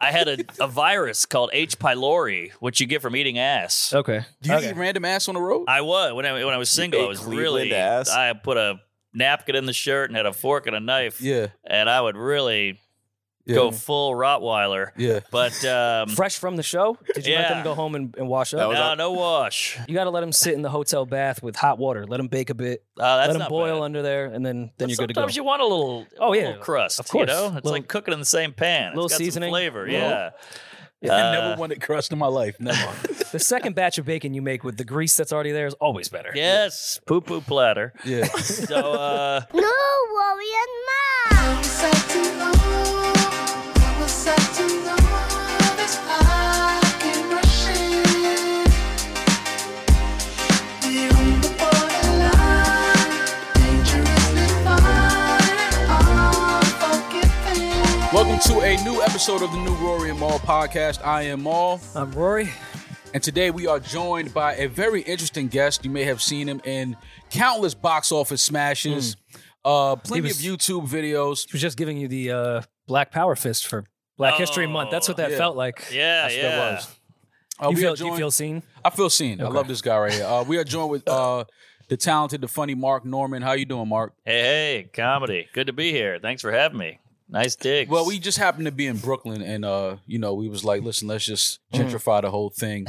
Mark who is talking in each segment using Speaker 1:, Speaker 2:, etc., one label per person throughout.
Speaker 1: I had a, a virus called H. pylori, which you get from eating ass.
Speaker 2: Okay.
Speaker 3: Do you
Speaker 2: Okay.
Speaker 3: eat random ass on the road?
Speaker 1: I was when I when I was single.
Speaker 4: ate
Speaker 1: I was
Speaker 4: Cleveland
Speaker 1: really.
Speaker 4: ass?
Speaker 1: I put a napkin in the shirt and had a fork and a knife,
Speaker 3: yeah,
Speaker 1: and I would really
Speaker 3: yeah.
Speaker 1: go full Rottweiler.
Speaker 3: yeah.
Speaker 1: But um,
Speaker 2: Fresh from the show? Did you let
Speaker 1: Yeah.
Speaker 2: them go home and, and wash
Speaker 4: That
Speaker 2: up?
Speaker 4: was-
Speaker 1: no, no wash. Uh,
Speaker 2: you got to let them sit in the hotel bath with hot water. Let them bake a bit.
Speaker 1: Uh, that's
Speaker 2: let them
Speaker 1: not
Speaker 2: boil
Speaker 1: bad.
Speaker 2: under there, and then,
Speaker 1: But
Speaker 2: then you're good to go.
Speaker 1: Sometimes you want a little,
Speaker 2: Oh,
Speaker 1: oh
Speaker 2: yeah.
Speaker 1: yeah, little crust.
Speaker 2: Of course.
Speaker 1: you know? it's
Speaker 2: Little-
Speaker 1: like cooking in the same pan. It's
Speaker 2: little
Speaker 1: got some
Speaker 2: seasoning.
Speaker 1: flavor.
Speaker 2: Little-
Speaker 1: Yeah,
Speaker 3: I
Speaker 1: Uh,
Speaker 3: never wanted crust in my life. Never.
Speaker 2: the second batch of bacon you make with the grease that's already there is always better.
Speaker 1: yes, poo poo platter.
Speaker 3: yeah.
Speaker 1: So uh,
Speaker 5: No worry and mom.
Speaker 3: Welcome to a new episode of the New Rory and Maul podcast. I am Maul,
Speaker 2: I'm Rory.
Speaker 3: and today we are joined by a very interesting guest. You may have seen him in countless box office smashes, uh, plenty
Speaker 2: was-
Speaker 3: of YouTube videos.
Speaker 2: She was just giving you the uh, Black Power Fist for Black History Month. That's what that
Speaker 3: Oh, yeah.
Speaker 2: felt like.
Speaker 1: yeah,
Speaker 2: That's what
Speaker 1: yeah.
Speaker 2: it was.
Speaker 3: Uh,
Speaker 2: You
Speaker 3: we
Speaker 2: feel,
Speaker 3: are
Speaker 2: you
Speaker 3: joined-
Speaker 2: feel seen?
Speaker 3: I feel seen. I love this guy right here. Uh, we are joined with uh, the talented, the funny Mark Norman. How you doing, Mark?
Speaker 1: Hey, hey, comedy. Good to be here. Thanks for having me. Nice digs.
Speaker 3: Well, we just happened to be in Brooklyn, and uh, you know, we was like, listen, let's just
Speaker 2: Mm.
Speaker 3: gentrify the whole thing.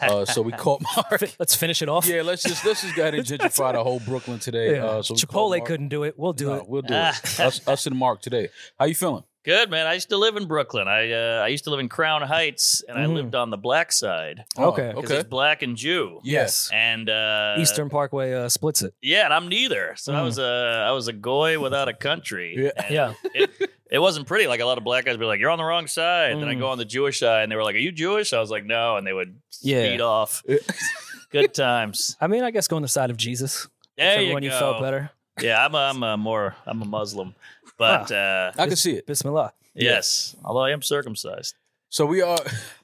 Speaker 3: Uh, so we caught Mark.
Speaker 2: Fi- Let's finish it off.
Speaker 3: Yeah, let's just let's just go ahead and gentrify the whole Brooklyn today.
Speaker 2: Yeah.
Speaker 3: Uh, so we called
Speaker 2: Chipotle
Speaker 3: Mark.
Speaker 2: couldn't do it. We'll do
Speaker 3: No,
Speaker 2: it.
Speaker 3: We'll do it. us, us and Mark today. How you feeling?
Speaker 1: good man. I used to live in Brooklyn. I uh, I used to live in Crown Heights, and I
Speaker 2: Mhm.
Speaker 1: lived on the black side
Speaker 3: Oh,
Speaker 2: Okay.
Speaker 1: 'cause
Speaker 3: Okay.
Speaker 1: it's black and Jew.
Speaker 3: Yes.
Speaker 1: And uh,
Speaker 2: Eastern Parkway uh, splits it.
Speaker 1: Yeah, and I'm neither. So I
Speaker 2: Mm.
Speaker 1: was a I was a goy without a country.
Speaker 3: Yeah.
Speaker 1: And
Speaker 2: Yeah.
Speaker 1: It, it wasn't pretty. Like a lot of black guys would be like, "You're on the wrong side." Then I
Speaker 2: Mm.
Speaker 1: go on the Jewish side, and they were like, "Are you Jewish?" I was like, "No," and they would
Speaker 2: Yeah.
Speaker 1: speed off.
Speaker 3: Yeah.
Speaker 1: Good times.
Speaker 2: I mean, I guess go on the side of Jesus.
Speaker 1: There
Speaker 2: when
Speaker 1: you
Speaker 2: you
Speaker 1: go.
Speaker 2: felt better.
Speaker 1: Yeah, I'm a, I'm a more I'm a Muslim, but uh,
Speaker 3: I can see it.
Speaker 2: Bismillah.
Speaker 1: yes, although I am circumcised.
Speaker 3: So we are.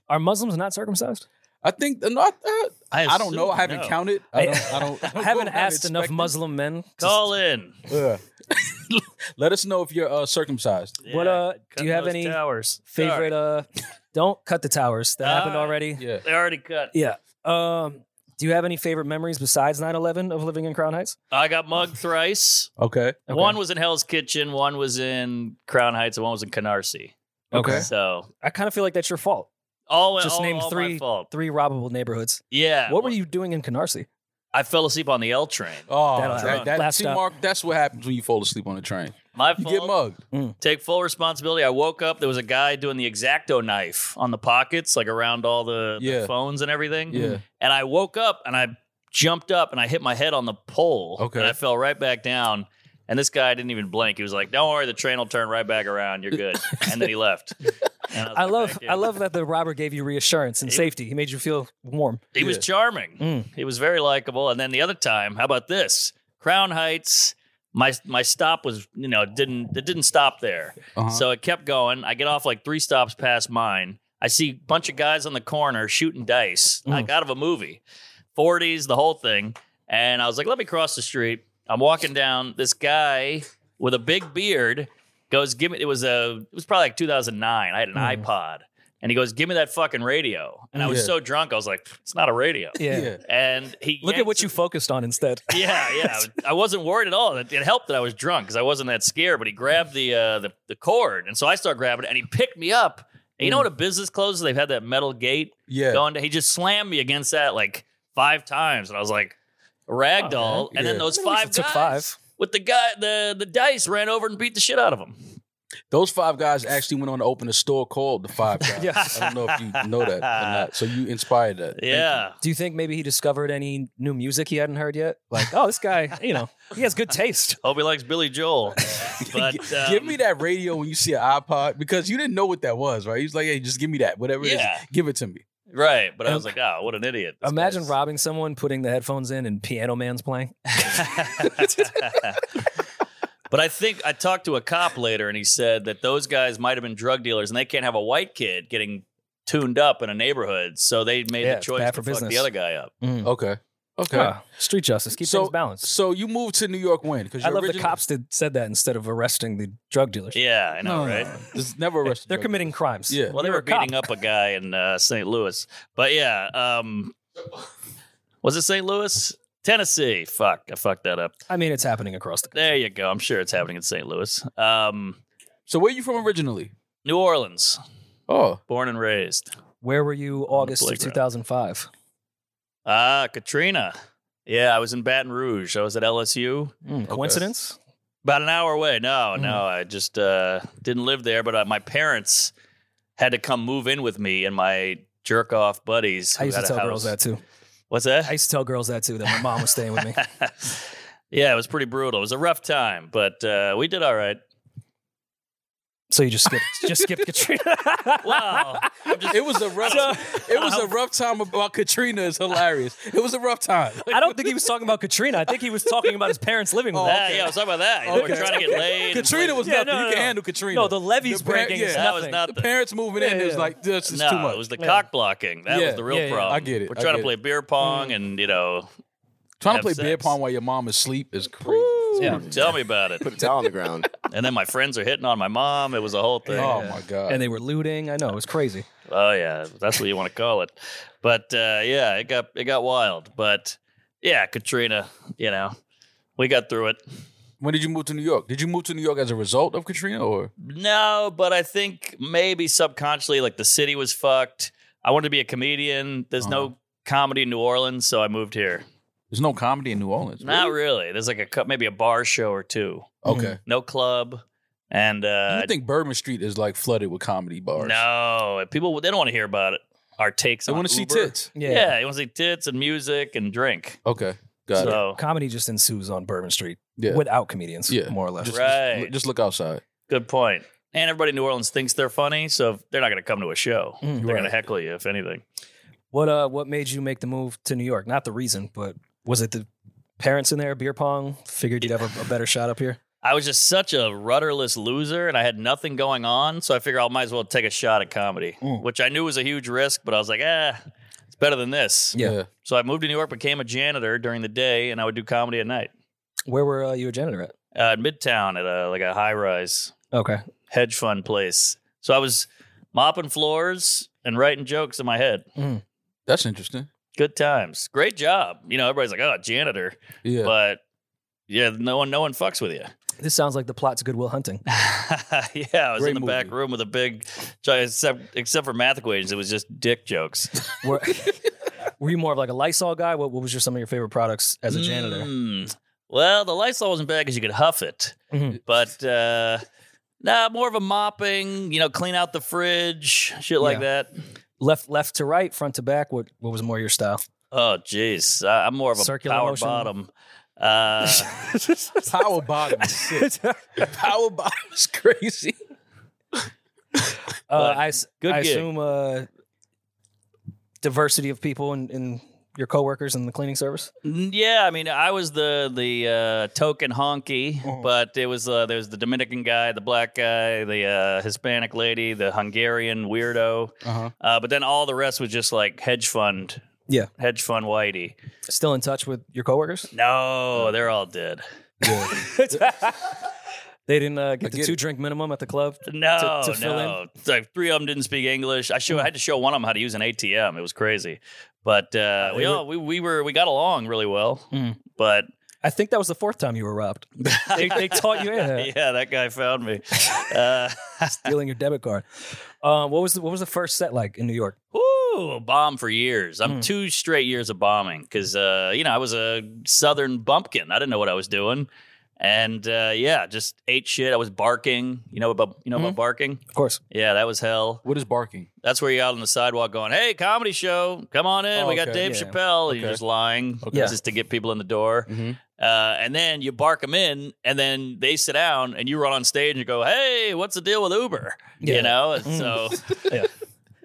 Speaker 2: Are Muslims not circumcised?
Speaker 3: I think not. Uh, I don't know. I
Speaker 1: assume
Speaker 3: haven't
Speaker 1: no.
Speaker 3: counted. I don't. I don't.
Speaker 2: I haven't asked enough
Speaker 3: expecting.
Speaker 2: Muslim men. to-
Speaker 1: Call in.
Speaker 3: Yeah. Let us know if you're uh, circumcised.
Speaker 2: What,
Speaker 1: Yeah,
Speaker 2: uh, do
Speaker 1: cut
Speaker 2: you have
Speaker 1: those
Speaker 2: any
Speaker 1: towers?
Speaker 2: Favorite. Uh, don't cut the towers. That
Speaker 1: Ah.
Speaker 2: happened already.
Speaker 3: Yeah.
Speaker 1: Sorry. They already cut.
Speaker 2: Yeah. Um, do you have any favorite memories besides 9-11 of living in Crown Heights?
Speaker 1: I got mugged thrice.
Speaker 3: Okay.
Speaker 2: Okay.
Speaker 1: One was in Hell's Kitchen, one was in Crown Heights, and one was in Canarsie.
Speaker 3: Okay.
Speaker 1: So
Speaker 2: I kind of feel like that's your fault.
Speaker 1: all
Speaker 2: Just
Speaker 1: all,
Speaker 2: name
Speaker 1: all my
Speaker 2: three-
Speaker 1: fault.
Speaker 2: Three robbable neighborhoods.
Speaker 1: Yeah.
Speaker 2: what were you doing in Canarsie?
Speaker 1: I fell asleep on the L train.
Speaker 3: Oh,
Speaker 2: That'll
Speaker 3: that,
Speaker 2: happen.
Speaker 3: that,
Speaker 2: Last
Speaker 3: see,
Speaker 2: stop.
Speaker 3: Mark, that's what happens when you fall asleep on a train.
Speaker 1: My
Speaker 3: You
Speaker 1: fault.
Speaker 3: get mugged.
Speaker 1: Take full responsibility. I woke up. There was a guy doing the exacto knife on the pockets, like around all the, the
Speaker 3: Yeah.
Speaker 1: phones and everything.
Speaker 3: Yeah.
Speaker 1: And I woke up and I jumped up and I hit my head on the pole.
Speaker 3: Okay.
Speaker 1: And I fell right back down. And this guy didn't even blink. He was like, "Don't worry, the train will turn right back around. You're good." And then he left. And was
Speaker 2: I
Speaker 1: like,
Speaker 2: love
Speaker 1: "Thank you."
Speaker 2: I love that the robber gave you reassurance and
Speaker 1: He-
Speaker 2: safety. He made you feel warm.
Speaker 1: He was
Speaker 3: Yeah.
Speaker 1: charming.
Speaker 2: Mm.
Speaker 1: He was very likable. And then the other time, how about this? Crown Heights. My my stop was you know didn't it didn't stop there,
Speaker 3: Uh-huh.
Speaker 1: so it kept going. I get off like three stops past mine. I see a bunch of guys on the corner shooting dice,
Speaker 2: Mm.
Speaker 1: like out of a movie, forties, the whole thing. And I was like, let me cross the street. I'm walking down. This guy with a big beard goes, give me. It was a. It was probably like 2009. I had an
Speaker 2: Mm.
Speaker 1: iPod, and he goes, give me that fucking radio. And I was
Speaker 3: Yeah.
Speaker 1: so drunk, I was like, it's not a radio
Speaker 2: Yeah.
Speaker 3: yeah.
Speaker 1: and he
Speaker 2: Look at
Speaker 1: yanks
Speaker 2: what you
Speaker 1: it-
Speaker 2: focused on instead.
Speaker 1: yeah yeah i wasn't worried at all it, it helped that i was drunk because i wasn't that scared but he grabbed the uh the, the cord and so i start grabbing it and he picked me up and you know what a business closes they've had that metal gate
Speaker 3: Yeah.
Speaker 1: going to he just slammed me against that like five times and i was like ragdoll doll. and then
Speaker 3: Yeah.
Speaker 1: those
Speaker 2: At least
Speaker 1: five
Speaker 2: it took
Speaker 1: guys
Speaker 2: five.
Speaker 1: with the guy the the dice ran over and beat the shit out of him
Speaker 3: Those five guys actually went on to open a store called The Five Guys.
Speaker 2: Yeah.
Speaker 3: I don't know if you know that or not. So you inspired that. Thank you.
Speaker 1: yeah
Speaker 2: Do you think maybe he discovered any new music he hadn't heard yet? Like, oh, this guy, you know, he has good taste.
Speaker 1: hope he likes billy joel but um,
Speaker 3: give me that radio when you see an iPod because you didn't know what that was, right? He was like, hey, just give me that. Whatever it
Speaker 1: Yeah.
Speaker 3: is, give it to me.
Speaker 1: right but i was like oh what an idiot This
Speaker 2: Imagine
Speaker 1: guy's-
Speaker 2: robbing someone, putting the headphones in, and Piano Man's playing.
Speaker 1: but I think I talked to a cop later and he said that those guys might have been drug dealers and they can't have a white kid getting tuned up in a neighborhood. So they made
Speaker 2: Yeah,
Speaker 1: the
Speaker 2: it's
Speaker 1: choice to
Speaker 2: bad for
Speaker 1: fuck the
Speaker 2: business.
Speaker 3: Mm.
Speaker 1: other guy up.
Speaker 3: Okay. Okay.
Speaker 2: Ah, street justice, keep
Speaker 3: so
Speaker 2: things balanced.
Speaker 3: So you moved to New York when? Because
Speaker 2: I love the cops that said that instead of arresting the drug dealers.
Speaker 1: Yeah, I know, right?
Speaker 3: There's never arrested.
Speaker 2: They're
Speaker 3: drug
Speaker 2: committing crimes.
Speaker 3: Yeah.
Speaker 1: Well, they
Speaker 2: You're
Speaker 1: were
Speaker 2: a cop.
Speaker 1: beating up a guy in uh, St. Louis, but yeah, um, was it St. Louis, Tennessee? Fuck, I fucked that up.
Speaker 2: I mean, it's happening across the.
Speaker 1: There you go. I'm sure it's happening in St. Louis. Um,
Speaker 3: dealers. So where you from originally?
Speaker 1: New Orleans,
Speaker 3: Oh,
Speaker 1: born and raised.
Speaker 2: Where were you August of
Speaker 1: playground.
Speaker 2: 2005?
Speaker 1: Ah, Katrina. Yeah, I was in Baton Rouge. I was at LSU.
Speaker 2: Mm, coincidence?
Speaker 1: About an hour away. No,
Speaker 2: Mm.
Speaker 1: no, I just uh, didn't live there, but uh, my parents had to come move in with me and my jerk off buddies. who
Speaker 2: I used to
Speaker 1: had a
Speaker 2: tell
Speaker 1: house.
Speaker 2: girls that too.
Speaker 1: What's that?
Speaker 2: I used to tell girls that too that my mom was staying with me.
Speaker 1: yeah, it was pretty brutal. It was a rough time, but uh, we did all right.
Speaker 2: So you just skipped, just skipped Katrina.
Speaker 1: Wow. Oh, I'm just,
Speaker 3: it was a rough. it was a
Speaker 2: um,
Speaker 3: rough time about Katrina. Is hilarious. It was a rough time.
Speaker 2: I don't think he was talking about Katrina. I think he was talking about his parents living with
Speaker 3: Oh,
Speaker 2: him.
Speaker 1: Ah, Yeah, I was talking about that. You know, We're
Speaker 3: Okay.
Speaker 1: trying to get laid.
Speaker 3: Katrina was
Speaker 2: Yeah,
Speaker 3: nothing.
Speaker 2: no,
Speaker 3: you
Speaker 2: no,
Speaker 3: can
Speaker 2: no.
Speaker 3: handle Katrina.
Speaker 2: No, the levees
Speaker 3: The par-
Speaker 2: breaking is
Speaker 3: yeah.
Speaker 1: that was
Speaker 2: nothing.
Speaker 1: nothing.
Speaker 3: the parents moving in is
Speaker 2: yeah.
Speaker 3: like this is
Speaker 1: no,
Speaker 3: too much.
Speaker 1: it was the cock blocking. That
Speaker 3: Yeah,
Speaker 1: was the real
Speaker 2: yeah, yeah.
Speaker 1: problem.
Speaker 3: I get it, Mm.
Speaker 1: We're
Speaker 3: I
Speaker 1: trying
Speaker 3: get
Speaker 1: to play beer pong, and you know,
Speaker 3: Trying to
Speaker 1: have
Speaker 3: play beer
Speaker 1: sex.
Speaker 3: pong while your mom is asleep is crazy.
Speaker 2: Yeah.
Speaker 1: tell me about it.
Speaker 4: Put a towel on the ground.
Speaker 1: and then my friends are hitting on my mom. It was a whole thing.
Speaker 3: Oh my god.
Speaker 2: And they were looting. I know it was crazy.
Speaker 1: Oh yeah, that's what you want to call it. But uh, yeah, it got it got wild. But yeah, Katrina, you know, we got through it.
Speaker 3: when did you move to New York? Did you move to New York as a result of Katrina or?
Speaker 1: No, but I think maybe subconsciously, like the city was fucked. I wanted to be a comedian. There's no comedy in New Orleans, so I moved here.
Speaker 3: There's no comedy in New Orleans.
Speaker 1: Not really. There's like a cou- maybe a bar show or two.
Speaker 3: Okay.
Speaker 1: No club, and
Speaker 3: I
Speaker 1: uh,
Speaker 3: don't think Bourbon Street is like flooded with comedy bars.
Speaker 1: no people. They don't want to hear about it. Our takes.
Speaker 3: They
Speaker 1: want to
Speaker 3: see tits.
Speaker 1: Yeah, you want to see tits and music and drink.
Speaker 3: Okay. Got it.
Speaker 1: so
Speaker 2: Comedy just ensues on Bourbon Street
Speaker 3: Yeah.
Speaker 2: without comedians,
Speaker 3: Yeah.
Speaker 2: more or less.
Speaker 3: Just,
Speaker 1: Right.
Speaker 3: just, just look outside.
Speaker 1: Good point. And everybody in New Orleans thinks they're funny, so if- they're not going to come to a show.
Speaker 2: Mm.
Speaker 1: they're going to heckle you, if anything.
Speaker 2: What uh what made you make the move to New York? Not the reason, but was it the parents in there, beer pong? Figured you'd have a, a better shot up here.
Speaker 1: I was just such a rudderless loser, and I had nothing going on, so I figured I might as well take a shot at comedy,
Speaker 2: Mm.
Speaker 1: which I knew was a huge risk, but I was like, ah, it's better than this.
Speaker 2: Yeah.
Speaker 1: So I moved to New York, became a janitor during the day, and I would do comedy at night.
Speaker 2: Where were uh, you a janitor at?
Speaker 1: Uh, in Midtown at a, like a high rise
Speaker 2: Okay.
Speaker 1: hedge fund place. So I was mopping floors and writing jokes in my head.
Speaker 3: That's interesting.
Speaker 1: Good times. Great job. You know, everybody's like, oh, janitor.
Speaker 3: Yeah.
Speaker 1: but yeah, no one, no one fucks with you.
Speaker 2: This sounds like the plot to Goodwill Hunting.
Speaker 1: yeah, I was
Speaker 3: Great
Speaker 1: in the back
Speaker 3: movie.
Speaker 1: room with a big, except except for math equations, it was just dick jokes.
Speaker 2: Were, were you more of like a Lysol guy? What, what was your, some of your favorite products as a janitor?
Speaker 1: Mm. Well, the Lysol wasn't bad because you could huff it,
Speaker 3: Mm-hmm.
Speaker 2: Mhm.
Speaker 1: but uh, nah, more of a mopping. You know, clean out the fridge, shit like that.
Speaker 2: Left left to right, front to back. What what was more your style?
Speaker 1: Oh, jeez, I- I'm more of a
Speaker 2: Circular
Speaker 1: power
Speaker 2: motion.
Speaker 1: bottom. Uh,
Speaker 3: Power bottom is sick. Power bottom is crazy.
Speaker 2: Uh, I, s-
Speaker 1: Good
Speaker 2: I
Speaker 1: gig.
Speaker 2: assume uh, diversity of people and in, your coworkers in the cleaning service.
Speaker 3: Mm.
Speaker 1: Yeah, I mean, I was the the uh, token honky, but it was uh, there was the Dominican guy, the black guy, the uh, Hispanic lady, the Hungarian weirdo,
Speaker 3: Uh-huh.
Speaker 1: uh, but then all the rest was just like hedge fund,
Speaker 2: Yeah.
Speaker 1: hedge fund whitey.
Speaker 2: Still in touch with your coworkers?
Speaker 1: No, they're all dead.
Speaker 2: They didn't uh, get
Speaker 3: I
Speaker 2: the
Speaker 3: get it.
Speaker 2: two drink minimum at the club.
Speaker 1: No,
Speaker 2: To- to fill
Speaker 1: no, It's like three of them didn't speak English. I show I had to show one of them how to use an ATM. It was crazy, but uh, we
Speaker 2: were-
Speaker 1: all we, we were we got along really well,
Speaker 2: Mm.
Speaker 1: but
Speaker 2: I think that was the fourth time you were robbed. they, they taught you in
Speaker 1: yeah, that guy found me. Uh,
Speaker 2: stealing your debit card. Uh, what was the, what was the first set like in New York?
Speaker 1: Woo, a bomb for years. I'm
Speaker 2: Mm.
Speaker 1: two straight years of bombing because, uh, you know, I was a Southern bumpkin. I didn't know what I was doing. And uh, yeah, just ate shit. I was barking. You know about you know about barking?
Speaker 2: Of course,
Speaker 1: Yeah, that was hell.
Speaker 3: What is barking?
Speaker 1: That's where you're out on the sidewalk going, "Hey, comedy show, come on in.
Speaker 3: Oh,
Speaker 1: we got
Speaker 3: okay.
Speaker 1: Dave
Speaker 2: Yeah.
Speaker 1: Chappelle." And You're
Speaker 3: Okay.
Speaker 1: just lying,
Speaker 3: Okay.
Speaker 2: Yeah.
Speaker 1: just to get people in the door.
Speaker 3: Mhm.
Speaker 1: Uh, and then you bark them in, and then they sit down, and you run on stage and you go, "Hey, what's the deal with Uber?"
Speaker 2: Yeah.
Speaker 1: You know,
Speaker 2: Mm.
Speaker 1: so
Speaker 2: Yeah.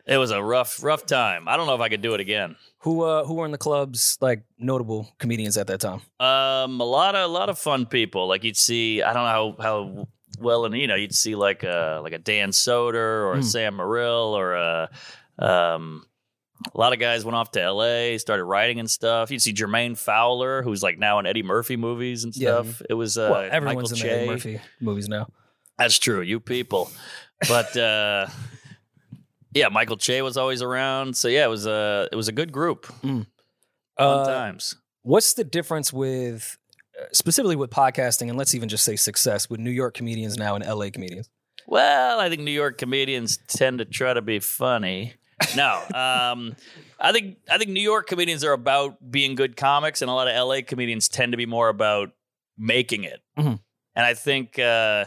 Speaker 1: it was a rough, rough time. I don't know if I could do it again.
Speaker 2: who uh, who were in the clubs like notable comedians at that time?
Speaker 1: Um, a lot of a lot of fun people. Like you'd see, I don't know how, how well, and you know, you'd see uh,
Speaker 2: Hmm.
Speaker 1: like a like a Dan Soder or a
Speaker 2: Mm.
Speaker 1: Sam Morrill or a um, A lot of guys went off to LA, started writing and stuff. You'd see Jermaine Fowler, who's like now in Eddie Murphy movies and
Speaker 2: Yeah.
Speaker 1: stuff. It was uh,
Speaker 2: well, everyone's
Speaker 1: Michael
Speaker 2: in the Eddie
Speaker 1: Che.
Speaker 2: Murphy movies now.
Speaker 1: That's true, you people. But uh, yeah, Michael Che was always around. So yeah, it was a it was a good group. Fun
Speaker 2: Uh,
Speaker 1: times.
Speaker 2: What's the difference with uh, specifically with podcasting and let's even just say success with New York comedians now and LA comedians?
Speaker 1: Well, I think New York comedians tend to try to be funny. No, um, I think I think New York comedians are about being good comics, and a lot of LA comedians tend to be more about making it.
Speaker 2: Mhm.
Speaker 1: And I think uh,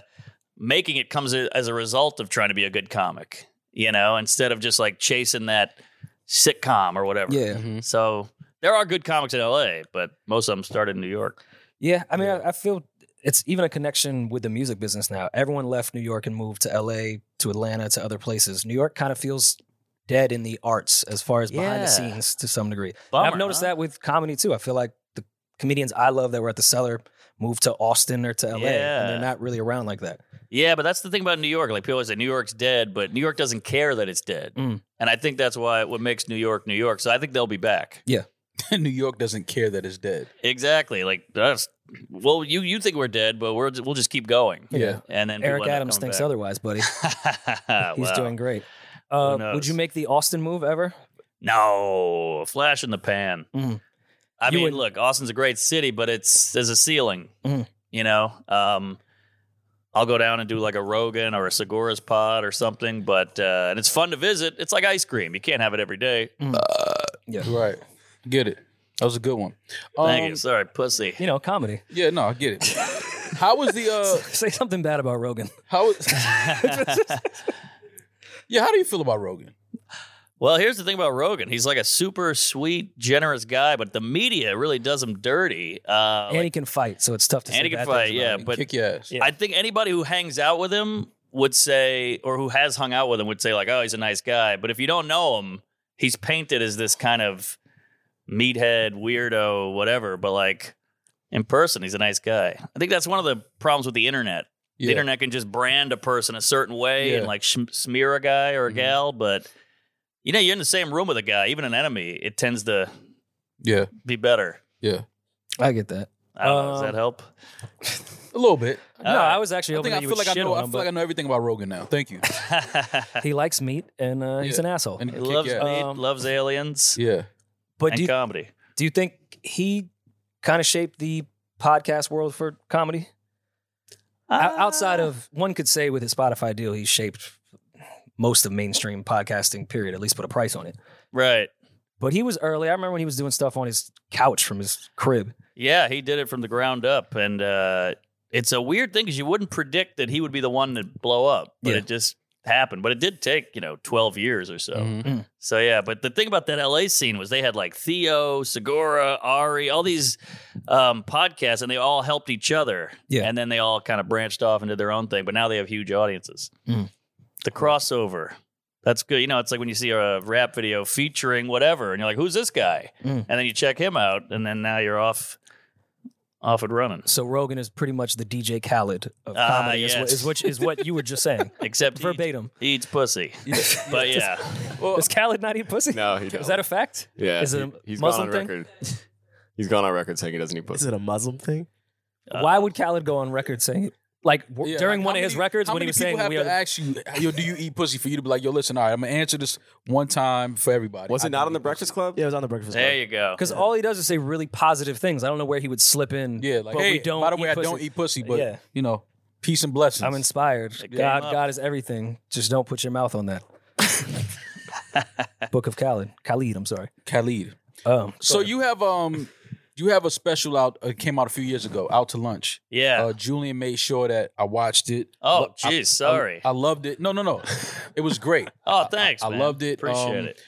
Speaker 1: making it comes a- as a result of trying to be a good comic, you know, instead of just like chasing that sitcom or whatever.
Speaker 2: Yeah.
Speaker 3: Mm-hmm.
Speaker 1: So there are good comics in LA, but most of them started in New York.
Speaker 2: Yeah. I mean, I, I feel it's even a connection with the music business now. Everyone left New York and moved to LA, to Atlanta, to other places. New York kind of feels dead in the arts as far as behind
Speaker 1: Yeah.
Speaker 2: the scenes to some degree. And
Speaker 1: Bummer,
Speaker 2: I've noticed
Speaker 1: huh?
Speaker 2: that with comedy too. I feel like the comedians I love that were at the cellar moved to Austin or to LA and
Speaker 1: Yeah.
Speaker 2: they're not really around like that.
Speaker 1: Yeah, but that's the thing about New York. Like people always say New York's dead, but New York doesn't care that it's dead.
Speaker 2: Mm.
Speaker 1: And I think that's why what makes New York New York. So I think they'll be back.
Speaker 3: New York doesn't care that it's dead.
Speaker 1: Exactly. Like that's well, you you think we're dead, but we're we'll just keep going.
Speaker 3: Yeah.
Speaker 1: And then
Speaker 2: Eric Adams thinks otherwise, buddy.
Speaker 1: other.
Speaker 2: He's doing great. Uh, would
Speaker 1: Ah, knows?
Speaker 2: you make the Austin move ever?
Speaker 1: no a flash in the pan.
Speaker 2: Mhm.
Speaker 1: I
Speaker 2: You
Speaker 1: mean,
Speaker 2: would-
Speaker 1: look, Austin's a great city, but it's there's a ceiling.
Speaker 2: Mhm.
Speaker 1: You know, um, I'll go down and do like a Rogan or a Segura's pod or something. But uh, and it's fun to visit. It's like ice cream. You can't have it every day.
Speaker 2: Mm-hmm.
Speaker 3: Right. Get it. That was a good one. Um,
Speaker 1: Thank you. Sorry, pussy.
Speaker 2: You know, comedy.
Speaker 3: Yeah, no, I get it. How was the uh
Speaker 2: Say something bad about Rogan.
Speaker 3: how was Yeah, how do you feel about Rogan?
Speaker 1: Well, here's the thing about Rogan. He's like a super sweet, generous guy, but the media really does him dirty. Uh,
Speaker 2: and he can fight, so it's tough to
Speaker 1: and
Speaker 2: say
Speaker 1: he can
Speaker 2: bad things
Speaker 1: fight,
Speaker 2: about
Speaker 1: yeah,
Speaker 2: him.
Speaker 1: but
Speaker 3: Kick your ass.
Speaker 2: Yeah.
Speaker 1: I think anybody who hangs out with him would say, or who has hung out with him would say, like, oh, he's a nice guy. But if you don't know him, he's painted as this kind of meathead, weirdo, whatever. But like in person, he's a nice guy. I think that's one of the problems with the internet. The
Speaker 3: Yeah.
Speaker 1: internet can just brand a person a certain way and
Speaker 3: Yeah.
Speaker 1: like sh- smear a guy or a
Speaker 3: Mhm.
Speaker 1: gal, but you know, you're in the same room with a guy, even an enemy, it tends to
Speaker 3: Yeah.
Speaker 1: be better.
Speaker 2: I get that.
Speaker 1: I don't know. Does
Speaker 2: Um,
Speaker 1: that help?
Speaker 3: A little bit.
Speaker 2: No,
Speaker 1: right.
Speaker 2: I was actually
Speaker 3: Uh, I
Speaker 2: hoping
Speaker 3: think I
Speaker 2: that you
Speaker 3: feel
Speaker 2: would
Speaker 3: like I
Speaker 2: shit
Speaker 3: know I
Speaker 2: on
Speaker 3: feel
Speaker 2: him,
Speaker 3: like I
Speaker 2: but
Speaker 3: know everything about Rogan now. Thank you.
Speaker 2: he likes meat and uh, he's
Speaker 3: Yeah.
Speaker 2: an asshole.
Speaker 3: And
Speaker 1: he
Speaker 3: kick
Speaker 1: loves
Speaker 3: your ass.
Speaker 1: meat,
Speaker 2: Um,
Speaker 1: loves aliens,
Speaker 3: Yeah.
Speaker 2: But
Speaker 1: and
Speaker 2: do you,
Speaker 1: comedy.
Speaker 2: do you think he kind of shaped the podcast world for comedy? O- Outside of one could say with his Spotify deal, he shaped most of mainstream podcasting. Period. At least put a price on it.
Speaker 1: Right.
Speaker 2: But he was early. I remember when he was doing stuff on his couch from his crib.
Speaker 1: Yeah, he did it from the ground up. And uh, it's a weird thing because you wouldn't predict that he would be the one to blow up, but
Speaker 2: Yeah.
Speaker 1: it just happened. But it did take, you know, 12 years or so.
Speaker 3: Mhm.
Speaker 2: Mm-hmm.
Speaker 1: So, yeah, but the thing about that LA scene was they had like Theo, Segura, Ari, all these um, podcasts, and they all helped each other.
Speaker 2: Yeah.
Speaker 1: And then they all kind of branched off and did their own thing, but now they have huge audiences.
Speaker 2: Mhm.
Speaker 1: The crossover. That's good. You know, it's like when you see a rap video featuring whatever, and you're like, "Who's this guy?"
Speaker 2: Mhm.
Speaker 1: And then you check him out, and then now you're off, off and running.
Speaker 2: So Rogan is pretty much the DJ Khaled of
Speaker 1: Ah,
Speaker 2: comedy, is, what,
Speaker 1: yes.
Speaker 2: is, which, is what you were just saying.
Speaker 1: Except he eats,
Speaker 2: Verbatim.
Speaker 1: he eats pussy. But yeah,
Speaker 3: Well,
Speaker 2: Does Khaled not eat pussy?
Speaker 4: No, he doesn't.
Speaker 2: Is that a fact?
Speaker 4: yeah,
Speaker 2: is it a
Speaker 4: he, has
Speaker 2: Muslim
Speaker 4: gone
Speaker 2: thing?
Speaker 4: on record. he's gone on record saying he doesn't eat pussy.
Speaker 6: Is it a Muslim thing?
Speaker 1: Uh,
Speaker 2: Why would Khaled go on record saying it? Like w-
Speaker 3: Yeah,
Speaker 2: during
Speaker 3: like,
Speaker 2: one
Speaker 3: how
Speaker 2: of his
Speaker 3: many-
Speaker 2: records
Speaker 3: how
Speaker 2: when he
Speaker 3: many
Speaker 2: was saying
Speaker 3: people
Speaker 2: we
Speaker 3: have
Speaker 2: are.
Speaker 3: to ask you, yo, do you eat pussy for you to be like, yo, listen, all right, I'm gonna answer this one time for everybody.
Speaker 4: Was
Speaker 3: I
Speaker 4: it not
Speaker 3: don't
Speaker 4: on the
Speaker 3: eat
Speaker 4: Breakfast Club?
Speaker 6: Yeah, it was on the Breakfast
Speaker 1: there
Speaker 6: Club.
Speaker 1: you go.
Speaker 2: Because all he does is say really positive things. I don't know where he would slip in.
Speaker 3: pussy. Yeah, like
Speaker 2: but
Speaker 3: hey,
Speaker 2: we don't
Speaker 3: by the way,
Speaker 2: eat
Speaker 3: I don't
Speaker 2: pussy.
Speaker 3: eat pussy, but
Speaker 2: Yeah.
Speaker 3: you know, peace and blessings.
Speaker 2: I'm inspired.
Speaker 1: came
Speaker 2: God,
Speaker 1: up.
Speaker 2: God is everything. Just don't put your mouth on that. Book of Khaled, Khalid. I'm sorry.
Speaker 3: Khalid.
Speaker 2: Um,
Speaker 3: So you have um you have a special out uh, came out a few years ago, out to lunch.
Speaker 1: yeah.
Speaker 3: Uh, Julian made sure that I watched it.
Speaker 1: oh,
Speaker 3: I-
Speaker 1: geez, sorry.
Speaker 3: I loved it. No, no, no. It was great.
Speaker 1: oh, thanks.
Speaker 3: I
Speaker 1: man.
Speaker 3: loved it.
Speaker 1: Appreciate
Speaker 3: Um,
Speaker 1: it.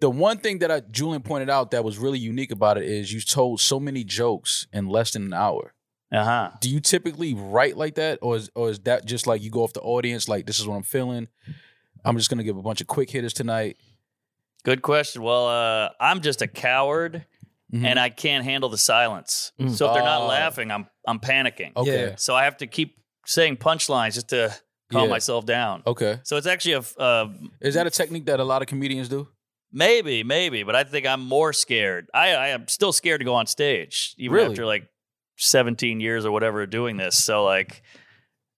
Speaker 3: The one thing that I, Julian pointed out that was really unique about it is you told so many jokes in less than an hour.
Speaker 1: Uh huh.
Speaker 3: Do you typically write like that, or is or is that just like you go off the audience? Like this is what I'm feeling. I'm just gonna give a bunch of quick hitters tonight.
Speaker 1: Good question. Well, uh, I'm just a coward
Speaker 3: Mhm.
Speaker 1: and I can't handle the silence.
Speaker 2: Mm.
Speaker 1: So if they're not
Speaker 3: Oh.
Speaker 1: laughing, I'm I'm panicking.
Speaker 3: Okay.
Speaker 2: Yeah.
Speaker 1: So I have to keep saying punchlines just to calm
Speaker 3: Yeah. Oh.
Speaker 1: myself down.
Speaker 3: Okay.
Speaker 1: So it's actually a f- uh,
Speaker 3: Is that a technique that a lot of comedians do?
Speaker 1: Maybe, maybe, but I think I'm more scared. I, I am still scared to go on stage, even
Speaker 3: Really?
Speaker 1: after like 17 years or whatever of doing this. So like,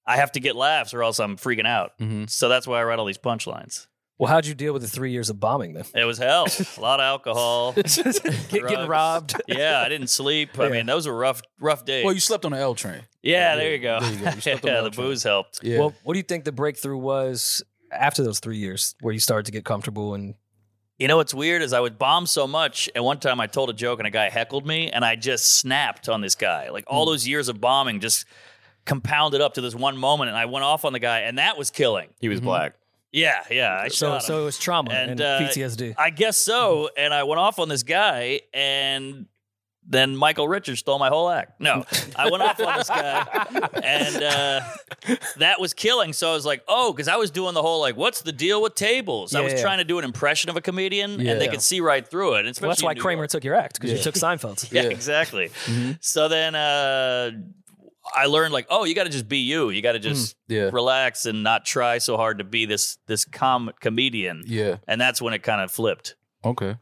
Speaker 1: I have to get laughs or else I'm freaking out.
Speaker 3: Mhm.
Speaker 1: So that's why I write all these punchlines.
Speaker 2: Well, how'd you deal with the three years of bombing then?
Speaker 1: It was hell. a lot of alcohol.
Speaker 2: Get,
Speaker 1: Drugs.
Speaker 2: getting robbed.
Speaker 1: yeah, I didn't sleep. I
Speaker 2: Yeah.
Speaker 1: mean, those were rough, rough days.
Speaker 3: Well, you slept on the L train.
Speaker 1: yeah, there you go.
Speaker 3: There you go. You slept on
Speaker 1: yeah,
Speaker 3: the
Speaker 1: the
Speaker 3: train.
Speaker 1: booze helped.
Speaker 3: Yeah.
Speaker 2: Well, what do you think the breakthrough was after those three years where you started to get comfortable and
Speaker 1: You know what's weird is I would bomb so much, and one time I told a joke and a guy heckled me, and I just snapped on this guy. Like all
Speaker 2: Hmm.
Speaker 1: those years of bombing just compounded up to this one moment, and I went off on the guy, and that was killing.
Speaker 4: He was black.
Speaker 1: Yeah, yeah. I
Speaker 2: so
Speaker 1: shot him.
Speaker 2: so it was trauma
Speaker 1: And,
Speaker 2: and,
Speaker 1: uh,
Speaker 2: PTSD.
Speaker 1: I guess so. And I went off on this guy, and then Michael Richards stole my whole act. No, I went off on this guy, and uh, that was killing. So I was like, oh, because I was doing the whole like, what's the deal with tables? I
Speaker 2: Yeah,
Speaker 1: was
Speaker 2: yeah.
Speaker 1: trying to do an impression of a comedian,
Speaker 3: Yeah.
Speaker 1: and they could see right through it. And
Speaker 2: Well, that's
Speaker 1: especially
Speaker 2: why
Speaker 1: in New
Speaker 2: Kramer Mm-hmm.
Speaker 1: York.
Speaker 2: took your act because
Speaker 3: Yeah.
Speaker 2: you took Seinfeld's.
Speaker 1: Yeah,
Speaker 3: Yeah.
Speaker 1: exactly.
Speaker 3: Mhm.
Speaker 1: So then uh, I learned like, oh, you got to just be you. You
Speaker 2: Mm.
Speaker 1: got to just
Speaker 3: yeah.
Speaker 1: relax and not try so hard to be this this com- comedian.
Speaker 3: Yeah.
Speaker 1: And that's when it kind of flipped.
Speaker 3: Okay.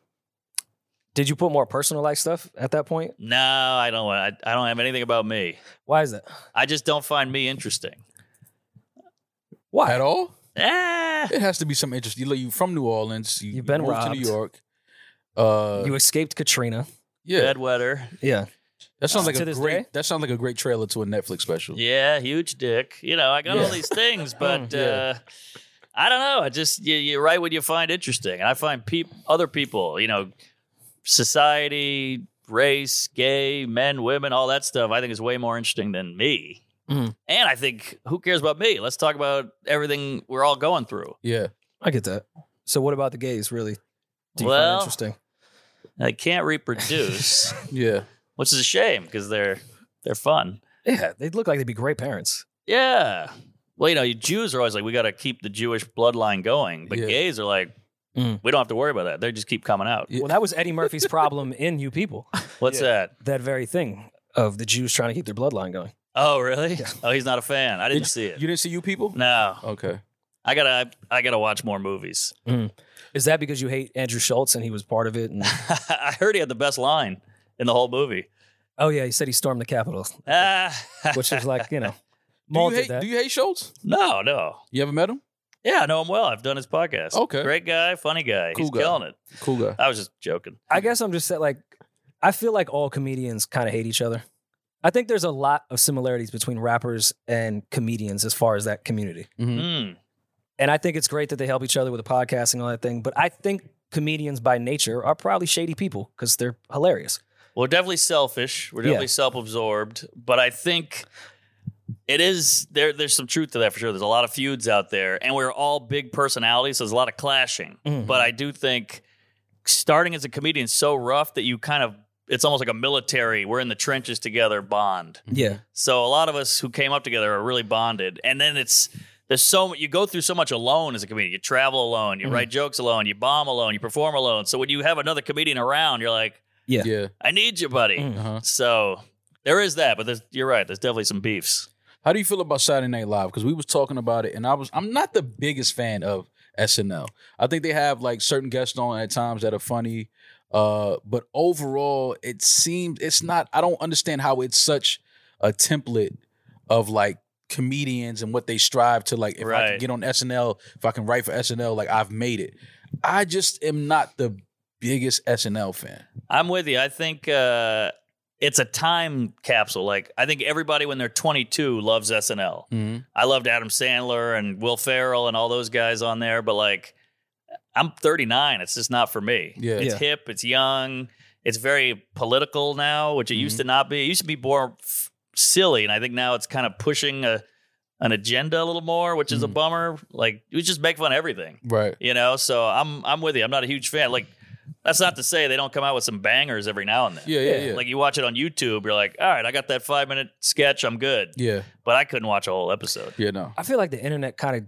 Speaker 2: Did you put more personal life stuff at that point?
Speaker 1: No, I don't. I, I don't have anything about me.
Speaker 2: Why is that?
Speaker 1: I just don't find me interesting.
Speaker 2: Why?
Speaker 3: At all?
Speaker 1: Ah,
Speaker 3: It has to be some interest. You look, you from New Orleans. You,
Speaker 2: You've been
Speaker 3: you moved to
Speaker 2: robbed.
Speaker 3: New York. Uh,
Speaker 2: You escaped Katrina.
Speaker 3: yeah,
Speaker 1: bedwetter.
Speaker 2: Yeah.
Speaker 3: that sounds like
Speaker 2: to
Speaker 3: a
Speaker 2: this
Speaker 3: great.
Speaker 2: day?
Speaker 3: That sounds like a great trailer to a Netflix special.
Speaker 1: Yeah, huge dick. You know, I got all
Speaker 3: Yeah.
Speaker 1: these things, but
Speaker 3: Yeah.
Speaker 1: uh, I don't know. I just you, you write what you find interesting, and I find peop- other people. You know, society, race, gay, men, women, all that stuff. I think is way more interesting than me.
Speaker 3: Mm.
Speaker 2: Mhm.
Speaker 1: And I think who cares about me? Let's talk about everything we're all going through.
Speaker 3: Yeah,
Speaker 2: I get that. So what about the gays really? Do you
Speaker 1: Well-
Speaker 2: find interesting?
Speaker 1: I can't reproduce,
Speaker 3: yeah.
Speaker 1: which is a shame because they're they're fun.
Speaker 2: Yeah, they look like they'd be great parents.
Speaker 1: Yeah. Well, you know, you Jews are always like, we got to keep the Jewish bloodline going. But
Speaker 3: Yeah.
Speaker 1: gays are like,
Speaker 2: Mm.
Speaker 1: we don't have to worry about that. They just keep coming out.
Speaker 3: Yeah.
Speaker 2: Well, that was Eddie Murphy's problem in You People.
Speaker 1: What's that?
Speaker 2: That very thing of the Jews trying to keep their bloodline going.
Speaker 1: Oh, really? Oh, he's not a fan. I didn't see it.
Speaker 3: You didn't see you people?
Speaker 1: no,
Speaker 3: Okay.
Speaker 1: I gotta, I gotta watch more movies.
Speaker 2: Is that because you hate Andrew Schultz and he was part of it? And,
Speaker 1: I heard he had the best line in the whole movie.
Speaker 2: oh yeah, he said he stormed the Capitol,
Speaker 1: Ah,
Speaker 2: which is like you know,
Speaker 3: Do you,
Speaker 2: Maul did
Speaker 3: hate,
Speaker 2: that.
Speaker 3: do you hate Schultz?
Speaker 1: no, no.
Speaker 3: You ever met him?
Speaker 1: Yeah, I know him well. I've done his podcast.
Speaker 3: Okay.
Speaker 1: great guy, funny guy.
Speaker 3: Cool
Speaker 1: he's
Speaker 3: guy.
Speaker 1: killing it.
Speaker 3: Cool guy.
Speaker 1: I was just joking.
Speaker 2: I guess I'm just saying, like, I feel like all comedians kind of hate each other. I think there's a lot of similarities between rappers and comedians as far as that community.
Speaker 1: Mm.
Speaker 2: And I think it's great that they help each other with the podcast and all that thing. But I think comedians by nature are probably shady people because they're hilarious.
Speaker 1: We're definitely selfish. We're
Speaker 2: Yeah.
Speaker 1: definitely self-absorbed. But I think it is there. There's some truth to that for sure. There's a lot of feuds out there, and we're all big personalities, so there's a lot of clashing.
Speaker 2: Mhm.
Speaker 1: But I do think starting as a comedian is so rough that you kind of it's almost like a military. We're in the trenches together bond.
Speaker 2: Yeah.
Speaker 1: So a lot of us who came up together are really bonded. And then it's there's so you go through so much alone as a comedian. You travel alone. You
Speaker 2: Mhm.
Speaker 1: write jokes alone. You bomb alone. You perform alone. So when you have another comedian around, you're like,
Speaker 2: Yeah.
Speaker 3: Yeah.
Speaker 1: I need you, buddy.
Speaker 2: Mm.
Speaker 3: Uh huh.
Speaker 1: So there is that, but there's, you're right. There's definitely some beefs.
Speaker 3: How do you feel about Saturday Night Live? Because we was talking about it, and I was I'm not the biggest fan of SNL. I think they have like certain guests on at times that are funny, uh, but overall, it seems it's not. I don't understand how it's such a template of like comedians and what they strive to like. If I
Speaker 1: Right.
Speaker 3: can get on SNL, if I can write for SNL, like I've made it. I just am not the biggest SNL fan.
Speaker 1: I'm with you. I think uh, it's a time capsule. Like I think everybody when they're 22 loves SNL.
Speaker 3: Mm-hmm.
Speaker 1: I loved Adam Sandler and Will Ferrell and all those guys on there, but like I'm 39. It's just not for me.
Speaker 3: Yeah.
Speaker 1: It's
Speaker 2: Yeah.
Speaker 1: hip. It's young. It's very political now, which it used to not be. It used to be more f- silly, and I think now it's kind of pushing a an agenda a little more, which is a
Speaker 3: Mhm.
Speaker 1: bummer. Like you just make fun of everything.
Speaker 3: Right.
Speaker 1: You know, so I'm I'm with you. I'm not a huge fan. Like that's not to say they don't come out with some bangers every now and then.
Speaker 3: Yeah. Yeah. Yeah.
Speaker 1: Like you watch it on YouTube, you're like, all right, I got that five minute sketch, I'm good.
Speaker 3: yeah.
Speaker 1: But I couldn't watch a whole episode.
Speaker 3: Yeah. No.
Speaker 2: I feel like the internet kind of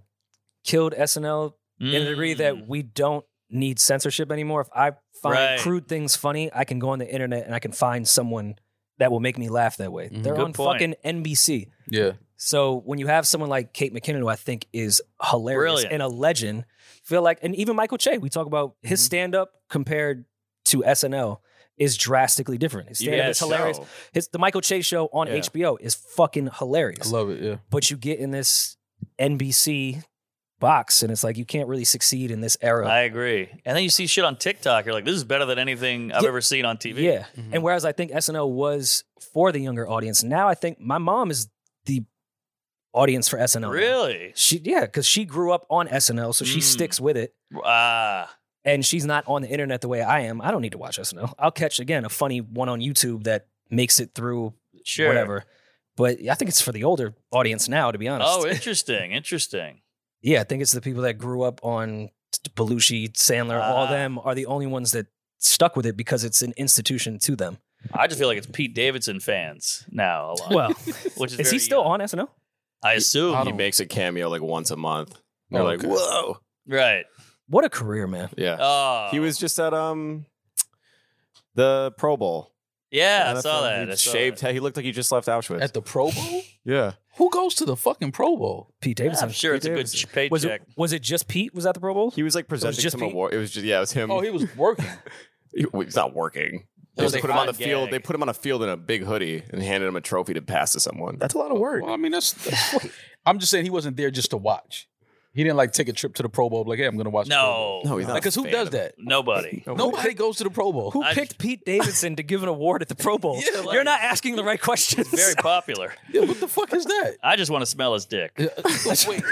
Speaker 2: killed SNL in the degree
Speaker 1: Mm.
Speaker 2: that we don't need censorship anymore. If I find
Speaker 1: Right.
Speaker 2: crude things funny, I can go on the internet and I can find someone that will make me laugh that way.
Speaker 3: Mhm.
Speaker 2: They're
Speaker 1: Good
Speaker 2: on
Speaker 1: point.
Speaker 2: fucking NBC.
Speaker 3: Yeah.
Speaker 2: So when you have someone like Kate McKinnon, who I think is hilarious
Speaker 1: Brilliant.
Speaker 2: and a legend, feel like, and even Michael Che, we talk about his
Speaker 1: Mm-hmm.
Speaker 3: Mhm.
Speaker 2: stand up compared to SNL is drastically different. His stand up
Speaker 1: Yes,
Speaker 2: is hilarious.
Speaker 4: So,
Speaker 2: His the Michael Che show on
Speaker 4: Yeah.
Speaker 2: HBO is fucking
Speaker 3: I
Speaker 2: hilarious.
Speaker 3: love it. Yeah.
Speaker 2: But you get in this NBC box, and it's like you can't really succeed in this era.
Speaker 1: I agree. And then you see shit on TikTok. You're like, this is better than anything I've
Speaker 2: Yeah.
Speaker 1: ever seen on TV.
Speaker 2: Yeah.
Speaker 3: Mhm.
Speaker 2: And whereas I think SNL was for the younger audience, now I think my mom is the audience for SNL. now.
Speaker 1: Really?
Speaker 2: She yeah, because she grew up on SNL, so she
Speaker 1: Mm.
Speaker 2: sticks with it.
Speaker 1: Ah.
Speaker 2: And she's not on the internet the way I am. I don't need to watch SNL. I'll catch again a funny one on YouTube that makes it through
Speaker 1: Sure.
Speaker 2: whatever. But I think it's for the older audience now, to be honest.
Speaker 1: Oh, interesting. Interesting.
Speaker 2: yeah, I think it's the people that grew up on t- Belushi, Sandler, all
Speaker 1: Ah.
Speaker 2: them are the only ones that stuck with it because it's an institution to them.
Speaker 1: I just feel like it's Pete Davidson fans now a lot.
Speaker 2: Well,
Speaker 1: which is,
Speaker 2: is he
Speaker 1: very,
Speaker 2: still
Speaker 1: uh,
Speaker 2: on SNL?
Speaker 1: I assume.
Speaker 3: I
Speaker 4: he
Speaker 3: don't-
Speaker 4: makes a cameo like once a month. They're
Speaker 3: Oh,
Speaker 4: like,
Speaker 3: okay.
Speaker 4: whoa.
Speaker 1: right.
Speaker 2: What a career, man.
Speaker 4: Yeah.
Speaker 1: Oh.
Speaker 4: He was just at um the Pro Bowl.
Speaker 1: Yeah, I
Speaker 4: NFL.
Speaker 1: saw
Speaker 4: He
Speaker 1: that. I saw
Speaker 4: shaved
Speaker 1: that.
Speaker 4: head. He looked like he just left Auschwitz.
Speaker 3: At the Pro Bowl?
Speaker 4: yeah.
Speaker 3: Who goes to the fucking Pro Bowl?
Speaker 2: Pete
Speaker 1: Yeah,
Speaker 2: Davidson.
Speaker 1: I'm sure it's a good ch- paycheck.
Speaker 2: Was it, was it just Pete? Was that the Pro Bowl?
Speaker 4: He was like presenting
Speaker 2: just
Speaker 4: some
Speaker 2: Pete?
Speaker 4: award. It was just yeah, it was him.
Speaker 3: Oh, he was working.
Speaker 4: He- He's not working. They
Speaker 1: was
Speaker 4: just
Speaker 1: a
Speaker 4: put him on the
Speaker 1: hot
Speaker 4: field.
Speaker 1: gag.
Speaker 4: They put him on a field in a big hoodie and handed him a trophy to pass to someone. That's a lot of work.
Speaker 3: well, I mean, that's. that's- I'm just saying he wasn't there just to watch. He didn't like take a trip to the Pro Bowl. Like, hey, I'm gonna watch. the Pro Bowl.
Speaker 1: no.
Speaker 4: No, he's not.
Speaker 3: because
Speaker 4: a
Speaker 3: who
Speaker 4: fan
Speaker 3: does
Speaker 4: of
Speaker 3: that?
Speaker 4: it.
Speaker 1: Nobody.
Speaker 3: Nobody goes to the Pro Bowl.
Speaker 2: Who
Speaker 1: I-
Speaker 2: picked Pete Davidson to give an award at the Pro Bowl?
Speaker 3: Yeah, like-
Speaker 2: You're not asking the right questions.
Speaker 1: Very popular.
Speaker 3: Yeah, what the fuck is that?
Speaker 1: I just want to smell his dick.
Speaker 3: Uh, Wait,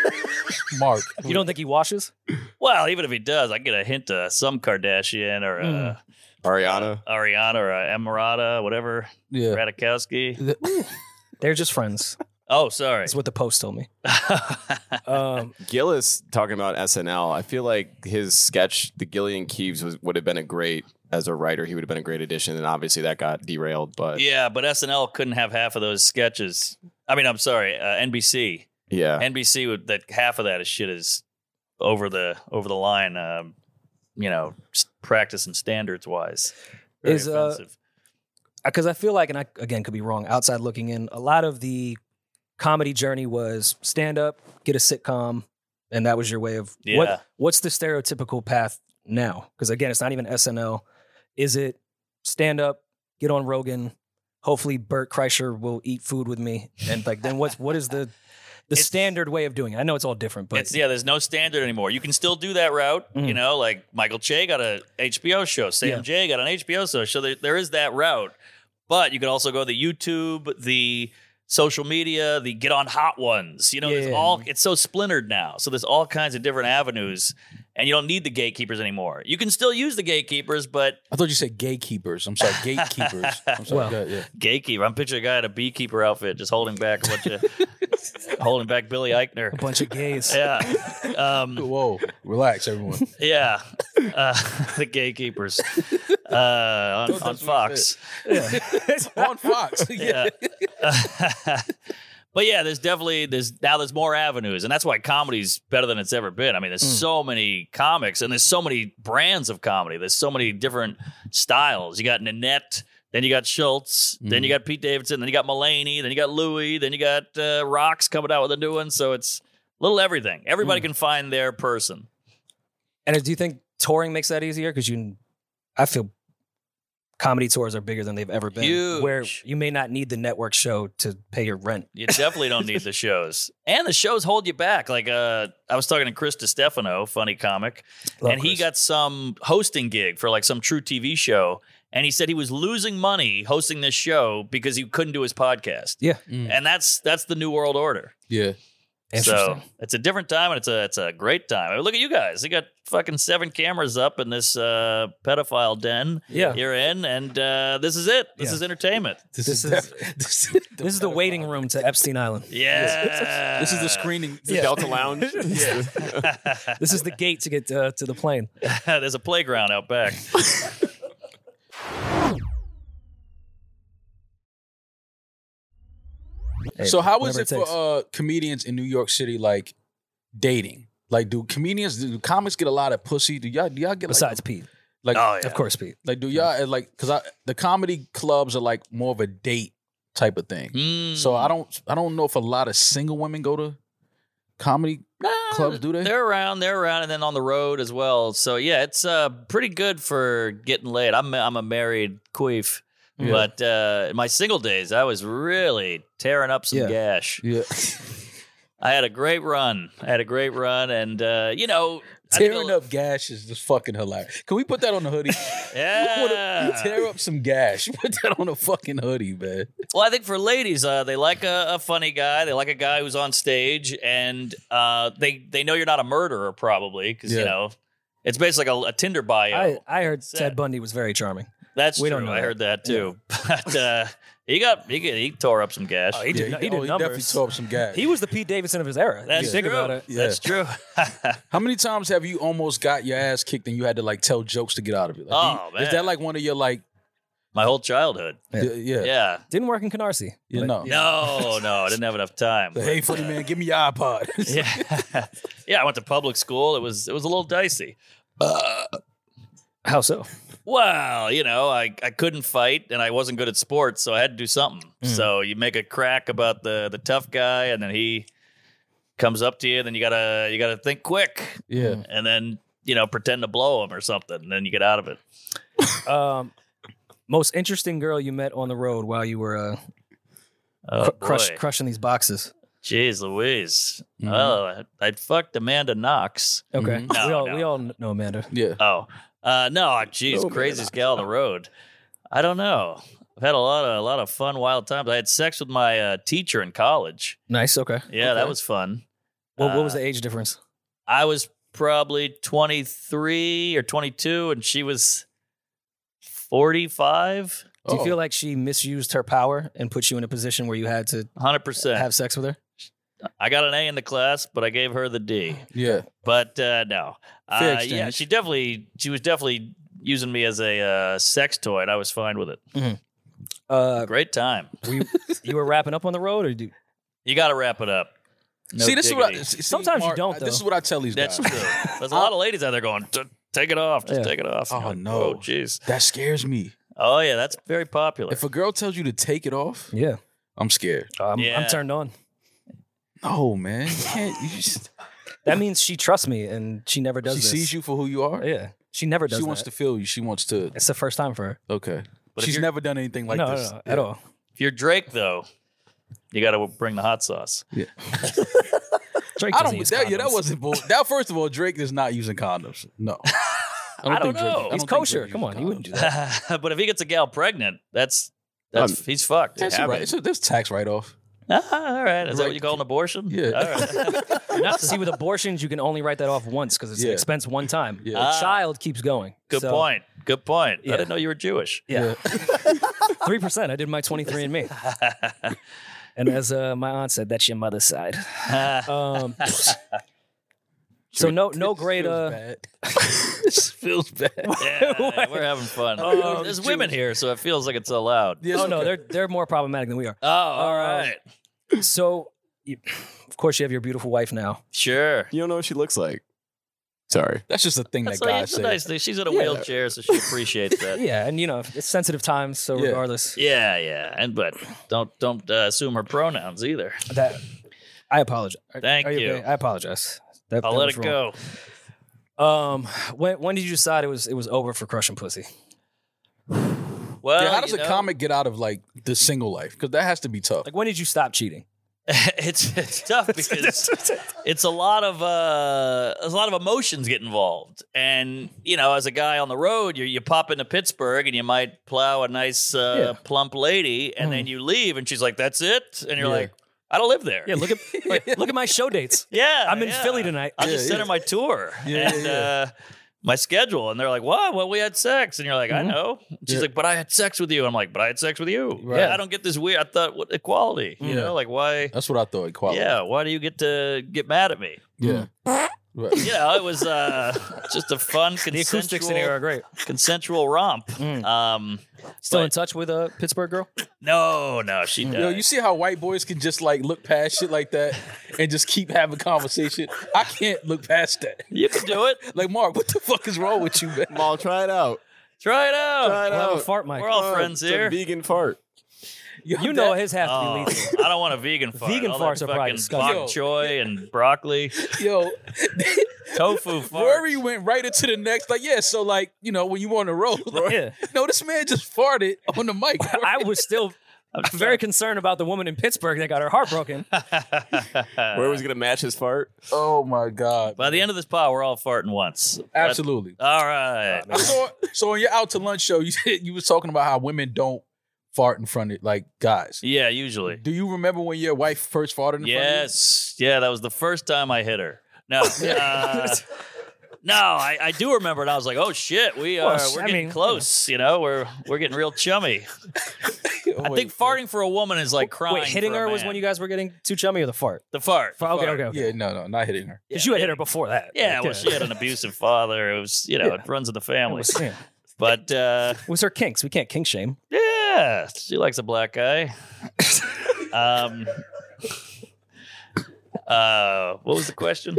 Speaker 3: Mark.
Speaker 2: you don't think he washes?
Speaker 1: Well, even if he does, I get a hint of some Kardashian or
Speaker 2: Hmm.
Speaker 1: uh,
Speaker 4: Ariana.
Speaker 1: Ariana or uh, Emirata, whatever,
Speaker 3: Yeah.
Speaker 1: Radikowski.
Speaker 2: They're just friends.
Speaker 1: Oh, sorry.
Speaker 2: That's what the post told me. Um,
Speaker 4: Gillis talking about SNL. I feel like his sketch, the Gillian Keeves, was, would have been a great as a writer. He would have been a great addition, and obviously that got derailed. But yeah,
Speaker 1: yeah, but SNL couldn't have half of those sketches. I mean, I'm sorry, uh, NBC. NBC would that half of that is shit is over the over the line. Um, you know, s- practice and standards wise, Very
Speaker 2: Is, uh,
Speaker 1: offensive.
Speaker 2: because I feel like, and I again could be wrong, outside looking in, a lot of the comedy journey was stand up, get a sitcom, and that was your way of
Speaker 1: Yeah.
Speaker 2: what what's the stereotypical path now? Because again, it's not even SNL. Is it stand up, get on Rogan, hopefully Bert Kreischer will eat food with me. And like then what's what is the the
Speaker 1: It's-
Speaker 2: standard way of doing it? I know it's all different, but
Speaker 1: it's yeah. There's no standard anymore. You can still do that route.
Speaker 2: Mhm.
Speaker 1: You know, like Michael Che got a HBO show, Sam
Speaker 2: Yeah.
Speaker 1: Jay got an HBO show. So there, there is that route, but you can also go the YouTube, the social media, the get on hot ones. You know, there's
Speaker 2: Yeah.
Speaker 1: all it's so splintered now. So there's all kinds of different avenues, and you don't need the gatekeepers anymore. You can still use the gatekeepers, but
Speaker 3: I thought you said gatekeepers. I'm sorry, gatekeepers. I'm sorry.
Speaker 2: Well.
Speaker 3: go ahead, yeah.
Speaker 1: gatekeeper. I'm picturing a guy in a beekeeper outfit just holding back a bunch of holding back Billy Eichner.
Speaker 2: a bunch of gays.
Speaker 1: Yeah. Um,
Speaker 3: Whoa, relax, everyone.
Speaker 1: yeah. Uh, the gatekeepers uh, on,
Speaker 3: Don't
Speaker 1: on
Speaker 3: touch my
Speaker 1: Fox.
Speaker 3: On Fox.
Speaker 1: Yeah. but yeah, there's definitely there's now there's more avenues, and that's why comedy's better than it's ever been. I
Speaker 3: Hmm.
Speaker 1: mean, there's so many comics, and there's so many brands of comedy. There's so many different styles. You got Nanette. Then you got Schultz, then
Speaker 3: Mhm.
Speaker 1: you got Pete Davidson, then you got Mulaney, then you got Louis, then you got uh, Rocks coming out with a new one. So it's little everything.
Speaker 3: Hmm.
Speaker 1: Everybody can find their person.
Speaker 2: And do you think touring makes that easier? Because you, I feel comedy tours are bigger than they've ever been.
Speaker 1: Huge.
Speaker 2: Where you may not need the network show to pay your rent.
Speaker 1: You definitely don't need the shows, and the shows hold you back. Like uh, I was talking to Chris DiStefano, funny comic,
Speaker 2: Love
Speaker 1: and he
Speaker 2: Chris.
Speaker 1: got some hosting gig for like some true TV show, and he said he was losing money hosting this show because he couldn't do his podcast.
Speaker 2: Yeah.
Speaker 3: Mm.
Speaker 1: and that's that's the new world order.
Speaker 3: yeah.
Speaker 1: So it's a different time, and it's a it's a great time. I mean, look at you guys; you got fucking seven cameras up in this uh, pedophile den
Speaker 2: yeah.
Speaker 1: you're in, and uh, this is it. This
Speaker 2: Yeah.
Speaker 1: is entertainment.
Speaker 3: This,
Speaker 2: This
Speaker 3: is,
Speaker 2: is-
Speaker 3: def- this,
Speaker 2: This is the waiting room to Epstein Island.
Speaker 1: Yeah,
Speaker 3: This is the screening.
Speaker 4: The Delta Lounge. yeah.
Speaker 2: This is the gate to get uh, to the plane.
Speaker 1: There's a playground out back.
Speaker 2: Hey,
Speaker 3: So how is
Speaker 2: whatever
Speaker 3: it for
Speaker 2: takes.
Speaker 3: uh, comedians in New York City like dating? Like, do comedians, do comics get a lot of pussy? Do y'all, do y'all get like,
Speaker 2: Besides Pete,
Speaker 3: like,
Speaker 1: Oh yeah,
Speaker 2: of course, Pete.
Speaker 3: like, do y'all like? Because the comedy clubs are like more of a date type of thing.
Speaker 1: Mm.
Speaker 3: So uh, I don't I don't know if a lot of single women go to comedy.
Speaker 1: Nah,
Speaker 3: clubs, do they?
Speaker 1: They're around, they're around, and then on the road as well. So yeah, it's uh pretty good for getting laid. I'm I'm a married queef,
Speaker 3: Yeah.
Speaker 1: but uh my single days I was really tearing up some
Speaker 3: Yeah.
Speaker 1: gash.
Speaker 3: Yeah.
Speaker 1: I had a great run. I had a great run, and uh you know I think
Speaker 3: Tearing
Speaker 1: a-
Speaker 3: up gash is just fucking hilarious. Can we put that on the hoodie? You wanna- you
Speaker 1: Yeah.
Speaker 3: tear up some gash. Put that on a fucking hoodie, man.
Speaker 1: Well, I think for ladies, uh, they like a, a funny guy. They like a guy who's on stage, and uh, they they know you're not a murderer, probably, because
Speaker 3: Yeah.
Speaker 1: you know it's basically like a, a Tinder bio.
Speaker 2: I, I heard
Speaker 1: Sad.
Speaker 2: Ted Bundy was very charming.
Speaker 1: That's
Speaker 2: We
Speaker 1: true.
Speaker 2: don't know
Speaker 1: I
Speaker 2: that.
Speaker 1: heard that too. But uh, he got he, got- he tore up some gas.
Speaker 2: Oh, he did.
Speaker 3: Yeah,
Speaker 2: he,
Speaker 3: oh,
Speaker 2: did
Speaker 3: definitely
Speaker 2: numbers.
Speaker 3: tore up some gash.
Speaker 2: He was the Pete Davidson of his era. if
Speaker 1: That's
Speaker 2: you think
Speaker 1: true.
Speaker 2: about it.
Speaker 3: Yeah.
Speaker 1: That's true.
Speaker 3: How many times have you almost got your ass kicked and you had to like tell jokes to get out of it? Like,
Speaker 1: Oh,
Speaker 3: do you- Is
Speaker 1: man.
Speaker 3: that like one of your like
Speaker 1: My whole childhood.
Speaker 3: yeah,
Speaker 2: Yeah. Oh.
Speaker 3: yeah,
Speaker 1: Yeah.
Speaker 2: Didn't work in Canarsie.
Speaker 3: you
Speaker 2: but-
Speaker 3: know.
Speaker 1: No, no, I didn't have enough time.
Speaker 3: The, hey funny man, give me your iPod.
Speaker 1: yeah. yeah, I went to public school. It was it was a little dicey.
Speaker 2: How so?
Speaker 1: Well, you know, I, I couldn't fight and I wasn't good at sports, so I had to do something.
Speaker 2: Mm.
Speaker 1: So you make a crack about the the tough guy and then he comes up to you, then you gotta you gotta think quick
Speaker 3: yeah.
Speaker 1: and then you know, pretend to blow him or something, and then you get out of it.
Speaker 2: Um, most interesting girl you met on the road while you were uh,
Speaker 1: Oh,
Speaker 2: cr- Mm-hmm. crush,
Speaker 1: boy.
Speaker 2: crushing these boxes.
Speaker 1: Jeez Louise.
Speaker 3: Mhm.
Speaker 1: Oh, I, I fucked Amanda Knox.
Speaker 2: Okay,
Speaker 3: Mhm.
Speaker 2: we
Speaker 1: No,
Speaker 2: all
Speaker 1: no.
Speaker 2: we all kn- know Amanda.
Speaker 3: Yeah.
Speaker 1: Oh, uh, no, I- jeez,
Speaker 2: Oh,
Speaker 4: No, Amanda
Speaker 1: craziest gal on the road. I don't know. I've had a lot of a lot of fun, wild times. I had sex with my uh, teacher in college.
Speaker 2: Nice. Okay.
Speaker 1: Yeah, that
Speaker 3: Okay.
Speaker 1: was fun.
Speaker 2: What, what was
Speaker 1: Uh,
Speaker 2: the age difference?
Speaker 1: I was probably 23 or 22, and she was 45.
Speaker 2: Do
Speaker 3: oh.
Speaker 2: you feel like she misused her power and put you in a position where you had to
Speaker 1: 100%.
Speaker 2: have sex with her?
Speaker 1: I got an A in the class, but I gave her the D.
Speaker 3: Yeah.
Speaker 1: But uh, no,
Speaker 3: Fair
Speaker 1: uh, yeah,
Speaker 3: exchange.
Speaker 1: she definitely she was definitely using me as a uh, sex toy, and I was fine with it.
Speaker 2: Uh,
Speaker 1: Great time.
Speaker 2: you were wrapping up on the road, or do
Speaker 1: You got to wrap it up. No
Speaker 3: see, this
Speaker 1: diggity.
Speaker 3: is what I, see,
Speaker 2: Sometimes you
Speaker 3: Mark,
Speaker 2: don't,
Speaker 3: This
Speaker 2: though.
Speaker 3: is what I tell these
Speaker 1: That's
Speaker 3: guys.
Speaker 1: true. There's a lot of ladies out there going, "T- take it off, just
Speaker 2: Yeah.
Speaker 1: take it off. And
Speaker 3: Oh,
Speaker 1: you're like,
Speaker 3: no.
Speaker 1: oh jeez.
Speaker 3: That scares me.
Speaker 1: Oh yeah, that's very popular.
Speaker 3: If a girl tells you to take it off,
Speaker 2: yeah, Oh,
Speaker 3: I'm scared.
Speaker 2: I'm,
Speaker 1: Yeah.
Speaker 2: I'm turned on.
Speaker 3: No, man. You can't. You just,
Speaker 2: That means she trusts me, and she never does.
Speaker 3: she
Speaker 2: this.
Speaker 3: sees you for who you are.
Speaker 2: Yeah, she never does.
Speaker 3: She wants to
Speaker 2: that.
Speaker 3: feel you. She wants to.
Speaker 2: It's the first time for her.
Speaker 3: Okay.
Speaker 1: But if
Speaker 3: She's
Speaker 1: you're-
Speaker 3: never done anything like
Speaker 2: no, no,
Speaker 3: this
Speaker 2: no,
Speaker 3: Yeah.
Speaker 2: at all.
Speaker 1: If you're Drake, though, you got to bring the hot sauce.
Speaker 2: Drake
Speaker 3: I
Speaker 2: doesn't
Speaker 3: don't.
Speaker 2: use
Speaker 3: That, yeah, that
Speaker 2: condoms.
Speaker 3: wasn't. bull- That first of all, Drake is not using condoms. No.
Speaker 1: I don't know. He's
Speaker 2: He's
Speaker 3: think
Speaker 2: kosher.
Speaker 3: Drake
Speaker 2: Come
Speaker 3: uses
Speaker 2: on, he wouldn't
Speaker 3: condoms.
Speaker 2: do that.
Speaker 1: but if he gets a gal pregnant, that's that's
Speaker 4: Um,
Speaker 1: he's fucked.
Speaker 3: That's a
Speaker 1: Ah,
Speaker 3: right. It's a, that's tax write off.
Speaker 1: all right, is that what you call an abortion?
Speaker 3: Yeah.
Speaker 1: All right.
Speaker 2: Not see with abortions, you can only write that off once because it's
Speaker 3: Yeah.
Speaker 2: an expense one time.
Speaker 3: Yeah.
Speaker 2: The
Speaker 1: Ah.
Speaker 2: child keeps going.
Speaker 1: Good point. Good point.
Speaker 2: Yeah.
Speaker 1: I didn't know you were Jewish.
Speaker 2: Yeah, three percent. I did my twenty three and me. And as uh, my aunt said, that's your mother's side. Um, so no, no great. Uh,
Speaker 3: this feels bad.
Speaker 1: yeah, we're having fun.
Speaker 2: Oh,
Speaker 1: There's women here, so it feels like it's allowed.
Speaker 3: Yeah, it's
Speaker 2: oh no,
Speaker 3: okay.
Speaker 2: they're they're more problematic than we are.
Speaker 1: Oh, all
Speaker 2: Uh,
Speaker 1: right.
Speaker 2: So, you, of course, you have your beautiful wife now.
Speaker 1: Sure.
Speaker 4: You don't know what she looks like. Sorry.
Speaker 3: That's just a thing
Speaker 1: That's
Speaker 3: that
Speaker 1: like,
Speaker 3: guys
Speaker 1: it's a
Speaker 3: say.
Speaker 1: nice thing. She's in a
Speaker 4: Yeah.
Speaker 1: wheelchair, so she appreciates that.
Speaker 2: Yeah, and you know it's sensitive times, so
Speaker 3: Yeah.
Speaker 2: regardless,
Speaker 1: yeah, yeah. And but don't don't uh, assume her pronouns either.
Speaker 2: that I apologize. Are-
Speaker 1: Thank
Speaker 2: are
Speaker 1: you.
Speaker 2: okay? I apologize. That-
Speaker 1: I'll
Speaker 2: that
Speaker 1: let
Speaker 2: was
Speaker 1: it
Speaker 2: wrong.
Speaker 1: go.
Speaker 2: Um, when when did you decide it was it was over for crushing pussy?
Speaker 1: Well,
Speaker 3: yeah, how does
Speaker 1: you
Speaker 3: a
Speaker 1: know,
Speaker 3: comic get out of like the single life? Because that has to be tough.
Speaker 2: Like when did you stop cheating?
Speaker 1: it's it's tough because it's a lot of uh, a lot of emotions get involved, and you know, as a guy on the road, you you pop into Pittsburgh and you might plow a nice uh, plump lady, and then you leave, and she's like, "That's it," and you're
Speaker 3: Mm. Yeah.
Speaker 1: like, "I don't live there."
Speaker 2: Yeah, look at like, look at my show dates.
Speaker 1: Yeah,
Speaker 2: I'm in
Speaker 1: yeah.
Speaker 2: Philly tonight.
Speaker 1: I
Speaker 3: Yeah,
Speaker 1: just sent
Speaker 3: yeah.
Speaker 1: her my tour
Speaker 3: Yeah,
Speaker 1: and
Speaker 3: yeah,
Speaker 1: Uh, my schedule, and they're like, "What? Well, we had sex," and you're like,
Speaker 2: Mhm.
Speaker 1: "I know." She's
Speaker 3: Mm-hmm. Yeah.
Speaker 1: like, "But I had sex with you." I'm like, "But I had sex with you."
Speaker 3: Right.
Speaker 1: I don't get this weird. I thought what equality, you
Speaker 3: Yeah.
Speaker 1: know, like why?
Speaker 3: That's what I thought. Equality.
Speaker 1: Yeah, why do you get to get mad at me?
Speaker 3: Yeah.
Speaker 2: Mm.
Speaker 3: Right.
Speaker 1: You know, it was uh, just a fun
Speaker 2: The acoustics
Speaker 1: consensual
Speaker 2: in here are great.
Speaker 1: consensual romp.
Speaker 2: Mm.
Speaker 1: Um,
Speaker 2: Still Mm.
Speaker 1: but-
Speaker 2: in touch with a Pittsburgh girl?
Speaker 1: no, no, she died.
Speaker 3: Yo, you see how white boys can just like look past shit like that and just keep having conversation. I can't look past that.
Speaker 1: you can do it.
Speaker 3: Like Mark, what the fuck is wrong with you, man?
Speaker 4: Mal, try it out.
Speaker 1: Try it out.
Speaker 4: Try it
Speaker 2: We'll have a
Speaker 4: out.
Speaker 2: fart mic.
Speaker 1: We're all
Speaker 4: Oh,
Speaker 1: friends
Speaker 4: it's a
Speaker 1: here.
Speaker 4: vegan fart.
Speaker 2: You know his has to be
Speaker 1: Oh,
Speaker 2: lethal.
Speaker 1: I don't want a vegan fart.
Speaker 2: Vegan
Speaker 1: All that
Speaker 2: farts are probably
Speaker 1: fucking
Speaker 2: disgusting.
Speaker 1: Bok choy and broccoli,
Speaker 3: yo.
Speaker 1: tofu fart.
Speaker 3: Rory went right into the next. Like, yeah, so like, you know, when you on the road, like,
Speaker 2: Yeah.
Speaker 3: no, this man just farted on the mic.
Speaker 2: I was still very concerned about the woman in Pittsburgh that got her heart broken.
Speaker 4: Where was he gonna match his fart?
Speaker 3: oh my god,
Speaker 1: By the end of this pod, we're all farting once.
Speaker 3: absolutely.
Speaker 1: That- all
Speaker 2: Oh,
Speaker 1: right.
Speaker 3: I saw. So on your out to lunch show, you said you was talking about how women don't fart in front of like guys.
Speaker 1: Yeah, usually.
Speaker 3: Do you remember when your wife first farted in
Speaker 1: Yes. Yeah, that was the first time I hit her. No. uh, no, I, I do remember it. I was like, oh shit, we are
Speaker 2: Well,
Speaker 1: we're
Speaker 2: I
Speaker 1: getting
Speaker 2: mean,
Speaker 1: close, you know, we're we're getting real chummy.
Speaker 3: front of you?
Speaker 1: I think farting for a woman is like crying.
Speaker 2: Wait, hitting
Speaker 1: for a
Speaker 2: her was
Speaker 1: man.
Speaker 2: when you guys were getting too chummy or the fart?
Speaker 1: the fart. the
Speaker 2: Fart, okay,
Speaker 1: fart.
Speaker 2: okay, okay.
Speaker 3: Yeah, no, no, not hitting her.
Speaker 2: Because you had hit her before that.
Speaker 1: Yeah,
Speaker 2: Like,
Speaker 1: well,
Speaker 2: uh,
Speaker 1: she had an abusive father. It was, you know, it runs in the
Speaker 2: it
Speaker 1: family.
Speaker 2: was, yeah.
Speaker 1: But uh,
Speaker 2: It was her kinks. We can't kink shame.
Speaker 1: yeah, she likes a black guy. um, uh, what was the question?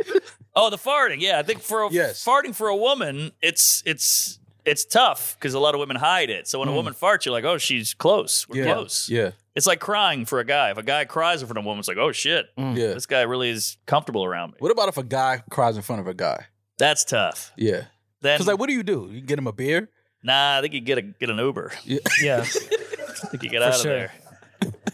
Speaker 1: Oh, the farting. Yeah, I think for a,
Speaker 3: Yes.
Speaker 1: farting for a woman, it's it's it's tough because a lot of women hide it. So when a woman farts, you're like, oh, she's close. We're
Speaker 3: Mm. yeah.
Speaker 1: close.
Speaker 3: Yeah,
Speaker 1: It's like crying for a guy. If a guy cries in front of a woman, it's like, oh shit,
Speaker 3: yeah.
Speaker 1: this guy really is comfortable around me.
Speaker 3: What about if a guy cries in front of a guy?
Speaker 1: That's tough.
Speaker 3: Yeah,
Speaker 1: Then
Speaker 3: because like, what do you do? You get him a beer?
Speaker 1: Nah, I think you get a get an Uber.
Speaker 2: Yeah.
Speaker 1: I think you get out of
Speaker 2: sure.
Speaker 1: there.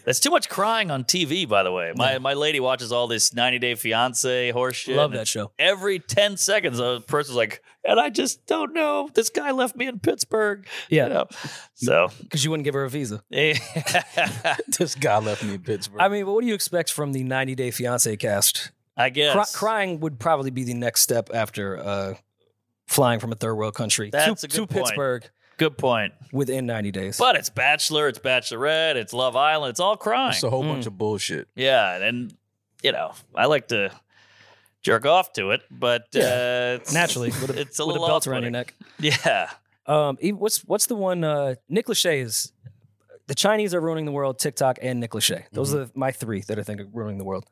Speaker 1: That's too much crying on TV, by the way. My my lady watches all this 90 Day Fiance horseshit.
Speaker 2: Love that show.
Speaker 1: Every 10 seconds, a person's like, and I just don't know. This guy left me in Pittsburgh. You
Speaker 2: Yeah.
Speaker 1: know? So,
Speaker 2: Because you wouldn't give her a visa.
Speaker 1: I
Speaker 3: This guy left me in Pittsburgh.
Speaker 2: I mean, but what do you expect from the 90 Day Fiance cast?
Speaker 1: guess.
Speaker 2: Cry- crying would probably be the next step after uh, flying from a third world country
Speaker 1: That's
Speaker 2: to,
Speaker 1: a good
Speaker 2: to
Speaker 1: point.
Speaker 2: Pittsburgh
Speaker 1: Good point.
Speaker 2: within 90 days.
Speaker 1: But it's Bachelor, it's Bachelorette, it's Love Island, it's all crying.
Speaker 3: it's a whole bunch of bullshit.
Speaker 1: yeah. And, you know, I like to jerk off to it, but uh, it's,
Speaker 2: Naturally, with a,
Speaker 1: it's a
Speaker 2: with
Speaker 1: little
Speaker 2: a belt around your
Speaker 1: off-putting.
Speaker 2: neck.
Speaker 1: Yeah.
Speaker 2: Um, even- what's what's the one? Uh, Nick Lachey is. The Chinese are ruining the world. TikTok and Nick Lachey. Those are my three that I think are ruining the world.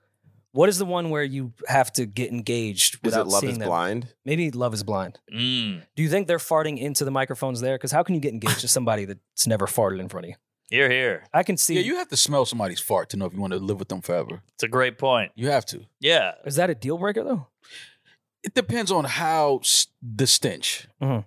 Speaker 2: What is the one where you have to get engaged
Speaker 4: Is
Speaker 2: without
Speaker 4: it Love
Speaker 2: seeing
Speaker 4: Is
Speaker 2: them?
Speaker 4: Blind?
Speaker 2: Maybe Love is Blind.
Speaker 1: Mm.
Speaker 2: Do you think they're farting into the microphones there? Because how can you get engaged to somebody that's never farted in front of you?
Speaker 1: Here, here.
Speaker 2: I can see.
Speaker 3: Yeah, you have to smell somebody's fart to know if you want to live with them forever.
Speaker 1: It's a great point.
Speaker 3: You have to.
Speaker 1: Yeah.
Speaker 2: is that a deal breaker though?
Speaker 3: It depends on how s- the stench.
Speaker 1: Aha.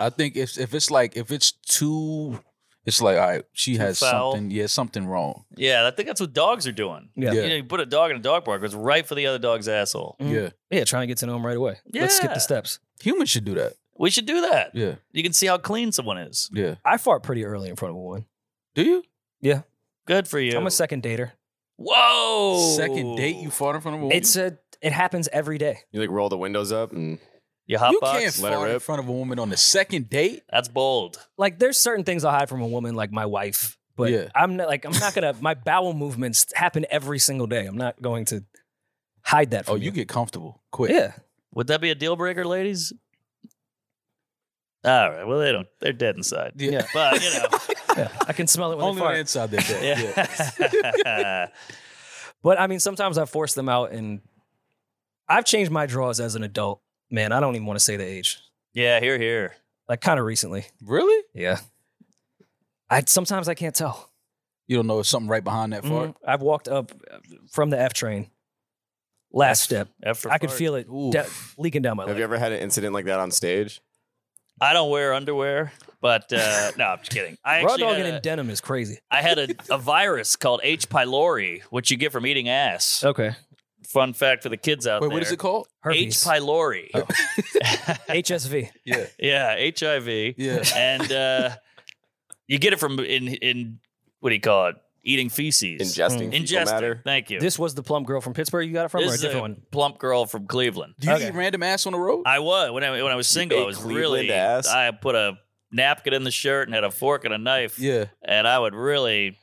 Speaker 3: I think if if it's like if it's too, it's like all right, she has
Speaker 1: foul.
Speaker 3: something. Yeah, something wrong.
Speaker 1: Yeah, I think that's what dogs are doing.
Speaker 2: Yeah.
Speaker 3: Yeah.
Speaker 1: You know, you put a dog in a dog park, it's right for the other dog's asshole.
Speaker 2: Mm.
Speaker 3: Yeah,
Speaker 2: Yeah, trying to get to know them right away. Let's skip
Speaker 1: Yeah.
Speaker 2: the steps.
Speaker 3: humans should do that.
Speaker 1: We should do that.
Speaker 3: Yeah,
Speaker 1: You can see how clean someone is.
Speaker 3: yeah.
Speaker 2: I fart pretty early in front of a woman.
Speaker 3: Do you
Speaker 1: Good for you.
Speaker 2: I'm a second dater.
Speaker 1: Whoa.
Speaker 3: second date you fart in front of a woman?
Speaker 2: It's a. It happens every day.
Speaker 4: You like roll the windows up and
Speaker 1: You hot
Speaker 3: you can't
Speaker 1: box?
Speaker 4: let it
Speaker 3: fart in
Speaker 4: rip.
Speaker 3: front of a woman on the second date.
Speaker 1: That's bold.
Speaker 2: like there's certain things I'll hide from a woman, like my wife. But
Speaker 3: Yeah.
Speaker 2: I'm not like I'm not gonna my bowel movements happen every single day. I'm not going to hide that from
Speaker 3: Oh, you get comfortable quick.
Speaker 2: Yeah.
Speaker 1: Would that be a deal breaker, ladies? All right. Well, they don't. They're dead inside.
Speaker 3: Yeah.
Speaker 1: But you know.
Speaker 2: yeah. I can smell it when
Speaker 3: Only
Speaker 2: they
Speaker 3: on the
Speaker 2: fart.
Speaker 3: inside they're dead. Yeah.
Speaker 1: yeah.
Speaker 2: But I mean sometimes I force them out and I've changed my draws as an adult. Man, I don't even want to say the age.
Speaker 1: yeah. Here, here.
Speaker 2: Like kind of recently.
Speaker 3: Really?
Speaker 2: Yeah. I sometimes I can't tell.
Speaker 3: You don't know if something right behind that fart.
Speaker 2: Mhm. I've walked up from the F train. Last step.
Speaker 1: F for
Speaker 2: I could
Speaker 1: fart.
Speaker 2: feel it
Speaker 3: Ooh.
Speaker 2: de- leaking down my
Speaker 4: have
Speaker 2: leg.
Speaker 4: you ever had an incident like that on stage?
Speaker 1: I don't wear underwear, but uh, no, I'm just kidding. I
Speaker 2: Raw
Speaker 1: actually had
Speaker 2: dogging
Speaker 1: a-
Speaker 2: in denim is crazy.
Speaker 1: I had a, a virus called H. pylori, which you get from eating ass.
Speaker 2: Okay.
Speaker 1: Fun fact for the kids out
Speaker 3: Oh. Wait,
Speaker 1: there.
Speaker 3: what is it called? Oh.
Speaker 2: Herpes.
Speaker 1: H. pylori.
Speaker 2: HSV.
Speaker 3: Yeah,
Speaker 1: yeah, HIV.
Speaker 3: yeah.
Speaker 1: And uh, you get it from in in what do you call it? Eating feces.
Speaker 4: Ingesting fecal
Speaker 1: Mm. Ingesting.
Speaker 4: matter.
Speaker 1: Thank you.
Speaker 2: This was the plump girl from Pittsburgh you got it from,
Speaker 1: This
Speaker 2: or a
Speaker 1: is
Speaker 2: different one?
Speaker 1: plump girl from Cleveland.
Speaker 3: Do you
Speaker 2: Okay.
Speaker 3: eat random ass on the road?
Speaker 1: I was when I when I was single.
Speaker 4: ate
Speaker 1: I was
Speaker 4: Cleveland
Speaker 1: really.
Speaker 4: ass?
Speaker 1: I put a napkin in the shirt and had a fork and a knife,
Speaker 3: yeah,
Speaker 1: and I would really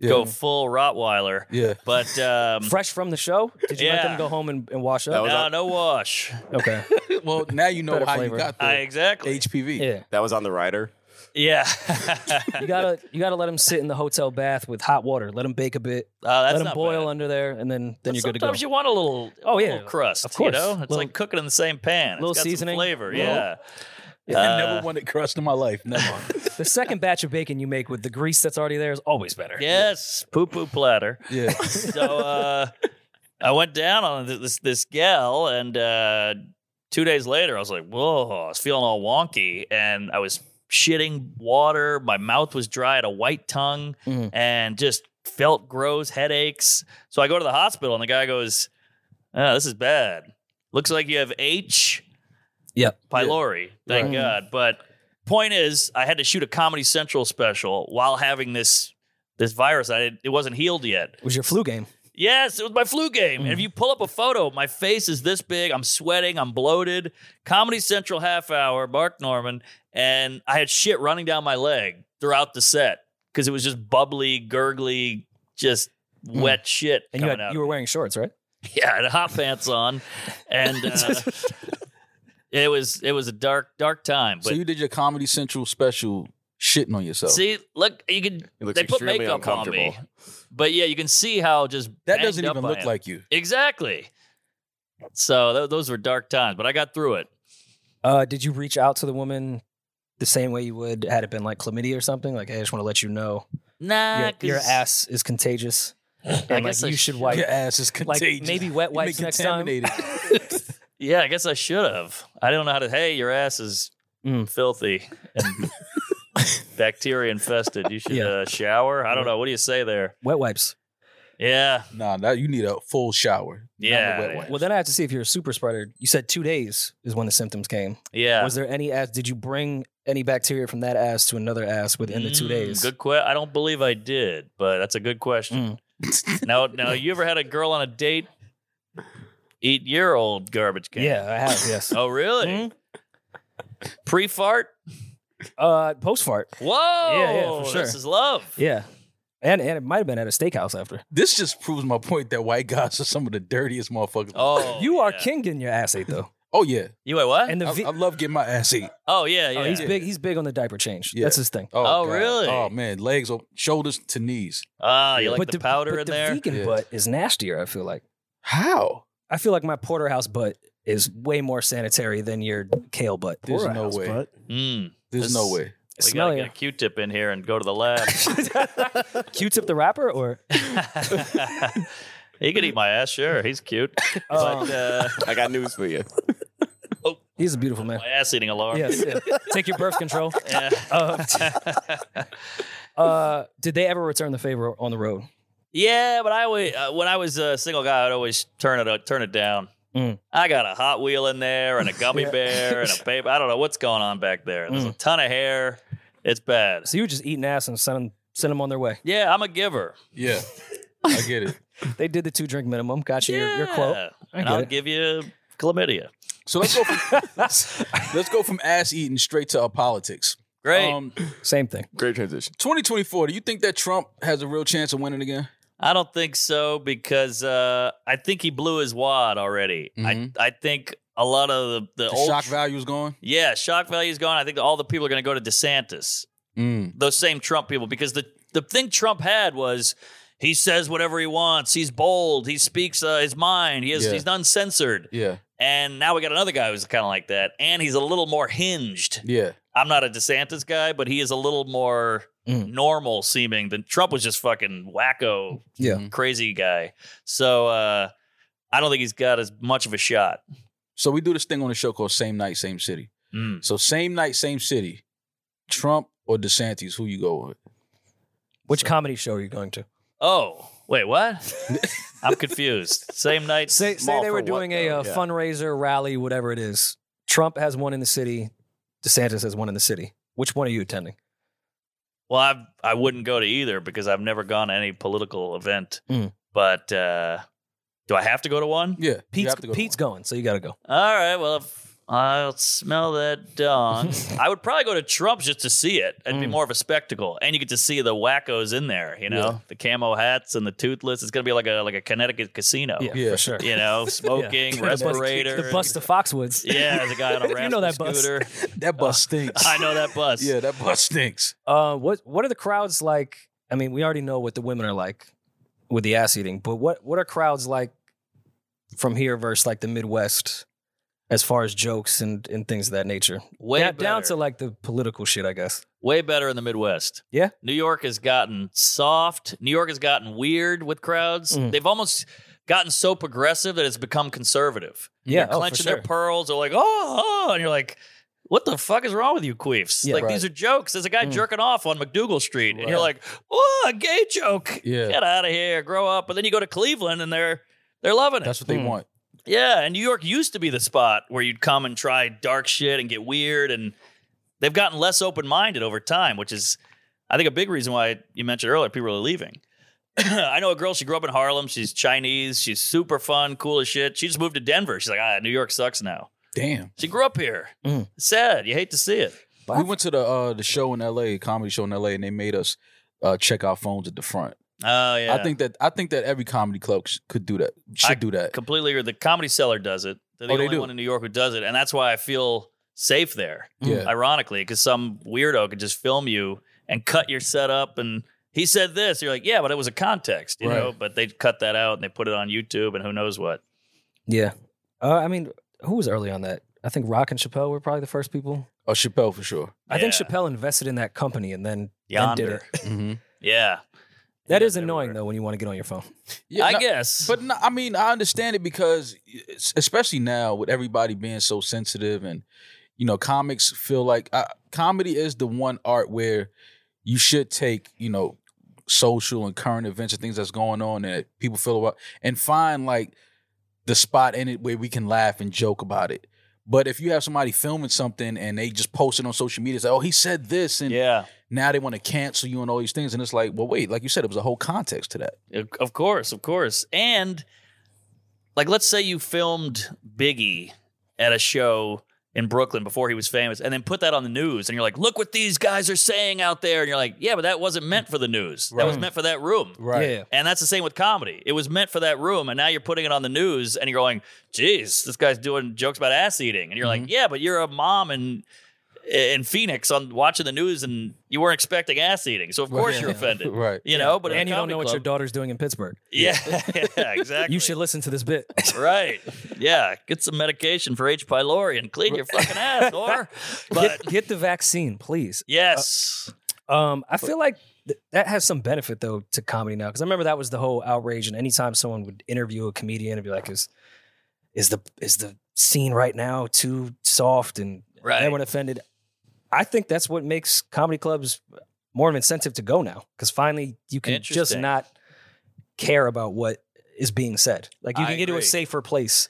Speaker 3: yeah,
Speaker 1: go full Rottweiler.
Speaker 3: yeah.
Speaker 1: But um,
Speaker 2: Fresh from the show? Did you let
Speaker 1: Yeah.
Speaker 2: them go home and, and wash
Speaker 4: That
Speaker 2: up?
Speaker 4: was-
Speaker 1: no, no wash.
Speaker 2: okay.
Speaker 3: Well, now you know
Speaker 2: Better
Speaker 3: how
Speaker 2: flavor.
Speaker 3: you got the
Speaker 1: I, Uh, exactly.
Speaker 3: HPV.
Speaker 2: Yeah.
Speaker 4: That was on the rider.
Speaker 1: Yeah. Uh,
Speaker 2: You gotta you gotta let them sit in the hotel bath with hot water. Let them bake a bit.
Speaker 1: Oh, that's
Speaker 2: let them
Speaker 1: not
Speaker 2: boil
Speaker 1: bad.
Speaker 2: under there, and then
Speaker 1: But
Speaker 2: then you're good to go.
Speaker 1: Sometimes you want a little,
Speaker 2: Oh,
Speaker 1: a
Speaker 2: yeah.
Speaker 1: little crust.
Speaker 2: Of course.
Speaker 1: you know, it's
Speaker 2: Little-
Speaker 1: like cooking in the same pan. It's
Speaker 2: little
Speaker 1: got some
Speaker 2: seasoning.
Speaker 1: flavor.
Speaker 2: Little-
Speaker 1: Yeah,
Speaker 3: I
Speaker 1: Uh,
Speaker 3: never wanted crust in my life. Never.
Speaker 2: The second batch of bacon you make with the grease that's already there is always better.
Speaker 1: Yes, poo poo platter.
Speaker 3: yeah.
Speaker 1: So uh, I went down on th- this this gal, and uh, two days later, I was like, "Whoa!" I was feeling all wonky, and I was shitting water. My mouth was dry, I had a white tongue,
Speaker 2: Mhm.
Speaker 1: and just felt gross headaches. So I go to the hospital, and the guy goes, "Ah, "This is bad. Looks like you have H.
Speaker 2: Yep.
Speaker 1: pylori. Thank
Speaker 2: Right.
Speaker 1: God. But point is, I had to shoot a Comedy Central special while having this this virus. I didn't- it wasn't healed yet.
Speaker 2: It was your flu game.
Speaker 1: Yes, it was my flu game. And if you pull up a photo, my face is this big. I'm sweating. I'm bloated. Comedy Central half hour, Mark Norman, and I had shit running down my leg throughout the set because it was just bubbly, gurgly, just wet shit
Speaker 2: And you,
Speaker 1: coming
Speaker 2: had,
Speaker 1: out.
Speaker 2: you were wearing shorts, right?
Speaker 1: Yeah, I had hot pants on, and uh, it was it was a dark dark time. But
Speaker 3: so you did your Comedy Central special shitting on yourself.
Speaker 1: see, look, you can
Speaker 4: It looks
Speaker 1: they put
Speaker 4: extremely
Speaker 1: makeup on
Speaker 4: uncomfortable.
Speaker 1: me, but yeah, you can see how just
Speaker 3: that
Speaker 1: banged
Speaker 3: doesn't
Speaker 1: up
Speaker 3: even
Speaker 1: I
Speaker 3: look
Speaker 1: am.
Speaker 3: like you.
Speaker 1: exactly. So th- those were dark times, but I got through it.
Speaker 2: Uh, did you reach out to the woman the same way you would had it been like chlamydia or something? Like, hey, I just want to let you know
Speaker 1: Nah,
Speaker 2: your, your
Speaker 1: Uh, 'cause
Speaker 2: ass is contagious,
Speaker 1: I
Speaker 2: and like
Speaker 1: guess I
Speaker 2: you should
Speaker 1: should.
Speaker 2: wipe.
Speaker 3: your ass is
Speaker 2: Like
Speaker 3: contagious.
Speaker 2: maybe wet
Speaker 3: You've
Speaker 2: wipes
Speaker 3: been
Speaker 2: next time.
Speaker 3: contaminated.
Speaker 1: Yeah, I guess I should have. I don't know how to. Hey, your ass is
Speaker 2: Mm.
Speaker 1: filthy and bacteria infested. You should
Speaker 2: Yeah.
Speaker 1: uh, shower. I don't know. What do you say there?
Speaker 2: Wet wipes.
Speaker 1: Yeah,
Speaker 3: nah, that you need a full shower. not a
Speaker 1: Yeah,
Speaker 3: wet
Speaker 1: yeah.
Speaker 3: wipe.
Speaker 2: Well, then I have to see if you're a super spreader. You said two days is when the symptoms came.
Speaker 1: yeah.
Speaker 2: Was there any ass? Did you bring any bacteria from that ass to another ass within the two
Speaker 1: Mm,
Speaker 2: days?
Speaker 1: Good question. I don't believe I did, but that's a good question.
Speaker 2: Mm.
Speaker 1: now, now, you ever had a girl on a date eat your old garbage can?
Speaker 2: Yeah, Hmm? I have. Yes.
Speaker 1: Oh, really?
Speaker 2: Mhm.
Speaker 1: Pre fart?
Speaker 2: Uh, post fart.
Speaker 1: Whoa!
Speaker 2: Yeah, yeah, for sure.
Speaker 1: This is love.
Speaker 2: Yeah, and and it might have been at a steakhouse after.
Speaker 3: This just proves my point that white guys are some of the dirtiest motherfuckers. Oh,
Speaker 1: Oh,
Speaker 2: you are
Speaker 1: yeah.
Speaker 2: king getting your ass ate though.
Speaker 3: yeah,
Speaker 1: You wait, what?
Speaker 2: And the
Speaker 3: I,
Speaker 2: vi-
Speaker 3: I love getting my ass eat.
Speaker 1: oh, yeah, yeah.
Speaker 2: oh, he's big. He's big on the diaper change.
Speaker 3: Yeah.
Speaker 2: That's his thing.
Speaker 1: Oh,
Speaker 3: God.
Speaker 1: really?
Speaker 3: Oh man, legs, or shoulders to knees.
Speaker 1: Ah, you like the, powder
Speaker 2: but
Speaker 1: in
Speaker 2: the
Speaker 1: there?
Speaker 2: Vegan
Speaker 3: Yeah.
Speaker 2: butt is nastier. I feel like.
Speaker 3: How?
Speaker 2: I feel like my porterhouse butt is way more sanitary than your kale butt.
Speaker 3: There's
Speaker 6: Or a
Speaker 3: no
Speaker 6: house
Speaker 3: way.
Speaker 6: butt.
Speaker 1: Mm.
Speaker 3: There's
Speaker 1: This-
Speaker 3: no way.
Speaker 1: We gotta get a
Speaker 2: Smellier.
Speaker 1: Q-tip in here and go to the lab.
Speaker 2: Q-tip the rapper or
Speaker 1: he could eat my ass, sure. He's cute,
Speaker 2: Um,
Speaker 1: but uh,
Speaker 4: I got news for you.
Speaker 2: he's a beautiful man.
Speaker 1: my ass eating alarm.
Speaker 2: Yes. yeah. Take your birth control.
Speaker 1: Yeah.
Speaker 2: Uh, uh, did they ever return the favor on the road?
Speaker 1: Yeah, but I always, uh, when I was a single guy, I'd always turn it uh, turn it down.
Speaker 2: Mm.
Speaker 1: I got a Hot Wheel in there and a gummy
Speaker 2: Yeah. Mm.
Speaker 1: bear and a baby. I don't know what's going on back there. There's a ton of hair. It's bad.
Speaker 2: So you were just eating ass and sending send them on their way.
Speaker 1: Yeah, I'm a giver.
Speaker 3: Yeah, I get it.
Speaker 2: They did the two drink minimum. Got you your, your
Speaker 1: Yeah.
Speaker 2: quote. I
Speaker 1: and
Speaker 2: get
Speaker 1: I'll
Speaker 2: it.
Speaker 1: give you chlamydia.
Speaker 3: So let's go. From, let's go from ass eating straight to uh, politics.
Speaker 1: Great.
Speaker 3: Um,
Speaker 2: Same thing.
Speaker 4: Great transition.
Speaker 3: 2024. Do you think that Trump has a real chance of winning again?
Speaker 1: I don't think so because uh, I think he blew his wad already.
Speaker 3: Mhm.
Speaker 1: I I think a lot of the, the,
Speaker 3: The
Speaker 1: old
Speaker 3: shock value's gone.
Speaker 1: yeah shock value is gone. I think all the people are going to go to DeSantis.
Speaker 3: Mm.
Speaker 1: those same Trump people because the the thing Trump had was he says whatever he wants. He's bold. He speaks uh, his mind. He is
Speaker 3: Yeah.
Speaker 1: he's uncensored.
Speaker 3: Yeah,
Speaker 1: And now we got another guy who's kind of like that, and he's a little more hinged.
Speaker 3: yeah.
Speaker 1: I'm not a DeSantis guy, but he is a little more
Speaker 2: Mm.
Speaker 1: normal seeming than Trump was just fucking wacko,
Speaker 2: Yeah.
Speaker 3: Mhm.
Speaker 1: crazy guy. So uh, I don't think he's got as much of a shot.
Speaker 3: So we do this thing on the show called Same Night, Same City.
Speaker 1: Mm.
Speaker 3: So same night, same city. Trump or DeSantis, who you go with?
Speaker 2: Which comedy show are you going to?
Speaker 1: Oh wait, what? I'm confused. Same night.
Speaker 2: Say, say
Speaker 4: Small
Speaker 2: they
Speaker 4: for
Speaker 2: were
Speaker 4: what,
Speaker 2: doing a
Speaker 4: though?
Speaker 2: uh,
Speaker 4: Yeah.
Speaker 2: fundraiser, rally, whatever it is. Trump has one in the city. DeSantis has one in the city. Which one are you attending?
Speaker 1: Well, I've, I wouldn't go to either because I've never gone to any political event.
Speaker 2: Mm.
Speaker 1: But uh, do I have to go to one?
Speaker 3: Yeah, you
Speaker 2: Pete's,
Speaker 3: have to go to
Speaker 2: Pete's going, so you got to go.
Speaker 1: All right. Well, if I'll smell that dong. I would probably go to Trump's just to see it. It'd be
Speaker 2: Mm.
Speaker 1: more of a spectacle, and you get to see the wackos in there. You know, the camo hats and the toothless. It's gonna be like a like a Connecticut casino.
Speaker 3: Yeah.
Speaker 2: for sure.
Speaker 1: You know, smoking
Speaker 2: The bus-
Speaker 1: Oh, respirator.
Speaker 2: The bus to Foxwoods.
Speaker 1: yeah, there's a guy on a rascal
Speaker 2: You know that bus.
Speaker 1: scooter.
Speaker 3: one. that bus stinks.
Speaker 1: I know that bus.
Speaker 3: Yeah, that bus stinks.
Speaker 2: Uh, what What are the crowds like? I mean, we already know what the women are like with the ass eating, but what what are crowds like from here versus like the Midwest? as far as jokes and, and things of that nature.
Speaker 1: Way
Speaker 2: down, down
Speaker 1: better.
Speaker 2: to like the political shit, I guess.
Speaker 1: way better in the Midwest.
Speaker 2: Yeah.
Speaker 1: New York has gotten soft. New York has gotten weird with crowds.
Speaker 2: Mm.
Speaker 1: They've almost gotten so progressive that it's become conservative.
Speaker 2: Yeah,
Speaker 1: They're
Speaker 2: oh, for
Speaker 1: clenching
Speaker 2: sure.
Speaker 1: their pearls. They're like, oh, oh," and you're like, what the fuck is wrong with you, queefs?
Speaker 2: Yeah,
Speaker 1: like
Speaker 2: right.
Speaker 1: these are jokes. There's a guy
Speaker 2: Mm.
Speaker 1: jerking off on McDougal Street, and you're
Speaker 2: Right.
Speaker 1: like, oh, a gay joke.
Speaker 3: Yeah.
Speaker 1: Get out of here. Grow up. But then you go to Cleveland, and they're they're loving it.
Speaker 3: That's what they
Speaker 2: Hmm.
Speaker 3: want.
Speaker 1: Yeah, and New York used to be the spot where you'd come and try dark shit and get weird, and they've gotten less open minded over time, which is, I think, a big reason why you mentioned earlier people are leaving. I know a girl. She grew up in Harlem. She's Chinese. She's super fun, cool as shit. She just moved to Denver. She's like, ah, New York sucks now.
Speaker 3: Damn.
Speaker 1: She grew up here.
Speaker 2: Mm.
Speaker 1: Sad. You hate to see it.
Speaker 2: Wow.
Speaker 3: We went to the uh the show in LA, comedy show in LA, and they made us uh check our phones at the front.
Speaker 1: Oh yeah.
Speaker 3: I think that I think that every comedy club sh- could do that. Should
Speaker 1: I
Speaker 3: do that.
Speaker 1: completely. agree. The comedy seller does it. They're the
Speaker 3: Oh, they
Speaker 1: only
Speaker 3: do.
Speaker 1: one in New York who does it, and that's why I feel safe there.
Speaker 3: Mm. yeah.
Speaker 1: ironically, because some weirdo could just film you and cut your setup. And he said this, you're like, yeah, but it was a context, you
Speaker 3: Right.
Speaker 1: know. But they cut that out and they put it on YouTube and who knows what.
Speaker 2: Yeah. Uh, I mean, who was early on that? I think Rock and Chappelle were probably the first people.
Speaker 3: oh, Chappelle for sure.
Speaker 2: I think
Speaker 1: Yeah.
Speaker 2: Chappelle invested in that company and then, then did
Speaker 1: Yonder,
Speaker 2: it.
Speaker 3: Mm-hmm.
Speaker 1: yeah,
Speaker 2: That
Speaker 1: Yeah,
Speaker 2: is
Speaker 1: they
Speaker 2: annoying
Speaker 1: were.
Speaker 2: though when you want to get on your phone.
Speaker 3: Yeah,
Speaker 1: I
Speaker 3: no-
Speaker 1: guess.
Speaker 3: But no, I mean, I understand it because, it's- especially now with everybody being so sensitive, and you know, comics feel like uh, comedy is the one art where you should take you know social and current events and things that's going on that people feel about, and find like the spot in it where we can laugh and joke about it. But if you have somebody filming something and they just post it on social media, it's like, oh, he said this, and
Speaker 1: yeah,
Speaker 3: now they want to cancel you and all these things, and it's like, well, wait, like you said, it was a whole context to that.
Speaker 1: of of course, of course. And like, let's say you filmed Biggie at a show in Brooklyn before he was famous, and then put that on the news, and you're like, look what these guys are saying out there, and you're like, yeah, but that wasn't meant for the news. That was
Speaker 3: Right.
Speaker 1: meant for that room.
Speaker 3: Right.
Speaker 2: Yeah.
Speaker 1: And that's the same with comedy. It was meant for that room, and now you're putting it on the news, and you're going, "Geez, this guy's doing jokes about ass eating," and you're
Speaker 2: Mm-hmm.
Speaker 1: like, "Yeah, but you're a mom in in Phoenix on watching the news, and you weren't expecting ass eating, so of course you're offended,
Speaker 3: Right.
Speaker 1: You know, but in
Speaker 2: and
Speaker 1: a
Speaker 2: you don't know
Speaker 1: comedy
Speaker 2: what your
Speaker 1: club-
Speaker 2: daughter's doing in Pittsburgh.
Speaker 1: yeah, yeah, exactly.
Speaker 2: You should listen to this bit.
Speaker 1: right, yeah, get some medication for H. pylori and clean your fucking ass, or but
Speaker 2: get, get the vaccine, please.
Speaker 1: yes,
Speaker 2: Um, I feel like th- that has some benefit though to comedy now because I remember that was the whole outrage, and anytime someone would interview a comedian and be like, "Is is the is the scene right now too soft?" and
Speaker 1: Right.
Speaker 2: everyone offended. I think that's what makes comedy clubs more of an incentive to go now because finally you can just
Speaker 1: Interesting.
Speaker 2: not care about what is being said. Like you
Speaker 1: I
Speaker 2: can get to a
Speaker 1: agree.
Speaker 2: safer place.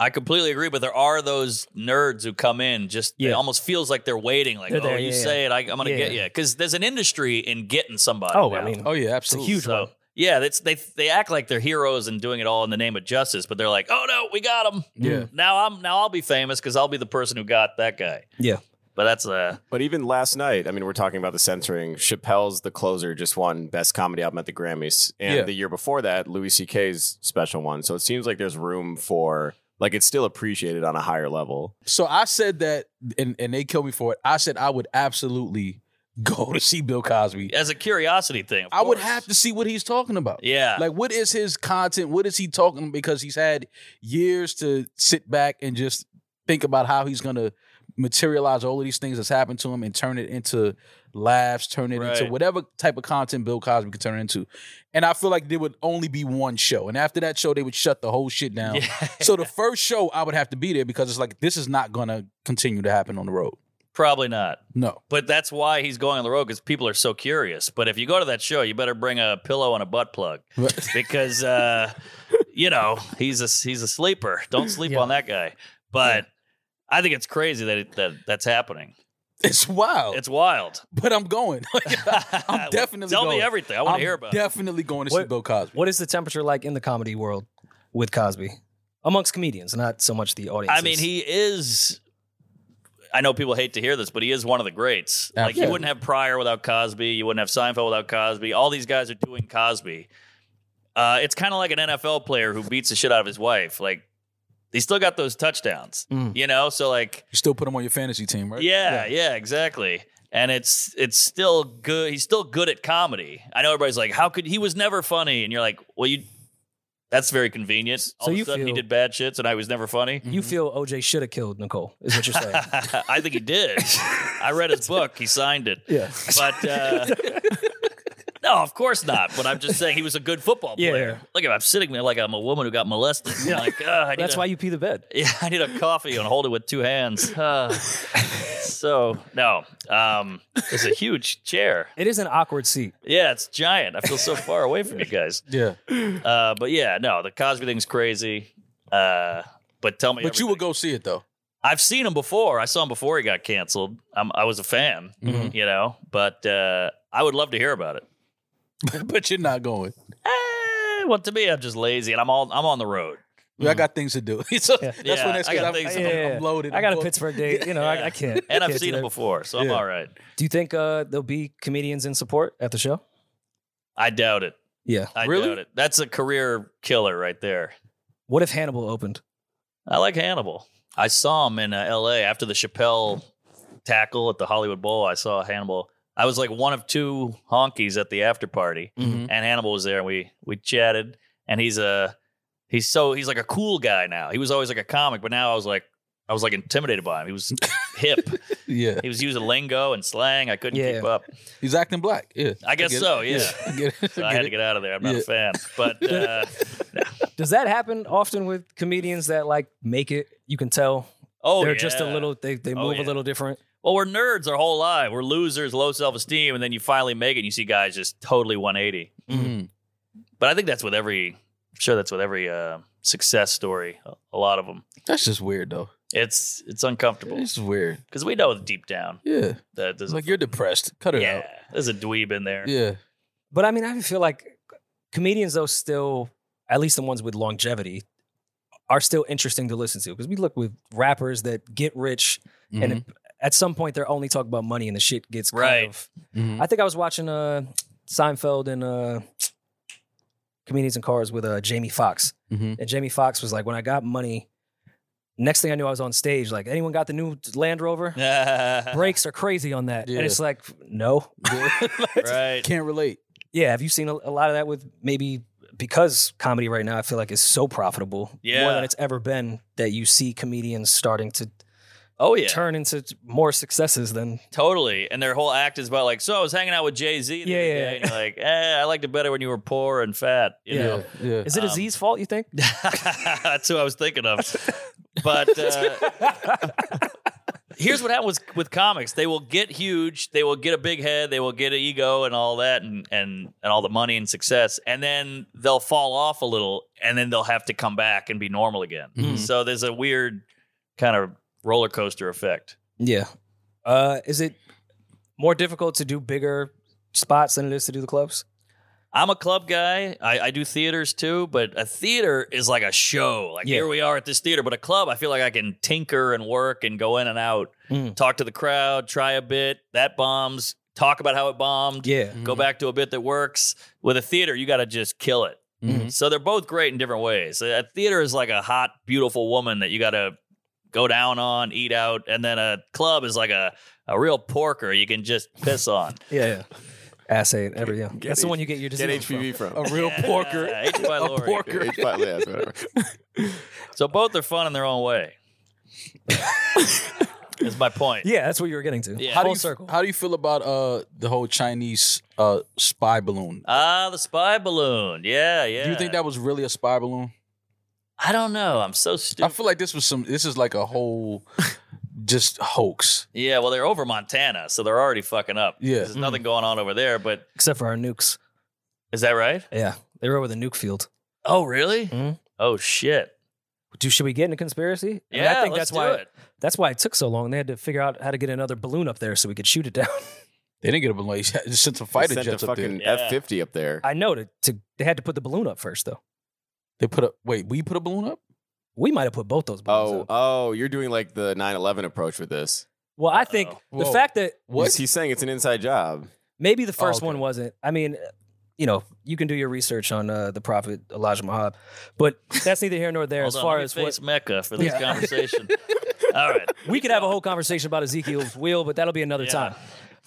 Speaker 1: I completely agree, but there are those nerds who come in just it
Speaker 2: Yeah.
Speaker 1: almost feels like they're waiting, like,
Speaker 2: They're
Speaker 1: oh,
Speaker 2: there,
Speaker 1: you
Speaker 2: yeah,
Speaker 1: say it, I, I'm gonna
Speaker 2: Yeah,
Speaker 1: get
Speaker 2: yeah.
Speaker 1: you. Because there's an industry in getting somebody.
Speaker 2: Oh,
Speaker 1: now.
Speaker 2: I mean,
Speaker 3: Oh yeah,
Speaker 2: it's a
Speaker 3: absolutely.
Speaker 2: huge one.
Speaker 1: So, yeah, that's they they act like they're heroes and doing it all in the name of justice, but they're like, oh no, we got him.
Speaker 3: Yeah.
Speaker 1: Now I'm now I'll be famous because I'll be the person who got that guy.
Speaker 2: Yeah.
Speaker 1: But that's uh
Speaker 4: But even last night, I mean, we're talking about the censoring. Chappelle's The Closer just won Best Comedy Album at the Grammys. And
Speaker 3: Yeah.
Speaker 4: the year before that, Louis C.K.'s special one. So it seems like there's room for, like, it's still appreciated on a higher level.
Speaker 3: So I said that, and, and they killed me for it. I said I would absolutely go to see Bill Cosby.
Speaker 1: as a curiosity thing. of
Speaker 3: I would
Speaker 1: course.
Speaker 3: have to see what he's talking about.
Speaker 1: Yeah.
Speaker 3: Like, what is his content? What is he talking? Because he's had years to sit back and just think about how he's gonna materialize all of these things that's happened to him and turn it into laughs, turn it into
Speaker 1: Right.
Speaker 3: whatever type of content Bill Cosby could turn it into. And I feel like there would only be one show, and after that show, they would shut the whole shit down.
Speaker 1: yeah.
Speaker 3: So the first show I would have to be there because it's like this is not gonna continue to happen on the road.
Speaker 1: Probably not.
Speaker 3: No.
Speaker 1: But that's why he's going on the road because people are so curious. But if you go to that show, you better bring a pillow and a butt plug because uh, you know he's a he's a sleeper. Don't sleep
Speaker 2: Yeah.
Speaker 1: on that guy. But I think it's crazy that it, that that's happening.
Speaker 3: It's wild.
Speaker 1: It's wild.
Speaker 3: but I'm going. Oh. I'm definitely
Speaker 1: tell
Speaker 3: going.
Speaker 1: me everything. I want
Speaker 3: I'm
Speaker 1: to hear about. it.
Speaker 3: Definitely going to see
Speaker 2: What-
Speaker 3: Bill Cosby.
Speaker 2: What is the temperature like in the comedy world with Cosby? Amongst comedians, not so much the audience.
Speaker 1: I mean, he is. I know people hate to hear this, but he is one of the greats. Like you
Speaker 3: Absolutely.
Speaker 1: wouldn't have Pryor without Cosby, you wouldn't have Seinfeld without Cosby. All these guys are doing Cosby. Uh, it's kind of like an NFL player who beats the shit out of his wife. Like he still got those touchdowns,
Speaker 2: Mm.
Speaker 1: you know. So like,
Speaker 3: You still put him on your fantasy team, right?
Speaker 1: yeah, yeah, exactly. And it's it's still good. He's still good at comedy. I know everybody's like, "How could he was never funny?" And you're like, "Well, you That's very convenient. All
Speaker 2: So
Speaker 1: of
Speaker 2: you
Speaker 1: a sudden, he
Speaker 2: feel-
Speaker 1: did bad shits, and I was never funny.
Speaker 2: You feel OJ should have killed Nicole, is what you're saying.
Speaker 1: I think he did. I read his book. He signed it.
Speaker 2: yeah.
Speaker 1: But uh, no, of course not. But I'm just saying he was a good football
Speaker 2: Yeah,
Speaker 1: player.
Speaker 2: yeah.
Speaker 1: Look at him. I'm sitting there like I'm a woman who got molested. Yeah. Like, "Ugh, I need
Speaker 2: That's
Speaker 1: a-
Speaker 2: why you pee the bed.
Speaker 1: Yeah, I need a coffee and hold it with two hands. Ah. so no, um, it's a huge chair.
Speaker 2: It is an awkward seat.
Speaker 1: Yeah, it's giant. I feel so far away from you guys.
Speaker 3: Yeah.
Speaker 1: Uh, but yeah, no, the Cosby thing's crazy. Uh, but tell me,
Speaker 3: But you
Speaker 1: everything.
Speaker 3: would go see it though.
Speaker 1: I've seen him before. I saw him before he got canceled. I'm, I was a fan,
Speaker 3: Mhm.
Speaker 1: you know. But uh, I would love to hear about it.
Speaker 3: but you're not going.
Speaker 1: Eh, well, to me, I'm just lazy, and I'm all I'm on the road.
Speaker 3: I got things to do. so
Speaker 2: Yeah.
Speaker 3: That's
Speaker 1: Yeah,
Speaker 3: when that's
Speaker 1: I got
Speaker 3: I'm,
Speaker 1: things to
Speaker 3: I'm-
Speaker 2: do.
Speaker 3: I'm loaded.
Speaker 2: I got a
Speaker 3: Well,
Speaker 2: Pittsburgh date. You know, I, I can't.
Speaker 1: And I've
Speaker 2: can't
Speaker 1: seen
Speaker 2: do
Speaker 1: him
Speaker 2: that.
Speaker 1: before, so I'm
Speaker 3: Yeah.
Speaker 1: all right.
Speaker 2: Do you think uh, there'll be comedians in support at the show?
Speaker 1: I doubt it.
Speaker 2: Yeah.
Speaker 1: I
Speaker 3: Really?
Speaker 1: doubt it. That's a career killer right there.
Speaker 2: What if Hannibal opened?
Speaker 1: I like Hannibal. I saw him in uh, L.A. after the Chappelle tackle at the Hollywood Bowl. I saw Hannibal. I was like one of two honkies at the after party,
Speaker 3: Mhm.
Speaker 1: and Hannibal was there, and we we chatted. And he's a he's so he's like a cool guy now. He was always like a comic, but now I was like I was like intimidated by him. He was hip.
Speaker 3: Yeah.
Speaker 1: He was using lingo and slang. I couldn't
Speaker 2: Yeah.
Speaker 1: keep up.
Speaker 3: He's acting black. Yeah.
Speaker 1: I guess
Speaker 3: get it.
Speaker 1: so, yeah.
Speaker 3: I get it.
Speaker 1: So I had to get out of there. I'm not
Speaker 3: Yeah.
Speaker 1: a fan, but uh,
Speaker 2: Does that happen often with comedians that like make it? You can tell
Speaker 1: oh,
Speaker 2: they're just a
Speaker 1: yeah.
Speaker 2: little. They they
Speaker 1: Oh,
Speaker 2: move
Speaker 1: yeah.
Speaker 2: a little different.
Speaker 1: Well, we're nerds our whole life. We're losers, low self esteem, and then you finally make it. and You see guys just totally 180.
Speaker 3: Mhm.
Speaker 1: But I think that's with every. I'm sure that's with every uh, success story. A- A lot of them.
Speaker 3: That's just weird though.
Speaker 1: It's it's uncomfortable
Speaker 3: It's weird.
Speaker 1: because we know deep down
Speaker 3: Yeah.
Speaker 1: that there's
Speaker 3: It's like you're depressed. Cut
Speaker 1: a,
Speaker 3: it
Speaker 1: yeah, there's a dweeb in there.
Speaker 3: out. Yeah.
Speaker 2: But I mean, I feel like comedians though still, at least the ones with longevity, are still interesting to listen to because we look with rappers that get rich and
Speaker 3: Mhm.
Speaker 2: it, at some point they're only talking about money and the shit gets kind
Speaker 1: Right.
Speaker 2: of-
Speaker 3: Mhm.
Speaker 2: I think I was watching uh Seinfeld and uh comedians in cars with uh Jamie Foxx.
Speaker 3: Mhm.
Speaker 2: And Jamie Foxx was like, when I got money, next thing I knew I was on stage, like, anyone got the new Land Rover? Brakes are crazy on that.
Speaker 3: Yeah.
Speaker 2: And it's like, no.
Speaker 1: right.
Speaker 3: Mm-hmm. Can't relate.
Speaker 2: Yeah, have you seen a, a lot of that with maybe because comedy right now I feel like is so profitable more
Speaker 1: Yeah.
Speaker 2: than it's ever been that you see comedians starting to
Speaker 1: Oh yeah.
Speaker 2: turn into more successes than
Speaker 1: Totally. And their whole act is about like, so I was hanging out with Jay Z.
Speaker 2: Yeah, yeah, yeah.
Speaker 1: And you're like, eh, I liked it better when you were poor and fat. You
Speaker 2: Yeah.
Speaker 1: know?
Speaker 3: Yeah.
Speaker 2: Is it
Speaker 1: Um,
Speaker 2: Aziz's fault, you think?
Speaker 1: That's who I was thinking of. But uh, here's what happens with, with comics: they will get huge, they will get a big head, they will get an ego and all that, and and and all the money and success, and then they'll fall off a little, and then they'll have to come back and be normal again.
Speaker 2: Mm-hmm.
Speaker 3: Mhm.
Speaker 1: So there's a weird kind of roller coaster effect.
Speaker 2: Yeah. Uh, is it more difficult to do bigger spots than it is to do the clubs?
Speaker 1: I'm a club guy. I, I do theaters too, but a theater is like a show. Like
Speaker 2: Yeah.
Speaker 1: here we are at this theater, but a club, I feel like I can tinker and work and go in and out,
Speaker 2: Mm.
Speaker 1: talk to the crowd, try a bit. That bombs. Talk about how it bombed.
Speaker 2: Yeah.
Speaker 1: Go back to a bit that works. With a theater, you got to just kill it.
Speaker 3: Mhm.
Speaker 1: So they're both great in different ways. A theater is like a hot, beautiful woman that you got to go down on, eat out, and then a club is like a a real porker you can just piss on.
Speaker 2: Yeah. Ass ate every yeah.
Speaker 4: Get
Speaker 2: That's the
Speaker 4: H-
Speaker 2: one you get your
Speaker 4: Get
Speaker 2: disease
Speaker 4: HPV from.
Speaker 3: A real porker.
Speaker 1: Yeah, H by
Speaker 3: A
Speaker 1: Lori.
Speaker 3: porker.
Speaker 4: H- yeah, it's whatever.
Speaker 1: So both are fun in their own way. That's my point.
Speaker 2: Yeah, that's what you were getting to.
Speaker 1: Yeah.
Speaker 3: How do
Speaker 2: Full
Speaker 3: you
Speaker 2: circle.
Speaker 3: how do you feel about uh the whole Chinese uh spy balloon?
Speaker 1: Ah, the spy balloon. Yeah, yeah.
Speaker 3: Do you think that was really a spy balloon?
Speaker 1: I don't know. I'm so
Speaker 3: I
Speaker 1: stupid.
Speaker 3: feel like this was some. This is like a whole, just hoax.
Speaker 1: yeah, well, they're over Montana, so they're already fucking up.
Speaker 3: Yeah.
Speaker 2: Mm-hmm.
Speaker 1: There's nothing going on over there, but
Speaker 2: Except for our nukes.
Speaker 1: is that right?
Speaker 2: Yeah. They were over the nuke field.
Speaker 1: Oh, really?
Speaker 2: Mhm.
Speaker 1: Oh, shit.
Speaker 2: Do should we get into conspiracy? I mean,
Speaker 1: Yeah,
Speaker 2: I, think
Speaker 1: let's
Speaker 2: that's
Speaker 1: do
Speaker 2: why
Speaker 1: it.
Speaker 2: that's why it took so long. They had to figure out how to get another balloon up there so we could shoot it down.
Speaker 3: They didn't get a balloon. They sent some
Speaker 4: They
Speaker 3: fighter
Speaker 4: sent
Speaker 3: jets
Speaker 4: a
Speaker 3: up there.
Speaker 4: fucking
Speaker 1: Yeah.
Speaker 4: F fifty up there.
Speaker 2: I know to, to they had to put the balloon up first though.
Speaker 3: They put up. Wait, we put a balloon up.
Speaker 2: We might have put both those balloons
Speaker 4: Oh,
Speaker 2: up.
Speaker 4: oh, you're doing like the 9/11 approach with this.
Speaker 2: Well, I think
Speaker 3: Uh-oh.
Speaker 2: the
Speaker 3: Whoa.
Speaker 2: fact that
Speaker 3: What?
Speaker 4: He's, he's saying it's an inside job.
Speaker 2: Maybe
Speaker 1: Oh,
Speaker 2: the first
Speaker 3: okay.
Speaker 2: one wasn't. I mean, you know, you can do your research on uh, the prophet Elijah Muhammad, but that's neither here nor there
Speaker 1: Hold
Speaker 2: as
Speaker 1: on,
Speaker 2: far
Speaker 1: let me
Speaker 2: as
Speaker 1: face
Speaker 2: what
Speaker 1: Mecca for this
Speaker 2: Yeah.
Speaker 1: conversation. All right.
Speaker 2: we could have a whole conversation about Ezekiel's wheel, but that'll be another
Speaker 1: Yeah.
Speaker 2: time.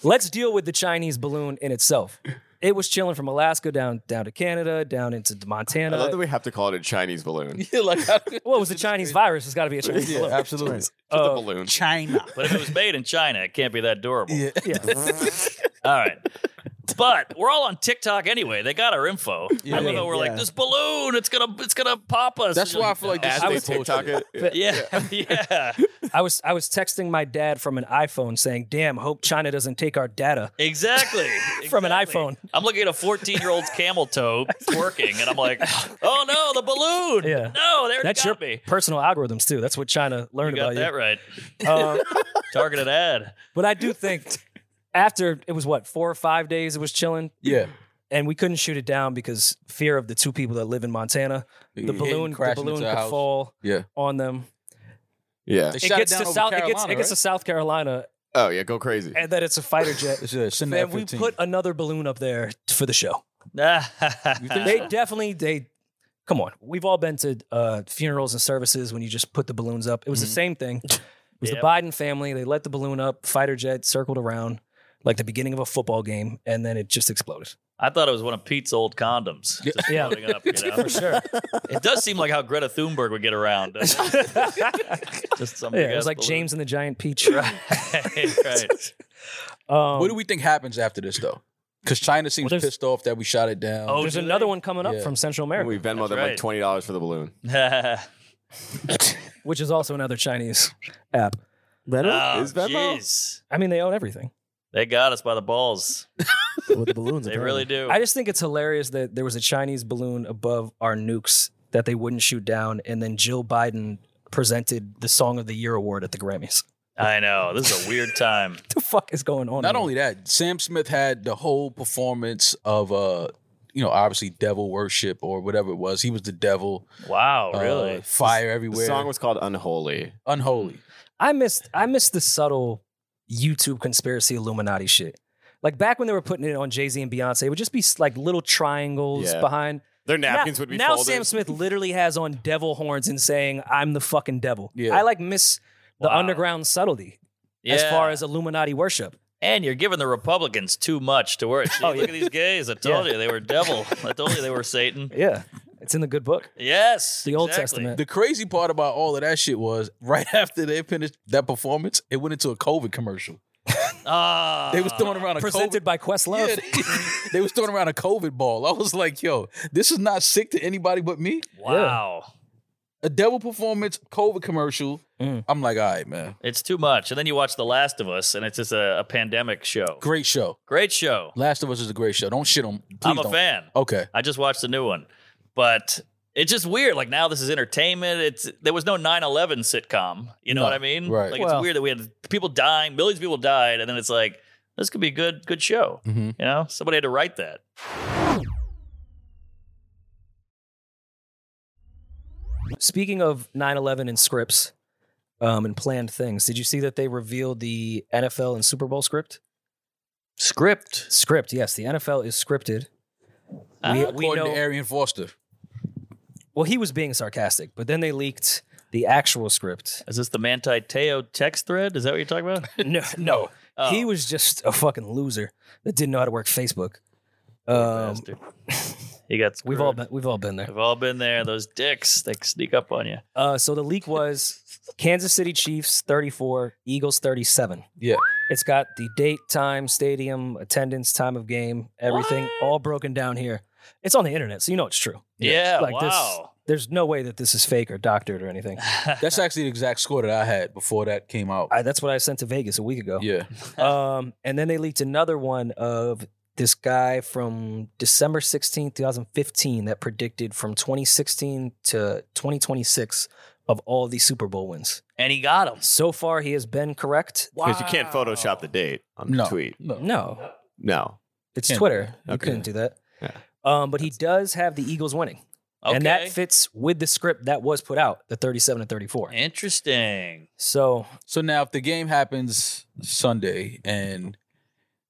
Speaker 2: Let's deal with the Chinese balloon in itself. It was chilling from Alaska down down to Canada, down into
Speaker 4: I
Speaker 2: Montana.
Speaker 4: love that we have to call it a Chinese balloon.
Speaker 3: yeah, like
Speaker 2: well, it was a Chinese virus. It's got to be a Chinese
Speaker 3: Yeah,
Speaker 2: balloon.
Speaker 3: absolutely.
Speaker 4: Just a
Speaker 2: Uh,
Speaker 4: balloon.
Speaker 3: China.
Speaker 1: But if it was made in China, it can't be that durable.
Speaker 3: Yeah.
Speaker 2: yeah.
Speaker 1: All right. But we're all on TikTok anyway. They got our info.
Speaker 3: Yeah.
Speaker 1: I love how we're
Speaker 6: Yeah.
Speaker 1: like this balloon. It's gonna, it's gonna pop us.
Speaker 3: That's why I feel like this
Speaker 4: As
Speaker 3: I
Speaker 4: they
Speaker 3: was-
Speaker 4: TikTok it.
Speaker 1: Yeah, yeah,
Speaker 2: I was I was texting my dad from an iPhone saying, "Damn, hope China doesn't take our data."
Speaker 1: exactly.
Speaker 2: From an
Speaker 1: Exactly.
Speaker 2: iPhone.
Speaker 1: I'm looking at a 14 year old's camel toe twerking, and I'm like, oh no, the balloon.
Speaker 2: Yeah.
Speaker 1: No, there
Speaker 2: That's
Speaker 1: got
Speaker 2: your
Speaker 1: me.
Speaker 2: personal algorithms too. That's what China
Speaker 1: You
Speaker 2: learned
Speaker 1: got
Speaker 2: about
Speaker 1: that right.
Speaker 2: you. Um,
Speaker 1: Targeted ad.
Speaker 2: but I do think after it was what four or five days, it was chilling,
Speaker 3: Yeah.
Speaker 2: and we couldn't shoot it down because fear of the two people that live in Montana. The balloon, the
Speaker 3: crashing
Speaker 2: balloon
Speaker 3: into a
Speaker 2: could
Speaker 3: house.
Speaker 2: fall
Speaker 3: Yeah.
Speaker 2: on them.
Speaker 4: Yeah.
Speaker 3: They
Speaker 2: It
Speaker 3: shot
Speaker 2: gets,
Speaker 3: down
Speaker 2: to
Speaker 3: over
Speaker 2: South, it, gets,
Speaker 3: Carolina,
Speaker 2: it gets to South Carolina,
Speaker 4: Oh yeah, go crazy.
Speaker 2: and that it's a fighter jet.
Speaker 3: right? Yeah, send uh, the
Speaker 2: and we
Speaker 3: F-15.
Speaker 2: put another balloon up there for the show.
Speaker 1: they
Speaker 2: they definitely they come on we've all been to uh, funerals and services when you just put the balloons up it was the same thing it was
Speaker 1: Yep.
Speaker 2: the biden family they let the balloon up fighter jet circled around like the beginning of a football game and then it just exploded
Speaker 1: I thought it was one of Pete's old condoms. Just
Speaker 2: Yeah.
Speaker 1: floating up, you know?
Speaker 2: sure
Speaker 1: It does seem like how Greta Thunberg would get around. doesn't it? Just some big
Speaker 2: yeah, it was
Speaker 1: ass
Speaker 2: like
Speaker 1: balloon.
Speaker 2: james and the giant peach
Speaker 1: right. right.
Speaker 2: um,
Speaker 3: What do we think happens after this though? Because China seems
Speaker 2: there's-
Speaker 3: pissed off that we shot it down.
Speaker 1: Oh,
Speaker 2: there's
Speaker 1: do
Speaker 2: another
Speaker 1: they?
Speaker 2: one coming up
Speaker 3: Yeah.
Speaker 2: from central america
Speaker 4: We Venmo
Speaker 1: That's
Speaker 4: them
Speaker 1: right.
Speaker 4: like twenty dollars for the balloon.
Speaker 2: which is also another chinese app
Speaker 6: Venom
Speaker 1: oh,
Speaker 4: Is Venmo?
Speaker 1: jeez.
Speaker 2: i mean they own everything
Speaker 1: They got us by the balls.
Speaker 6: with the balloons.
Speaker 1: They
Speaker 6: apparently.
Speaker 1: really
Speaker 3: Oh.
Speaker 1: do.
Speaker 2: i just think it's hilarious that there was a chinese balloon above our nukes that they wouldn't shoot down and then jill biden presented the song of the year award at the grammys
Speaker 1: I know. This is a weird time.
Speaker 2: the fuck is going on?
Speaker 3: Not
Speaker 2: here?
Speaker 3: only that, Sam Smith had the whole performance of uh, you know, obviously devil worship or whatever it was. He was the devil.
Speaker 1: Wow,
Speaker 3: uh,
Speaker 1: Oh, really?
Speaker 3: fire
Speaker 4: The
Speaker 3: everywhere.
Speaker 4: song was called Unholy.
Speaker 3: unholy.
Speaker 2: I missed I missed the subtle YouTube conspiracy Illuminati shit. Like back when they were putting it on Jay Z and Beyonce, it would just be like little triangles
Speaker 4: Yeah.
Speaker 2: behind.
Speaker 4: Their napkins
Speaker 2: now,
Speaker 4: would be
Speaker 2: now
Speaker 4: folded.
Speaker 2: Sam Smith literally has on devil horns and saying, "I'm the fucking devil."
Speaker 3: Yeah.
Speaker 2: I like miss the
Speaker 1: Wow.
Speaker 2: underground subtlety as
Speaker 1: Yeah.
Speaker 2: far as Illuminati worship.
Speaker 1: and you're giving the Republicans too much to worry. oh, look at these gays. I told you they were devil. I told you they were Satan.
Speaker 2: Yeah, it's in the good book,
Speaker 1: Yes,
Speaker 2: the Old
Speaker 1: exactly.
Speaker 2: Testament.
Speaker 3: The crazy part about all of that shit was right after they finished that performance, it went into a COVID commercial.
Speaker 1: Ah,
Speaker 3: They was throwing around a
Speaker 2: presented
Speaker 3: COVID.
Speaker 2: by Questlove.
Speaker 3: Yeah, they, they was throwing around a COVID ball. I was like, "Yo, this is not sick to anybody but me."
Speaker 1: Wow,
Speaker 3: A devil performance, COVID commercial.
Speaker 2: Mm.
Speaker 3: I'm like, "All right, man,
Speaker 1: it's too much. And then you watch The Last of Us, and it's just a, a pandemic show.
Speaker 3: great show.
Speaker 1: Great show.
Speaker 3: Last of Us is a great show. Don't shit on. Please
Speaker 1: I'm a
Speaker 3: don't.
Speaker 1: fan.
Speaker 3: Okay,
Speaker 1: I just watched the new one, but it's just weird. Like now this is entertainment. It's there was no 9/11 sitcom. You know
Speaker 3: No,
Speaker 1: what I mean?
Speaker 3: right.
Speaker 1: Like
Speaker 2: Well-
Speaker 1: it's weird that we had people dying, millions of people died, and then it's like this could be a good good show.
Speaker 2: Mm-hmm.
Speaker 3: Mhm.
Speaker 1: You know, somebody had to write that.
Speaker 2: Speaking of 9/11 and scripts um, and planned things, did you see that they revealed the NFL and Super Bowl script?
Speaker 1: Script.
Speaker 2: Script, yes. The NFL is scripted.
Speaker 1: Ah.
Speaker 2: We, we
Speaker 3: according to
Speaker 2: know.
Speaker 3: Arian Foster.
Speaker 2: Well, he was being sarcastic, but then they leaked the actual script.
Speaker 1: Is this the Manti Teo text thread? Is that what you're talking about?
Speaker 2: No, no.
Speaker 1: Oh.
Speaker 2: He was just a fucking loser that didn't know how to work Facebook. Um,
Speaker 1: Bastard. he got. Screwed.
Speaker 2: we've all been we've all been there.
Speaker 1: We've all been there. Those dicks. They sneak up on you.
Speaker 2: Uh, so the leak was Kansas City Chiefs 34, Eagles 37.
Speaker 3: Yeah.
Speaker 2: It's got the date, time, stadium, attendance, time of game, everything all broken down here. It's on the internet, so you know it's true.
Speaker 1: Yeah.
Speaker 2: Like this-
Speaker 1: wow.
Speaker 2: There's no way that this is fake or doctored or anything.
Speaker 3: That's actually the exact score that I had before that came out.
Speaker 2: I, that's what I sent to Vegas a week ago.
Speaker 3: yeah.
Speaker 2: um, and then they leaked another one of this guy from December 16th, 2015, that predicted from 2016 to 2026 of all the Super Bowl wins.
Speaker 1: and he got him.
Speaker 2: So far, he has been correct.
Speaker 4: Because you can't Photoshop the date on
Speaker 3: No.
Speaker 4: the tweet.
Speaker 3: No.
Speaker 2: No,
Speaker 4: No.
Speaker 2: it's
Speaker 3: Can't do
Speaker 2: Twitter. You
Speaker 4: Okay.
Speaker 2: couldn't do that.
Speaker 4: Yeah.
Speaker 2: Um, but he does have the Eagles winning.
Speaker 1: Okay.
Speaker 2: And that fits with the script that was put out, the 37 to 34.
Speaker 1: Interesting.
Speaker 2: So
Speaker 3: So now if the game happens Sunday and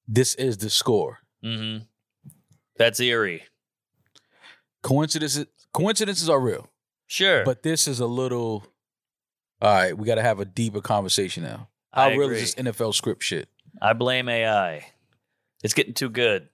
Speaker 3: this is the score,
Speaker 1: hmm That's eerie.
Speaker 3: coincidences coincidences are real.
Speaker 1: Sure.
Speaker 3: But this is a little all right, we gotta have a deeper conversation now. How
Speaker 1: I
Speaker 3: real
Speaker 1: agree.
Speaker 3: is this NFL script shit?
Speaker 1: I blame AI. It's getting too good.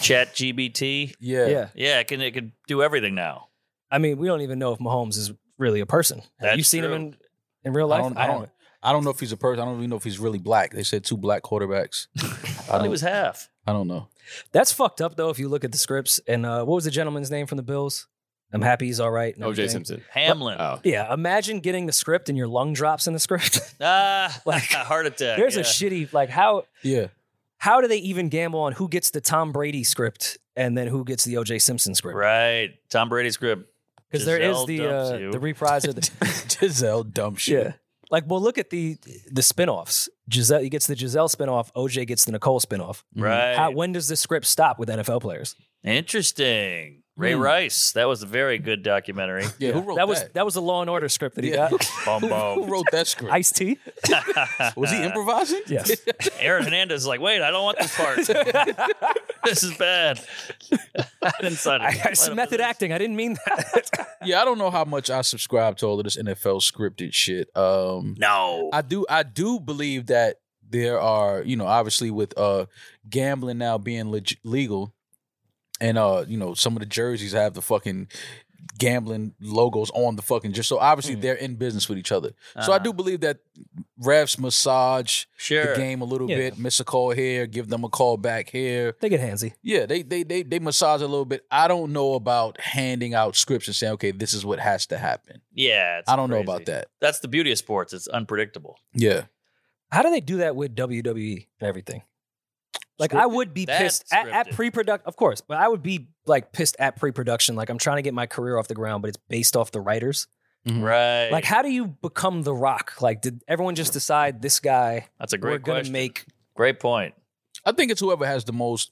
Speaker 1: Chat GBT.
Speaker 3: Yeah.
Speaker 2: yeah.
Speaker 1: Yeah, it can it can do everything now.
Speaker 2: I mean, we don't even know if Mahomes is really a person. Have you
Speaker 1: That's
Speaker 2: seen
Speaker 1: true.
Speaker 2: him in, in real
Speaker 3: I
Speaker 2: life?
Speaker 3: don't, I, don't,
Speaker 2: haven't.
Speaker 3: I don't know if he's a person. I don't even know if he's really black. They said two black quarterbacks.
Speaker 1: I thought
Speaker 3: don't-
Speaker 1: he was half.
Speaker 3: I don't know.
Speaker 2: That's fucked up though. If you look at the scripts and uh, what was the gentleman's name from the Bills? I'm happy he's all right. and
Speaker 4: OJ
Speaker 2: everything.
Speaker 4: Simpson.
Speaker 1: Hamlin.
Speaker 4: Oh,
Speaker 2: Yeah, imagine getting the script and your lung drops in the script.
Speaker 1: Ah,
Speaker 2: Like,
Speaker 1: heart attack.
Speaker 2: There's
Speaker 1: yeah.
Speaker 2: a shitty like how
Speaker 3: Yeah.
Speaker 2: how do they even gamble on who gets the Tom Brady script and then who gets the OJ Simpson script?
Speaker 1: Right. Tom Brady's grip.
Speaker 2: Because there is
Speaker 1: Giselle
Speaker 2: the
Speaker 1: dumps
Speaker 2: uh,
Speaker 1: you.
Speaker 2: the reprise of the
Speaker 3: Giselle dumb shit.
Speaker 2: Yeah. Like, well, look at the the spinoffs. Giselle he gets the Giselle spinoff. OJ gets the Nicole spinoff.
Speaker 3: Mhm.
Speaker 1: Right.
Speaker 2: How, when does this script stop with NFL players?
Speaker 1: Interesting. Ray
Speaker 3: Hmm.
Speaker 1: Rice. That was a very good documentary.
Speaker 3: Yeah. Who wrote
Speaker 2: That was that was a Law and Order script that he
Speaker 3: Yeah.
Speaker 2: got.
Speaker 1: bum
Speaker 3: Who
Speaker 1: bum.
Speaker 3: wrote that script?
Speaker 2: Ice T.
Speaker 3: was he improvising?
Speaker 2: uh, Yes.
Speaker 1: Aaron Hernandez is like, wait, I don't want this part. this is bad. I didn't sign
Speaker 2: I,
Speaker 1: it.
Speaker 2: it's method acting. I didn't mean that.
Speaker 3: yeah, I don't know how much I subscribe to all of this NFL scripted shit. Um
Speaker 1: No.
Speaker 3: I do I do believe that there are, you know, obviously with uh gambling now being leg- legal and uh, you know, some of the jerseys have the fucking gambling logos on the fucking just so obviously they're in business with each other. So I
Speaker 1: Mm. Uh-huh.
Speaker 3: do believe that refs massage
Speaker 1: Sure.
Speaker 3: the game a little
Speaker 2: Yeah.
Speaker 3: bit, miss a call here, give them a call back here.
Speaker 2: they get handsy.
Speaker 3: Yeah, they they they they massage a little bit. I don't know about handing out scripts and saying, okay, this is what has to happen.
Speaker 1: Yeah. it's
Speaker 3: I don't
Speaker 1: crazy.
Speaker 3: know about that.
Speaker 1: That's the beauty of sports. It's unpredictable.
Speaker 3: Yeah,
Speaker 2: How do they do that with WWE and everything? Like I would be
Speaker 1: That's
Speaker 2: pissed at, at
Speaker 1: scripted.
Speaker 2: pre-production, of course, but I would be like pissed at pre-production. Like I'm trying to get my career off the ground, but it's based off the writers.
Speaker 3: Mhm.
Speaker 1: Right.
Speaker 2: Like, how do you become the Rock? Like, did everyone just decide this guy?
Speaker 1: That's a
Speaker 2: we're
Speaker 1: great
Speaker 2: gonna
Speaker 1: question.
Speaker 2: make.
Speaker 1: great point.
Speaker 3: I think it's whoever has the most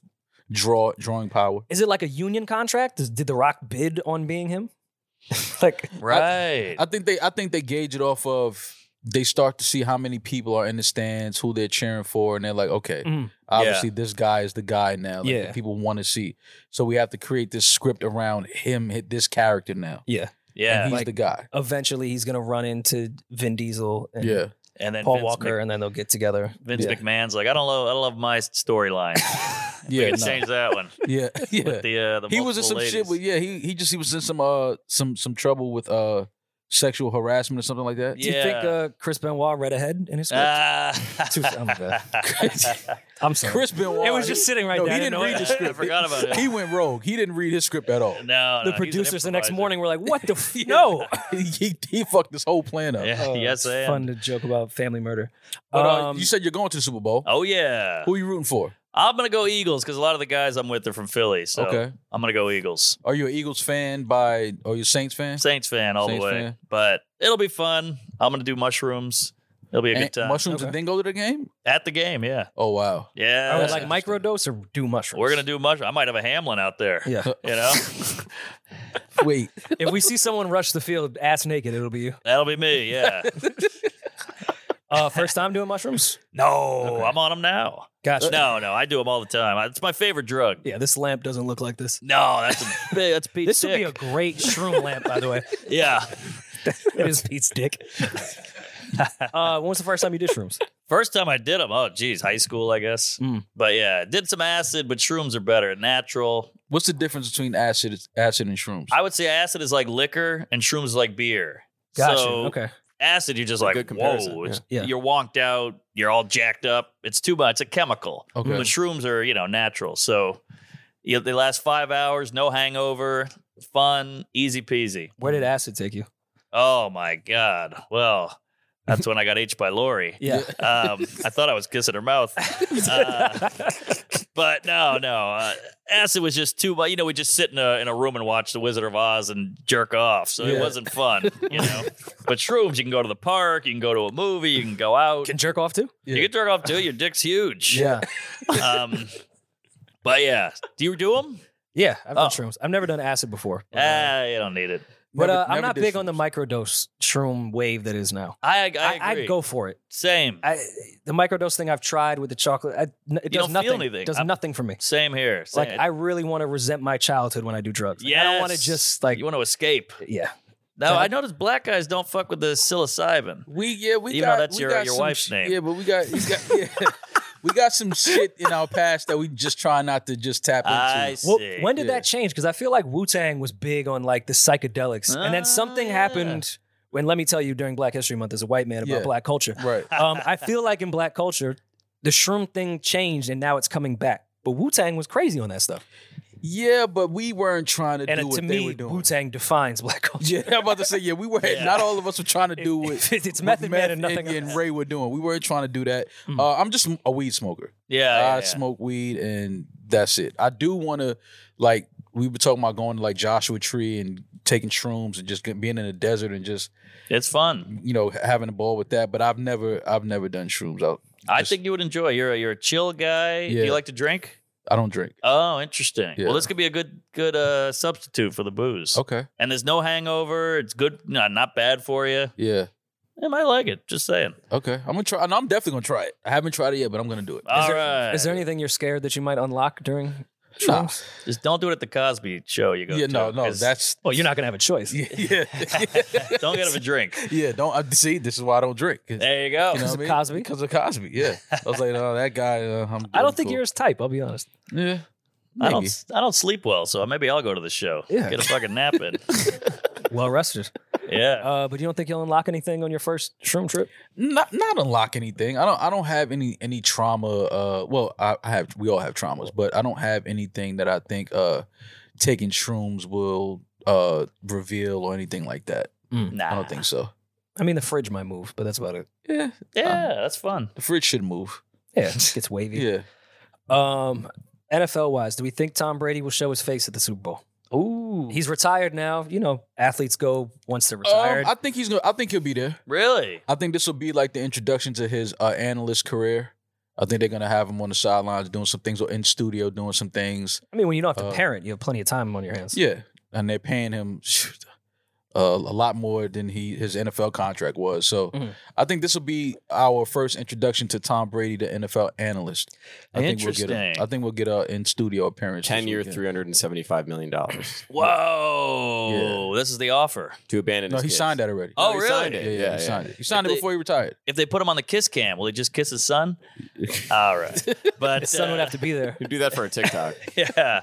Speaker 3: draw drawing power.
Speaker 2: Is it like a union contract? Does- did the Rock bid on being him? like,
Speaker 1: Right.
Speaker 3: I think they I think they gauge it off of they start to see how many people are in the stands, who they're cheering for, and they're like, okay,
Speaker 1: Mm-hmm.
Speaker 2: Mm.
Speaker 3: obviously this guy is the guy now. Like,
Speaker 2: Yeah.
Speaker 3: that people want to see, so we have to create this script around him, hit this character now.
Speaker 2: yeah.
Speaker 1: yeah.
Speaker 3: and
Speaker 1: And,
Speaker 3: he's
Speaker 2: Like-
Speaker 3: the guy.
Speaker 2: Eventually, he's gonna run into Vin Diesel and
Speaker 3: Yeah,
Speaker 1: then
Speaker 2: Paul
Speaker 1: Vince
Speaker 2: Walker,
Speaker 1: Mc-
Speaker 2: and then they'll get together.
Speaker 1: Vince
Speaker 3: Yeah.
Speaker 1: McMahon's like, I don't love, I don't love my storyline.
Speaker 3: yeah,
Speaker 1: we can
Speaker 3: nah.
Speaker 1: change that one.
Speaker 3: yeah, yeah.
Speaker 1: With the, uh, the
Speaker 3: he was in
Speaker 1: multiple
Speaker 3: some shit
Speaker 1: ladies.
Speaker 3: with yeah he he just he was in some uh some some trouble with uh sexual harassment or something like that
Speaker 1: Yeah.
Speaker 2: Do you think uh, Chris Benoit read ahead in his script?
Speaker 1: Ah.
Speaker 2: Too- oh my God. I'm sorry.
Speaker 3: Chris Benoit
Speaker 2: it was just sitting right
Speaker 3: no
Speaker 2: there.
Speaker 3: he
Speaker 2: I
Speaker 3: didn't
Speaker 2: know
Speaker 3: read
Speaker 2: it.
Speaker 3: the
Speaker 1: I
Speaker 3: script
Speaker 1: forgot about it.
Speaker 3: he went rogue he didn't read his script at all
Speaker 1: no, no,
Speaker 2: The
Speaker 1: he's an
Speaker 2: producers the next
Speaker 1: improviser.
Speaker 2: morning were like, "What the f- no?"
Speaker 3: he he fucked this whole plan up
Speaker 1: Yeah,
Speaker 2: Oh,
Speaker 1: yes,
Speaker 2: it's
Speaker 1: I am.
Speaker 2: Fun to joke about family murder.
Speaker 3: but uh,
Speaker 2: Um,
Speaker 3: you said you're going to the Super Bowl
Speaker 1: Oh yeah,
Speaker 3: who are you rooting for
Speaker 1: I'm gonna go Eagles because a lot of the guys I'm with are from Philly, so
Speaker 3: okay
Speaker 1: I'm gonna go Eagles.
Speaker 3: are you an Eagles fan by or you a Saints fan
Speaker 1: Saints fan all
Speaker 3: Saints
Speaker 1: the way,
Speaker 3: fan.
Speaker 1: but it'll be fun. I'm gonna do mushrooms. It'll be a
Speaker 3: And
Speaker 1: good time
Speaker 3: mushrooms
Speaker 2: Okay.
Speaker 3: and then go to the game
Speaker 1: at the game. Yeah,
Speaker 3: oh wow
Speaker 1: yeah.
Speaker 2: I would
Speaker 3: that's
Speaker 2: like microdose or do mushrooms.
Speaker 1: We're gonna do mushroom. I might have a Hamlin out there.
Speaker 2: Yeah.
Speaker 1: You know,
Speaker 3: wait
Speaker 2: if we see someone rush the field ass naked, it'll be you.
Speaker 1: that'll be me. Yeah.
Speaker 2: Uh, first time doing mushrooms?
Speaker 1: no, Oh, I'm on them now.
Speaker 2: Gotcha.
Speaker 1: No, no, I do them all the time. It's my favorite drug.
Speaker 2: Yeah, this lamp doesn't look like this.
Speaker 1: No, that's a big. That's Pete's
Speaker 2: This would be a
Speaker 1: dick.
Speaker 2: great shroom lamp, by the way.
Speaker 1: yeah.
Speaker 2: It is Pete's dick. Uh, when was the first time you did shrooms?
Speaker 1: First time I did them. Oh, geez, high school, I guess.
Speaker 2: Mm.
Speaker 1: But yeah, did some acid, but shrooms are better, natural.
Speaker 3: what's the difference between acid acid and shrooms
Speaker 1: I would say acid is like liquor, and shrooms is like beer.
Speaker 2: Gotcha.
Speaker 1: So
Speaker 2: okay.
Speaker 1: acid, you're just
Speaker 4: A
Speaker 1: like,
Speaker 4: good comparison,
Speaker 1: whoa, it's,
Speaker 2: yeah. Yeah.
Speaker 1: you're wonked out, you're all jacked up. It's too much. It's a chemical.
Speaker 2: Oh,
Speaker 3: okay
Speaker 1: But shrooms are, you know, natural. So you know, they last five hours, no hangover, fun, easy peasy.
Speaker 2: Where did acid take you?
Speaker 1: Oh my God. Well, that's when I got H by Lori.
Speaker 2: Yeah.
Speaker 1: Um, I thought I was kissing her mouth. Uh, but no, no. Uh, acid was just too much. You know, we just sit in a in a room and watch The Wizard of Oz and jerk off, so
Speaker 2: Yeah.
Speaker 1: it wasn't fun. You know, but shrooms, you can go to the park, you can go to a movie, you can go out,
Speaker 2: Can jerk off too?
Speaker 1: you can jerk off too. Your dick's huge.
Speaker 2: Yeah.
Speaker 1: Um, but yeah, do you do them?
Speaker 2: Yeah, I've done
Speaker 1: Oh.
Speaker 2: shrooms. I've never done acid before.
Speaker 1: Ah, you don't need it.
Speaker 2: but
Speaker 3: Never-
Speaker 2: uh, I'm
Speaker 3: never
Speaker 2: not
Speaker 3: did
Speaker 2: big on the
Speaker 3: shrooms.
Speaker 2: microdose shroom wave that is now.
Speaker 1: I I,
Speaker 2: I,
Speaker 1: agree.
Speaker 2: would go for it.
Speaker 1: same.
Speaker 2: I, the microdose thing I've tried with the chocolate, I, n- it
Speaker 1: You
Speaker 2: does
Speaker 1: don't
Speaker 2: nothing.
Speaker 1: feel anything.
Speaker 2: Does
Speaker 1: I'm-
Speaker 2: nothing for me.
Speaker 1: same here. Same.
Speaker 2: Like I really want to resent my childhood when I do drugs. Like, I don't want to
Speaker 1: Yes.
Speaker 2: just like
Speaker 1: you want to escape.
Speaker 2: yeah.
Speaker 1: No,
Speaker 2: That-
Speaker 1: I noticed black guys don't fuck with the psilocybin.
Speaker 3: We yeah we
Speaker 1: Even though
Speaker 3: got
Speaker 1: that's
Speaker 3: we
Speaker 1: your-
Speaker 3: got
Speaker 1: your
Speaker 3: some
Speaker 1: wife's
Speaker 3: sh-
Speaker 1: name.
Speaker 3: Yeah, but we got we got yeah. we got some shit in our past that we just try not to just tap into.
Speaker 1: I see.
Speaker 2: Well, when did
Speaker 3: Yeah.
Speaker 2: that change? Because I feel like Wu Tang was big on like the psychedelics, and then
Speaker 1: Ah,
Speaker 2: something
Speaker 1: yeah.
Speaker 2: happened. When let me tell you, during Black History Month, as a white man about
Speaker 3: Yeah.
Speaker 2: black culture,
Speaker 3: right.
Speaker 2: um, I feel like in black culture, the shroom thing changed, and now it's coming back. But Wu Tang was crazy on that stuff,
Speaker 3: Yeah, but we weren't trying to
Speaker 2: and
Speaker 3: do
Speaker 2: it,
Speaker 3: what
Speaker 2: to
Speaker 3: they
Speaker 2: me,
Speaker 3: were doing.
Speaker 2: Wu Tang defines black culture.
Speaker 3: Yeah, I'm about to say, yeah, we were
Speaker 1: Yeah.
Speaker 3: not all of us were trying to do what
Speaker 2: If it's- it's
Speaker 3: what
Speaker 2: Method Man and nothing
Speaker 3: and, and
Speaker 2: else.
Speaker 3: Ray were doing. We weren't trying to do that.
Speaker 2: Mm.
Speaker 3: Uh, I'm just a weed smoker.
Speaker 1: Oh, yeah, yeah,
Speaker 2: Ah,
Speaker 3: I
Speaker 1: yeah.
Speaker 3: smoke weed and that's it. I do want to like we were talking about going to like Joshua Tree and taking shrooms and just get- being in the desert and just
Speaker 1: It's fun.
Speaker 3: you know having a ball with that. But I've never I've never done shrooms. I,
Speaker 1: I
Speaker 3: Just-
Speaker 1: think you would enjoy. You're a, you're a chill guy. Do
Speaker 3: Yeah.
Speaker 1: you like to drink?
Speaker 3: I don't drink.
Speaker 1: Oh, interesting.
Speaker 3: Yeah.
Speaker 1: Well, this could be a good good uh, substitute for the booze.
Speaker 3: Okay.
Speaker 1: And there's no hangover. It's good, not not bad for you.
Speaker 3: Yeah.
Speaker 1: I might like it. Just saying.
Speaker 3: Okay. I'm gonna try. No, I'm definitely gonna try it. I haven't tried it yet, but I'm gonna do it.
Speaker 1: All right.
Speaker 2: there- Is there anything you're scared that you might unlock during
Speaker 3: Nah.
Speaker 2: shrooms?
Speaker 1: Just don't do it at the Cosby show. You go.
Speaker 3: Yeah.
Speaker 1: to,
Speaker 3: No. No.
Speaker 1: 'cause-
Speaker 3: That's.
Speaker 2: Well, you're not gonna have a choice.
Speaker 3: Yeah. Yeah.
Speaker 1: don't get him a drink.
Speaker 3: yeah. Don't I, see. This is why I don't drink. 'Cause-
Speaker 1: There you go.
Speaker 3: You know
Speaker 2: Because
Speaker 3: what
Speaker 2: of
Speaker 3: I mean?
Speaker 2: Cosby?
Speaker 3: Because of Cosby, yeah. I was like, oh, that guy. Uh, I'm,
Speaker 2: I
Speaker 3: I'm
Speaker 2: don't think
Speaker 3: cool.
Speaker 2: you're his type. I'll be honest.
Speaker 3: Yeah.
Speaker 1: I
Speaker 3: maybe.
Speaker 1: don't. I don't sleep well, so maybe I'll go to the show.
Speaker 2: Yeah.
Speaker 1: Get a fucking nap in.
Speaker 2: Well rested.
Speaker 1: yeah.
Speaker 2: Uh, but you don't think you'll unlock anything on your first shroom trip?
Speaker 3: not not unlock anything. I don't I don't have any any trauma. Uh, well, I, I have we all have traumas, but I don't have anything that I think uh taking shrooms will uh reveal or anything like that.
Speaker 2: Mm.
Speaker 1: Nah.
Speaker 3: I don't think so.
Speaker 2: I mean, the fridge might move, but that's about it.
Speaker 3: Yeah,
Speaker 2: Um,
Speaker 1: Yeah, that's fun.
Speaker 3: the fridge should move.
Speaker 2: Yeah, it just gets wavy.
Speaker 3: Yeah,
Speaker 2: Um, NFL wise, do we think Tom Brady will show his face at the Super Bowl?
Speaker 1: Ooh.
Speaker 2: He's retired now. You know, athletes go once they're
Speaker 3: um,
Speaker 2: retired.
Speaker 3: I think he's gonna. I think he'll be there.
Speaker 1: Really?
Speaker 3: I think this will be like the introduction to his uh, analyst career. I think they're gonna have him on the sidelines doing some things or in studio doing some things.
Speaker 2: I mean, when you don't have to
Speaker 3: uh,
Speaker 2: parent, you have plenty of time on your hands.
Speaker 3: Yeah, and they're paying him shoot, uh, a lot more than he his NFL contract was. So
Speaker 2: Mhm.
Speaker 3: I think this will be our first introduction to Tom Brady, the NFL analyst. I Think we'll get
Speaker 1: Interesting.
Speaker 3: a, I think we'll get a in studio appearance. this
Speaker 4: 10 year,
Speaker 3: weekend.
Speaker 4: $375 million
Speaker 1: Whoa. This is the offer.
Speaker 4: to abandon
Speaker 3: No,
Speaker 4: his
Speaker 3: he
Speaker 4: kids.
Speaker 3: signed that already.
Speaker 1: Oh,
Speaker 4: he
Speaker 1: really?
Speaker 4: signed
Speaker 3: yeah,
Speaker 4: it.
Speaker 3: yeah,
Speaker 4: yeah,
Speaker 3: he
Speaker 4: yeah.
Speaker 3: signed it. He signed
Speaker 1: If
Speaker 3: it
Speaker 1: they-
Speaker 3: before he retired.
Speaker 1: If they put him on the kiss cam, will he just kiss his son? All right. But
Speaker 2: His son would
Speaker 1: uh,
Speaker 2: have to be there.
Speaker 4: You do that for a TikTok.
Speaker 1: Yeah.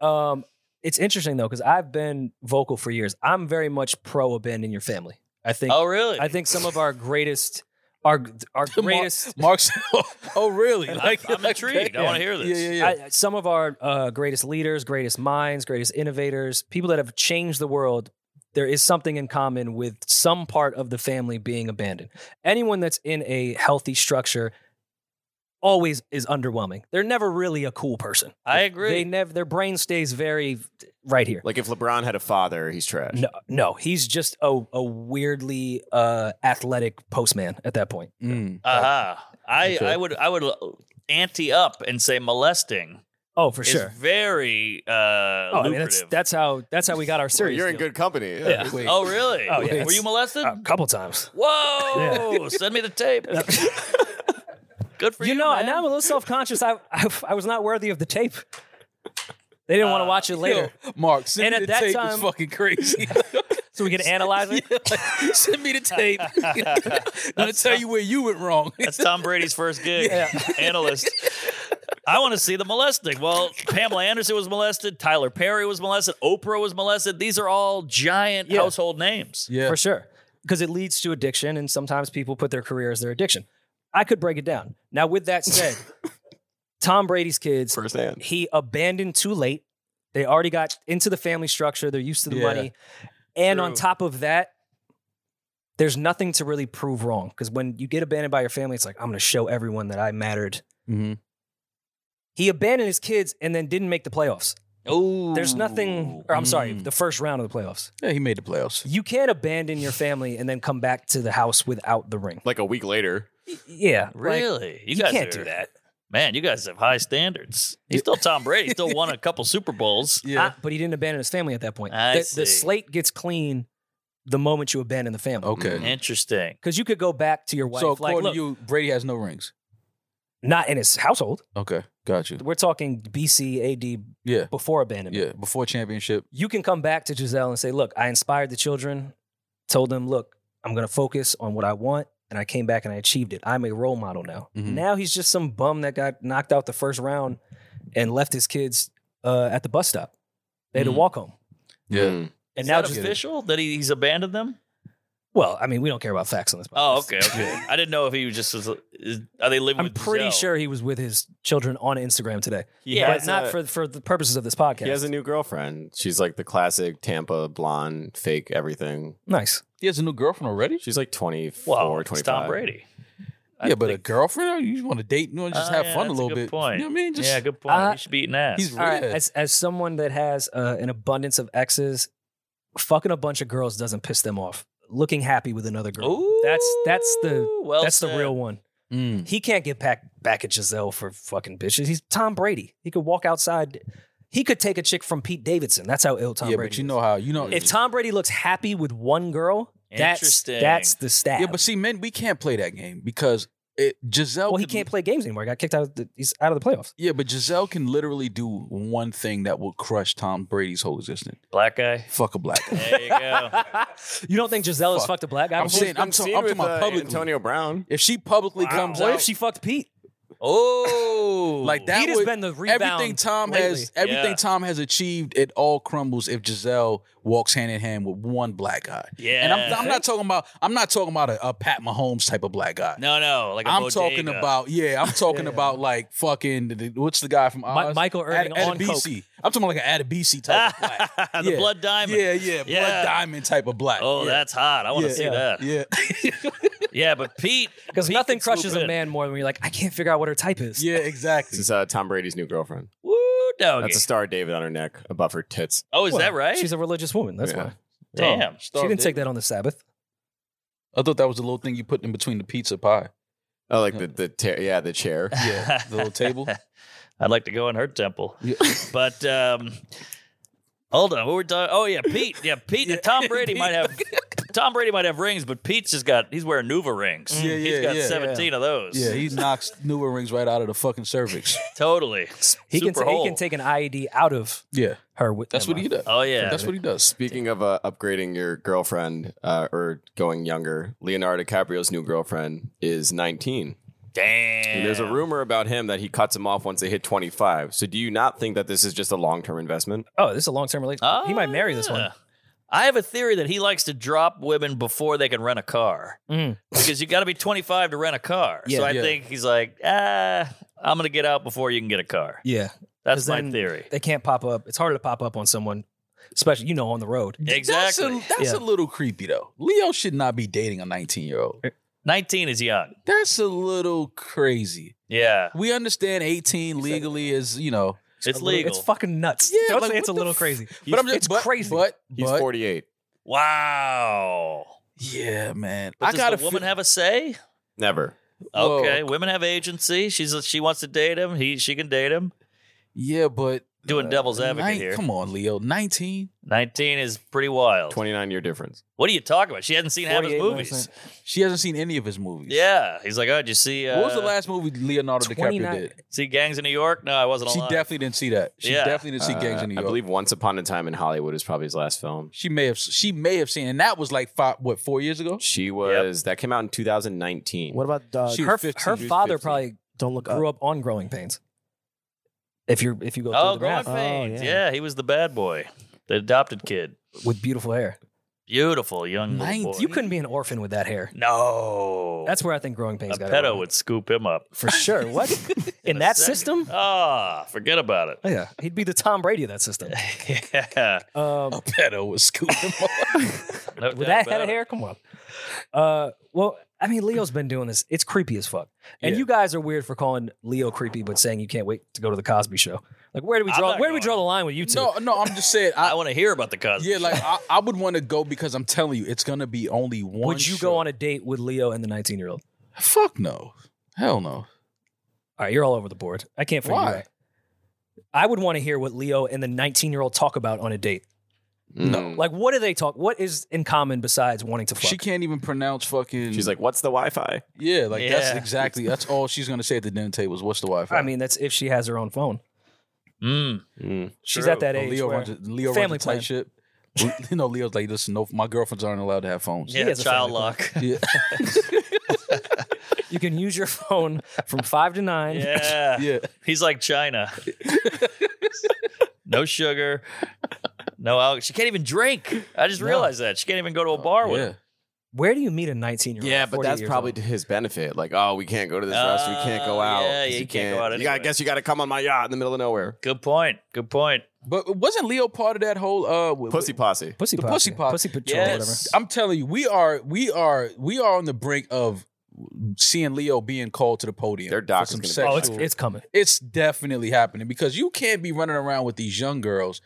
Speaker 2: Um, it's interesting though because I've been vocal for years. I'm very much pro abandon your family. I think.
Speaker 1: Oh, really?
Speaker 2: I think some of our greatest, our our greatest.
Speaker 3: Mark's. oh, really?
Speaker 1: I'm intrigued. I wanna hear this.
Speaker 3: Yeah, yeah, yeah.
Speaker 2: I, some of our uh, greatest leaders, greatest minds, greatest innovators, people that have changed the world, there is something in common with some part of the family being abandoned. Anyone that's in a healthy structure always is underwhelming. They're never really a cool person.
Speaker 1: I agree.
Speaker 2: They never their brain stays very right here.
Speaker 4: like if LeBron had a father, he's trash.
Speaker 2: No, no, he's just a, a weirdly uh, athletic postman at that point.
Speaker 3: Mm.
Speaker 1: Uh-huh. I,
Speaker 3: Okay.
Speaker 1: I would I would ante up and say molesting
Speaker 2: Oh, for
Speaker 1: is
Speaker 2: sure.
Speaker 1: very uh
Speaker 2: Oh, I mean, that's
Speaker 1: lucrative.
Speaker 2: that's how that's how we got our
Speaker 4: Well,
Speaker 2: series.
Speaker 4: you're in
Speaker 2: deal.
Speaker 4: good company.
Speaker 2: Yeah.
Speaker 3: Wait.
Speaker 1: oh really?
Speaker 2: Oh, yeah,
Speaker 1: Were
Speaker 2: it's-
Speaker 1: you molested?
Speaker 2: a couple times.
Speaker 1: Whoa! Send me the tape. Good for you.
Speaker 2: you know,
Speaker 1: man.
Speaker 2: now I'm a little self conscious. I, I I was not worthy of the tape. They didn't want to watch it later,
Speaker 3: Uh, Yo, Mark, send
Speaker 2: And
Speaker 3: me
Speaker 2: at
Speaker 3: the
Speaker 2: that
Speaker 3: tape.
Speaker 2: time-
Speaker 3: it's fucking crazy.
Speaker 2: so we could analyze it.
Speaker 3: send me the tape. I'm gonna tell you where you went wrong.
Speaker 1: That's Tom Brady's first gig. Analyst. I want to see the molesting. Well, Pamela Anderson was molested. Tyler Perry was molested. Oprah was molested. These are all giant
Speaker 2: Yeah.
Speaker 1: household names.
Speaker 3: yeah,
Speaker 2: for sure, because it leads to addiction, and sometimes people put their career as their addiction. I could break it down. Now, with that said, Tom Brady's kids,
Speaker 4: Firsthand.
Speaker 2: he abandoned too late. They already got into the family structure. They're used to the
Speaker 3: Yeah.
Speaker 2: money, and on
Speaker 1: True.
Speaker 2: top of that. There's nothing to really prove wrong because when you get abandoned by your family, it's like, I'm going to show everyone that I mattered
Speaker 3: Mm-hmm.
Speaker 2: He abandoned his kids and then didn't make the playoffs.
Speaker 1: Oh,
Speaker 2: There's nothing, or I'm sorry,
Speaker 3: Mm.
Speaker 2: the first round of the playoffs.
Speaker 3: Yeah, he made the playoffs.
Speaker 2: You can't abandon your family and then come back to the house without the ring.
Speaker 4: Like a week later.
Speaker 2: Yeah. Like,
Speaker 1: Really? you
Speaker 2: you
Speaker 1: guys
Speaker 2: can't
Speaker 1: are-
Speaker 2: do that.
Speaker 1: Man, you guys have high standards. He's still Tom Brady. He still won a couple Super Bowls.
Speaker 2: Ah, but he didn't abandon his family at that point.
Speaker 1: I
Speaker 2: the, the
Speaker 1: see.
Speaker 2: slate gets clean the moment you abandon the family.
Speaker 3: okay.
Speaker 1: Interesting.
Speaker 2: Because you could go back to your wife,
Speaker 3: So
Speaker 2: like,
Speaker 3: according
Speaker 2: look,
Speaker 3: to you, Brady has no rings.
Speaker 2: not in his household.
Speaker 3: Okay, got you.
Speaker 2: We're talking BC, AD,
Speaker 3: Yeah,
Speaker 2: before abandonment.
Speaker 3: yeah. Before championship,
Speaker 2: you can come back to Giselle and say, look, I inspired the children, told them, look, I'm going to focus on what I want. and I came back and I achieved it. I'm a role model now.
Speaker 3: Mhm.
Speaker 2: Now he's just some bum that got knocked out the first round and left his kids uh, at the bus stop. They had
Speaker 3: Mhm.
Speaker 2: to walk home.
Speaker 3: Yeah.
Speaker 4: Mm.
Speaker 1: And
Speaker 2: And
Speaker 1: now
Speaker 2: now
Speaker 1: that
Speaker 2: just-
Speaker 1: official that he, he's abandoned them.
Speaker 2: Well, I mean, we don't care about facts on this.
Speaker 1: Oh,
Speaker 2: podcast.
Speaker 1: okay, okay. I didn't know if he was just was, is, are they living?
Speaker 2: I'm
Speaker 1: with
Speaker 2: pretty
Speaker 1: Giselle?
Speaker 2: sure he was with his children on Instagram today,
Speaker 4: He
Speaker 2: but
Speaker 4: has
Speaker 2: not
Speaker 4: a-
Speaker 2: for for the purposes of this podcast.
Speaker 4: He has a new girlfriend. She's like the classic Tampa blonde, fake everything.
Speaker 2: nice.
Speaker 3: He has a new girlfriend already.
Speaker 4: She's like 24,
Speaker 1: Well, it's
Speaker 4: 25.
Speaker 1: Tom Brady. I
Speaker 3: yeah, but a
Speaker 1: think-
Speaker 3: girlfriend, you just want to date, you want to just
Speaker 1: Oh,
Speaker 3: have
Speaker 1: yeah,
Speaker 3: fun a
Speaker 1: that's
Speaker 3: little
Speaker 1: good
Speaker 3: bit.
Speaker 1: Point.
Speaker 3: You know what I mean? Just,
Speaker 1: yeah, good point.
Speaker 2: Uh,
Speaker 1: he should be eating ass.
Speaker 3: he's
Speaker 2: All right,
Speaker 3: Yeah.
Speaker 2: as as someone that has uh, an abundance of exes, fucking a bunch of girls doesn't piss them off. Looking happy with another girl. That's that's the
Speaker 1: Ooh, well
Speaker 2: that's
Speaker 1: said.
Speaker 2: the real one.
Speaker 3: Mm.
Speaker 2: He can't get back back at Giselle for fucking bitches. He's Tom Brady. He could walk outside. He could take a chick from Pete Davidson. That's how ill Tom
Speaker 3: yeah,
Speaker 2: Brady.
Speaker 3: but you
Speaker 2: is.
Speaker 3: know how you know.
Speaker 2: if Tom Brady looks happy with one girl, that's
Speaker 1: Interesting.
Speaker 2: that's the stat.
Speaker 3: yeah, but see, men, we can't play that game because it, Giselle.
Speaker 2: well, he
Speaker 3: could-
Speaker 2: can't play games anymore. He got kicked out. Of the, he's out of the playoffs.
Speaker 3: Yeah, but Giselle can literally do one thing that will crush Tom Brady's whole existence.
Speaker 1: black guy.
Speaker 3: Fuck a black. guy.
Speaker 1: There you go.
Speaker 2: you don't think Giselle has
Speaker 3: Fuck.
Speaker 2: fucked a black guy?
Speaker 3: I'm
Speaker 2: before?
Speaker 3: saying- I'm
Speaker 4: Seen
Speaker 3: ta- I'm
Speaker 4: with,
Speaker 3: talking about
Speaker 4: uh,
Speaker 3: publicly.
Speaker 4: Antonio Brown.
Speaker 3: if she publicly comes
Speaker 2: what
Speaker 3: out,
Speaker 2: if she fucked Pete?
Speaker 1: Oh,
Speaker 3: like that
Speaker 2: Pete has
Speaker 3: would,
Speaker 2: been the rebound
Speaker 3: everything Tom has
Speaker 1: lately.
Speaker 3: everything
Speaker 1: Yeah.
Speaker 3: Tom has achieved, it all crumbles if Giselle walks hand in hand with one black guy.
Speaker 1: Yeah,
Speaker 3: And I'm, I'm not talking about I'm not talking about a, a Pat Mahomes type of black guy.
Speaker 1: No, no. Like i
Speaker 3: I'm talking about yeah, I'm talking about like fucking the- the- what's the guy from
Speaker 2: Mi-
Speaker 3: Oz?
Speaker 2: Michael Irving
Speaker 3: Ad-
Speaker 2: on coke.
Speaker 3: Adebisi. I'm talking about like an Adebisi type of black.
Speaker 1: the
Speaker 3: Yeah.
Speaker 1: blood diamond.
Speaker 3: Yeah, yeah, blood
Speaker 1: Yeah.
Speaker 3: diamond type of black.
Speaker 1: Oh,
Speaker 3: yeah.
Speaker 1: that's hot. I want to
Speaker 3: Yeah.
Speaker 1: see
Speaker 2: Yeah.
Speaker 1: that. Yeah.
Speaker 3: yeah.
Speaker 1: but Pete,
Speaker 2: Because
Speaker 1: Pete
Speaker 2: nothing
Speaker 1: can swoop
Speaker 2: crushes a
Speaker 1: in.
Speaker 2: man more than when you're like, I can't figure out what her type is.
Speaker 3: Yeah, exactly.
Speaker 4: This is uh, Tom Brady's new girlfriend.
Speaker 1: Woo, doggy.
Speaker 4: That's a star David on her neck above her tits.
Speaker 1: oh, is
Speaker 2: Well,
Speaker 1: that right?
Speaker 2: She's a religious woman. That's
Speaker 4: Yeah.
Speaker 2: why.
Speaker 1: Damn.
Speaker 2: She didn't take that on the Sabbath.
Speaker 3: I thought that was the little thing you put in between the pizza pie.
Speaker 4: Oh, like the the ta- yeah the chair.
Speaker 3: Yeah, the little table.
Speaker 1: I'd like to go in her temple,
Speaker 3: Yeah.
Speaker 1: but um, hold on. What were we talking? Oh yeah, Pete. Yeah, Pete. Tom Brady might have. Tom Brady might have rings, but Pete's just got. He's wearing Nuva rings.
Speaker 3: Yeah,
Speaker 1: he's
Speaker 3: yeah,
Speaker 1: got
Speaker 3: yeah.
Speaker 1: seventeen of those.
Speaker 3: Yeah, he knocks newer rings right out of the fucking cervix.
Speaker 1: totally.
Speaker 2: He can,
Speaker 1: Super
Speaker 2: he
Speaker 1: hole.
Speaker 2: can take an IED out of
Speaker 3: Yeah,
Speaker 2: her. With
Speaker 3: that's what he does.
Speaker 1: Oh yeah,
Speaker 3: That's what he does.
Speaker 4: Speaking of uh, upgrading your girlfriend uh, or going younger, Leonardo DiCaprio's new girlfriend is 19.
Speaker 1: damn.
Speaker 4: And there's a rumor about him that he cuts him off once they hit 25. So do you not think that this is just a long term investment?
Speaker 2: Oh, this is a long term relationship. he might marry this one.
Speaker 1: Ah. I have a theory that he likes to drop women before they can rent a car
Speaker 2: Mm.
Speaker 1: because you got to be 25 to rent a car.
Speaker 2: Yeah,
Speaker 1: so I
Speaker 3: yeah.
Speaker 1: think he's like, ah, I'm going to get out before you can get a car.
Speaker 2: Yeah.
Speaker 1: That's
Speaker 2: 'Cause
Speaker 1: my
Speaker 2: then
Speaker 1: theory.
Speaker 2: They can't pop up. It's harder to pop up on someone, especially, you know, on the road.
Speaker 1: Exactly.
Speaker 3: That's, a, that's
Speaker 2: Yeah.
Speaker 3: a little creepy though. Leo should not be dating a 19 year old.
Speaker 1: 19 is young.
Speaker 3: That's a little crazy.
Speaker 1: Yeah.
Speaker 3: We understand 18 legally is you know,
Speaker 1: It's
Speaker 2: A little-
Speaker 1: legal.
Speaker 2: It's fucking nuts.
Speaker 3: Yeah,
Speaker 2: Don't
Speaker 3: like,
Speaker 2: say it's a
Speaker 3: what the
Speaker 2: little
Speaker 3: f-
Speaker 2: crazy.
Speaker 3: but I'm just
Speaker 2: it's
Speaker 3: but,
Speaker 2: crazy.
Speaker 3: But
Speaker 4: He's
Speaker 3: but
Speaker 4: 48.
Speaker 1: wow.
Speaker 3: yeah, man.
Speaker 1: But
Speaker 3: I
Speaker 1: does
Speaker 3: gotta
Speaker 1: the woman
Speaker 3: feel-
Speaker 1: have a say?
Speaker 4: Never.
Speaker 3: Whoa.
Speaker 1: Okay, women have agency. She's she wants to date him. He she can date him.
Speaker 3: Yeah, but uh,
Speaker 1: Doing devil's advocate
Speaker 3: nine-
Speaker 1: here.
Speaker 3: Come on, Leo. 19.
Speaker 1: 19 is pretty wild.
Speaker 4: 29 year difference.
Speaker 1: What are you talking about? She hasn't seen half his
Speaker 2: 48
Speaker 1: movies.
Speaker 3: She hasn't seen any of his movies.
Speaker 1: Yeah, he's like, oh, did you see? Uh,
Speaker 3: what was the last movie Leonardo DiCaprio
Speaker 2: 29
Speaker 3: did?
Speaker 1: See Gangs in New York? No, I wasn't.
Speaker 3: She
Speaker 1: alive.
Speaker 3: definitely didn't see that. She
Speaker 1: Yeah.
Speaker 3: definitely didn't see
Speaker 4: Uh,
Speaker 3: Gangs in New
Speaker 4: I
Speaker 3: York.
Speaker 4: believe Once Upon a Time in Hollywood is probably his last film.
Speaker 3: she may have she may have seen, and that was like five, what four years ago.
Speaker 4: She was, that came out in 2019.
Speaker 6: What about uh,
Speaker 3: She-
Speaker 2: Her,
Speaker 3: 15,
Speaker 2: her
Speaker 3: she was
Speaker 2: father
Speaker 3: 15.
Speaker 2: probably
Speaker 6: Don't look up.
Speaker 2: grew up on growing pains. If you're if you go
Speaker 1: Oh,
Speaker 2: through the
Speaker 1: Growing
Speaker 2: math,
Speaker 6: Oh,
Speaker 1: Pains. yeah.
Speaker 6: yeah.
Speaker 1: he was the bad boy, the adopted kid.
Speaker 2: with beautiful hair,
Speaker 1: Beautiful young little
Speaker 3: Ninth-
Speaker 1: boy.
Speaker 2: you couldn't be an orphan with that hair.
Speaker 1: No,
Speaker 2: That's where I think growing
Speaker 1: a
Speaker 2: pains got it
Speaker 1: pedo
Speaker 2: wrong.
Speaker 1: would scoop him up
Speaker 2: for sure. What in
Speaker 1: a
Speaker 2: that
Speaker 1: second.
Speaker 2: system?
Speaker 1: Ah, forget about it.
Speaker 2: Oh, yeah, he'd be the Tom Brady of that system.
Speaker 1: yeah,
Speaker 2: Um,
Speaker 3: Pedo was scooping.
Speaker 1: no doubt
Speaker 2: with that head
Speaker 1: about
Speaker 2: of
Speaker 1: it.
Speaker 2: hair, come on. Uh, well, I mean, Leo's been doing this. It's creepy as fuck. And
Speaker 3: Yeah.
Speaker 2: you guys are weird for calling Leo creepy, but saying you can't wait to go to the Cosby Show. Like, where do we
Speaker 1: I'm
Speaker 2: draw?
Speaker 1: not
Speaker 2: Where do we
Speaker 1: going.
Speaker 2: draw the line with you two?
Speaker 3: no, no, I'm just saying.
Speaker 1: I
Speaker 3: I,
Speaker 1: want to hear about the Cosby.
Speaker 3: yeah, like I, I would want to go because I'm telling you, it's gonna be only one.
Speaker 2: Would you go on a date with Leo and the 19 year old?
Speaker 3: Fuck no, hell no.
Speaker 2: All right, you're all over the board. I can't figure
Speaker 3: Why?
Speaker 2: you out. I would want to hear what Leo and the 19 year old talk about on a date.
Speaker 4: No.
Speaker 2: Like, what do they talk? What is in common besides wanting to fuck?
Speaker 3: She can't even pronounce fucking.
Speaker 4: She's like, what's the Wi Fi?
Speaker 3: yeah, like
Speaker 1: Yeah.
Speaker 3: that's exactly that's all she's gonna say at the dinner table is what's the Wi-Fi.
Speaker 2: I mean, that's if she has her own phone.
Speaker 1: Mm.
Speaker 2: She's
Speaker 1: True.
Speaker 2: at that
Speaker 3: Oh,
Speaker 4: Mm.
Speaker 2: age.
Speaker 3: Leo
Speaker 2: where-
Speaker 3: runs a, Leo
Speaker 2: family
Speaker 3: runs a tight
Speaker 2: plan.
Speaker 3: ship. you know, Leo's like, listen, no, my girlfriends aren't allowed to have phones.
Speaker 1: Yeah,
Speaker 2: has a
Speaker 1: child
Speaker 2: family
Speaker 1: lock.
Speaker 3: Yeah.
Speaker 2: You can use your phone from five to nine.
Speaker 1: Yeah.
Speaker 3: yeah.
Speaker 1: He's like China. no sugar, no alcohol. She can't even drink. I just
Speaker 2: No.
Speaker 1: realized that. She can't even go to a bar with
Speaker 3: yeah.
Speaker 1: him.
Speaker 2: Where do you meet a 19 year old?
Speaker 4: Yeah, but that's probably to his benefit. Like, oh, we can't go to this restaurant. We can't go
Speaker 1: Oh,
Speaker 4: out.
Speaker 1: yeah,
Speaker 4: 'cause
Speaker 1: you
Speaker 4: you
Speaker 1: can't go out
Speaker 4: You gotta- I
Speaker 1: anyway.
Speaker 4: guess you got to come on my yacht in the middle of nowhere.
Speaker 1: Good point. Good point.
Speaker 3: But wasn't Leo part of that whole uh w-
Speaker 4: Pussy posse.
Speaker 2: pussy
Speaker 3: The
Speaker 2: posse.
Speaker 3: pussy pop-
Speaker 2: Pussy patrol. or Whatever.
Speaker 1: Yes.
Speaker 3: I'm telling you, we are we are we are on the brink of seeing Leo being called to the podium.
Speaker 4: Their doc
Speaker 3: for some
Speaker 4: is gonna be
Speaker 2: Oh,
Speaker 3: sexual-
Speaker 2: it's it's coming.
Speaker 3: it's definitely happening because you can't be running around with these young girls,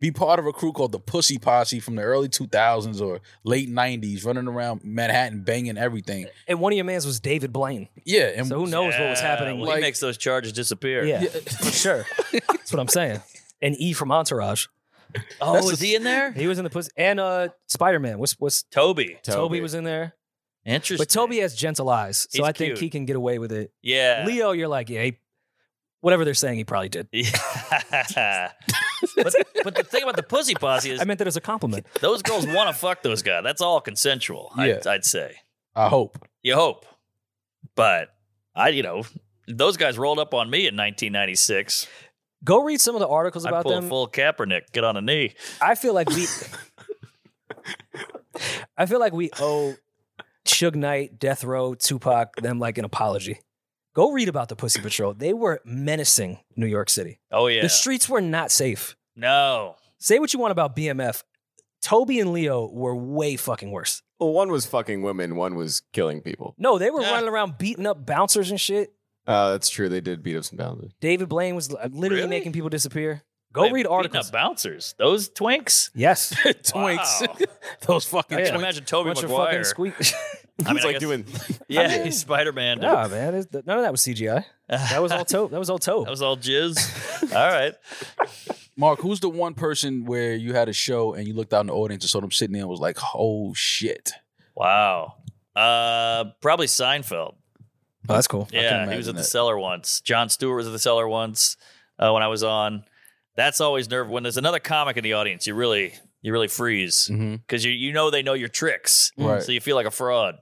Speaker 3: be part of a crew called the Pussy Posse from the early 2000s or late 90s, running around Manhattan banging everything.
Speaker 2: And one of your mans was David Blaine.
Speaker 3: Yeah, and
Speaker 2: So who knows what was
Speaker 1: Yeah,
Speaker 2: happening?
Speaker 1: Well,
Speaker 3: Like-
Speaker 1: he makes those charges disappear.
Speaker 2: yeah, for sure. That's what I'm saying. And E from Entourage.
Speaker 1: Oh,
Speaker 3: That's
Speaker 1: is
Speaker 3: the-
Speaker 1: he in there?
Speaker 2: He was in the pussy. And uh, Spider Man. What's what's
Speaker 1: Toby.
Speaker 2: Toby. was in there.
Speaker 1: Interesting.
Speaker 2: But Toby has gentle eyes, so
Speaker 1: He's
Speaker 2: I think
Speaker 1: cute.
Speaker 2: he can get away with it.
Speaker 1: Yeah.
Speaker 2: Leo, you're like, yeah, he, whatever they're saying, he probably did.
Speaker 1: Yeah. but, but the thing about the pussy posse is
Speaker 2: I meant that as a compliment.
Speaker 1: those girls want to fuck those guys. That's all consensual, I'd,
Speaker 3: Yeah.
Speaker 1: I'd say.
Speaker 3: I hope.
Speaker 1: You hope. But I, you know, those guys rolled up on me in 1996.
Speaker 2: Go read some of the articles
Speaker 1: I
Speaker 2: about
Speaker 1: pull a
Speaker 2: them.
Speaker 1: full Kaepernick, get on a knee.
Speaker 2: I feel like we, I feel like we owe Suge Knight, Death Row, Tupac, them like an apology. Go read about the Pussy Patrol. They were menacing New York City.
Speaker 1: Oh, yeah.
Speaker 2: The streets were not safe.
Speaker 1: no.
Speaker 2: Say what you want about BMF. Toby and Leo were way fucking worse.
Speaker 4: Well, one was fucking women. One was killing people.
Speaker 2: No, they were
Speaker 1: Yeah.
Speaker 2: running around beating up bouncers and shit.
Speaker 4: Uh, that's true. They did beat up some bouncers.
Speaker 2: David Blaine was li- literally
Speaker 1: Really?
Speaker 2: making people disappear. Go
Speaker 1: They
Speaker 2: read
Speaker 1: beating
Speaker 2: articles.
Speaker 1: Up bouncers. Those twinks.
Speaker 2: Yes.
Speaker 3: Twinks. Those fucking
Speaker 1: I
Speaker 2: Yeah.
Speaker 1: can imagine Toby
Speaker 2: Bunch of
Speaker 1: Maguire.
Speaker 2: fucking squeak.
Speaker 1: I mean,
Speaker 4: It's
Speaker 1: I
Speaker 4: like
Speaker 1: guess-
Speaker 4: doing.
Speaker 1: yeah, he's Spider Man.
Speaker 2: nah, man. it's- None of that was CGI. That was all Tobe. That was all Tobe.
Speaker 1: that was all jizz. all right.
Speaker 3: Mark, who's the one person where you had a show and you looked out in the audience and saw them sitting there and was like, oh shit.
Speaker 1: Wow. Uh, probably Seinfeld.
Speaker 2: Oh, that's cool.
Speaker 3: I can
Speaker 1: Yeah, he was
Speaker 3: imagine
Speaker 1: at the
Speaker 3: that.
Speaker 1: cellar once. John Stewart was at the cellar once uh, when I was on. That's always nerve. When there's another comic in the audience, you really you really freeze
Speaker 3: Mm-hmm.
Speaker 1: because you you know they know your tricks,
Speaker 3: Right.
Speaker 1: so you feel like a fraud.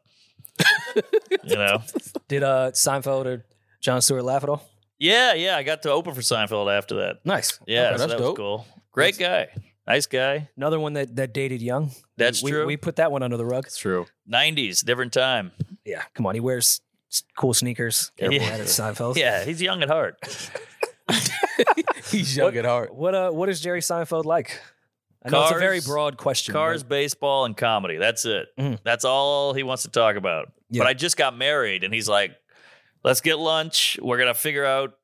Speaker 1: you know.
Speaker 2: Did uh, Seinfeld or John Stewart laugh at all?
Speaker 1: Yeah, yeah. I got to open for Seinfeld after that.
Speaker 2: Nice.
Speaker 1: Yeah,
Speaker 3: Okay,
Speaker 1: so
Speaker 3: that's
Speaker 1: that
Speaker 3: dope.
Speaker 1: was cool. Great guy, nice guy.
Speaker 2: Another one that, that dated young.
Speaker 1: That's
Speaker 2: we,
Speaker 1: true.
Speaker 2: We put that one under the rug.
Speaker 4: It's true.
Speaker 1: Nineties, different time.
Speaker 2: Yeah. Come on. He wears s- cool sneakers.
Speaker 1: Careful.
Speaker 2: Yeah. At Seinfeld.
Speaker 1: Yeah, he's young at heart.
Speaker 3: He's young at heart.
Speaker 2: What uh? What is Jerry Seinfeld like? I know it's a
Speaker 1: Cars.
Speaker 2: very broad question.
Speaker 1: Cars, baseball, and comedy. That's it.
Speaker 2: Mhm.
Speaker 1: That's all he wants to talk about.
Speaker 2: Yeah.
Speaker 1: But I just got married, and he's like, "Let's get lunch. We're gonna figure out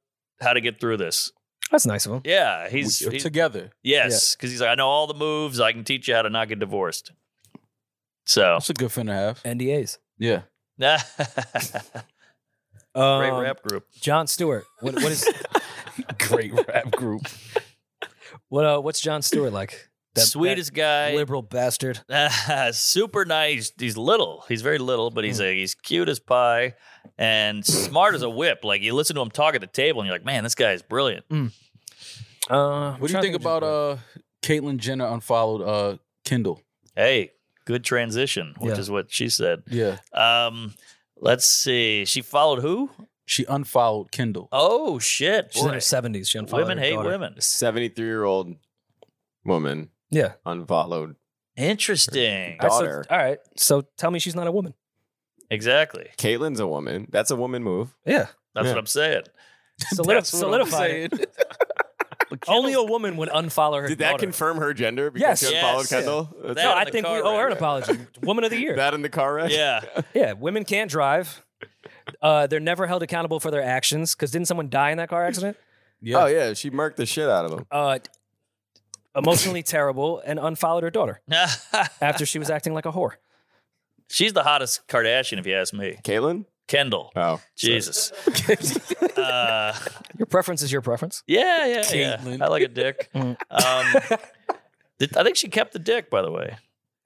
Speaker 1: how to get through this."
Speaker 2: but That's nice of him.
Speaker 1: Yeah, he's, Oh.
Speaker 3: We- uh,
Speaker 1: he's
Speaker 3: together.
Speaker 1: yes, because he's like, "I know all the moves. I can teach you how to not get divorced." So,
Speaker 3: That's a good fin to have.
Speaker 2: NDAs.
Speaker 3: Yeah.
Speaker 1: great
Speaker 2: Um,
Speaker 1: rap group.
Speaker 2: John Stewart. What, what is
Speaker 3: Great rap group.
Speaker 2: what? Uh, what's John Stewart like? That-
Speaker 1: Sweetest
Speaker 2: that
Speaker 1: guy.
Speaker 2: liberal bastard.
Speaker 1: super nice. He's little. He's very little, but
Speaker 2: Mm.
Speaker 1: he's a, he's cute as pie and smart as a whip. Like you listen to him talk at the table, and you're like, man, this guy is brilliant.
Speaker 2: Uh,
Speaker 3: What do you think about uh Caitlyn Jenner unfollowed uh Kendall?
Speaker 1: Hey, good transition, which
Speaker 2: Yeah.
Speaker 1: is what she said.
Speaker 3: Yeah.
Speaker 1: Um, let's see. She followed who?
Speaker 3: She unfollowed Kendall.
Speaker 1: Oh shit!
Speaker 2: She's in her
Speaker 1: boy.
Speaker 2: seventies. She unfollowed
Speaker 1: women
Speaker 2: her
Speaker 1: hate
Speaker 2: daughter.
Speaker 1: women.
Speaker 4: Seventy-three-year-old woman
Speaker 2: Yeah.
Speaker 4: unfollowed.
Speaker 1: Interesting.
Speaker 2: All right, so-
Speaker 4: Daughter.
Speaker 2: all right. So tell me she's not a woman.
Speaker 1: Exactly.
Speaker 4: Caitlin's a woman. That's a woman move.
Speaker 2: Yeah.
Speaker 1: That's
Speaker 4: Yeah.
Speaker 1: what I'm saying.
Speaker 2: Solid-
Speaker 3: That's what I'm
Speaker 2: solidified. it.
Speaker 3: saying.
Speaker 2: Only a woman would unfollow her.
Speaker 4: Did that
Speaker 2: daughter.
Speaker 4: confirm her gender?
Speaker 2: Yes.
Speaker 4: Because she unfollowed
Speaker 1: Yes.
Speaker 4: Kendall. That's
Speaker 2: No,
Speaker 1: That
Speaker 4: it.
Speaker 1: in
Speaker 2: I
Speaker 1: the
Speaker 2: think we
Speaker 1: car
Speaker 2: owe her an
Speaker 1: wreck.
Speaker 2: apology. Woman of the year.
Speaker 4: that in the car wreck.
Speaker 1: Yeah.
Speaker 2: yeah, women can't drive. Uh, they're never held accountable for their actions because didn't someone die in that car accident?
Speaker 3: Yeah.
Speaker 4: Oh yeah, she murked the shit out of him.
Speaker 2: Uh, emotionally terrible and unfollowed her daughter after she was acting like a whore.
Speaker 1: She's the hottest Kardashian, if you ask me.
Speaker 4: Caitlin?
Speaker 1: Kendall.
Speaker 4: Oh,
Speaker 1: Jesus. uh,
Speaker 2: Your preference is your preference.
Speaker 1: yeah, yeah, yeah.
Speaker 3: Caitlyn.
Speaker 1: I like a dick.
Speaker 2: Mm.
Speaker 1: um, th- I think she kept the dick, by the way.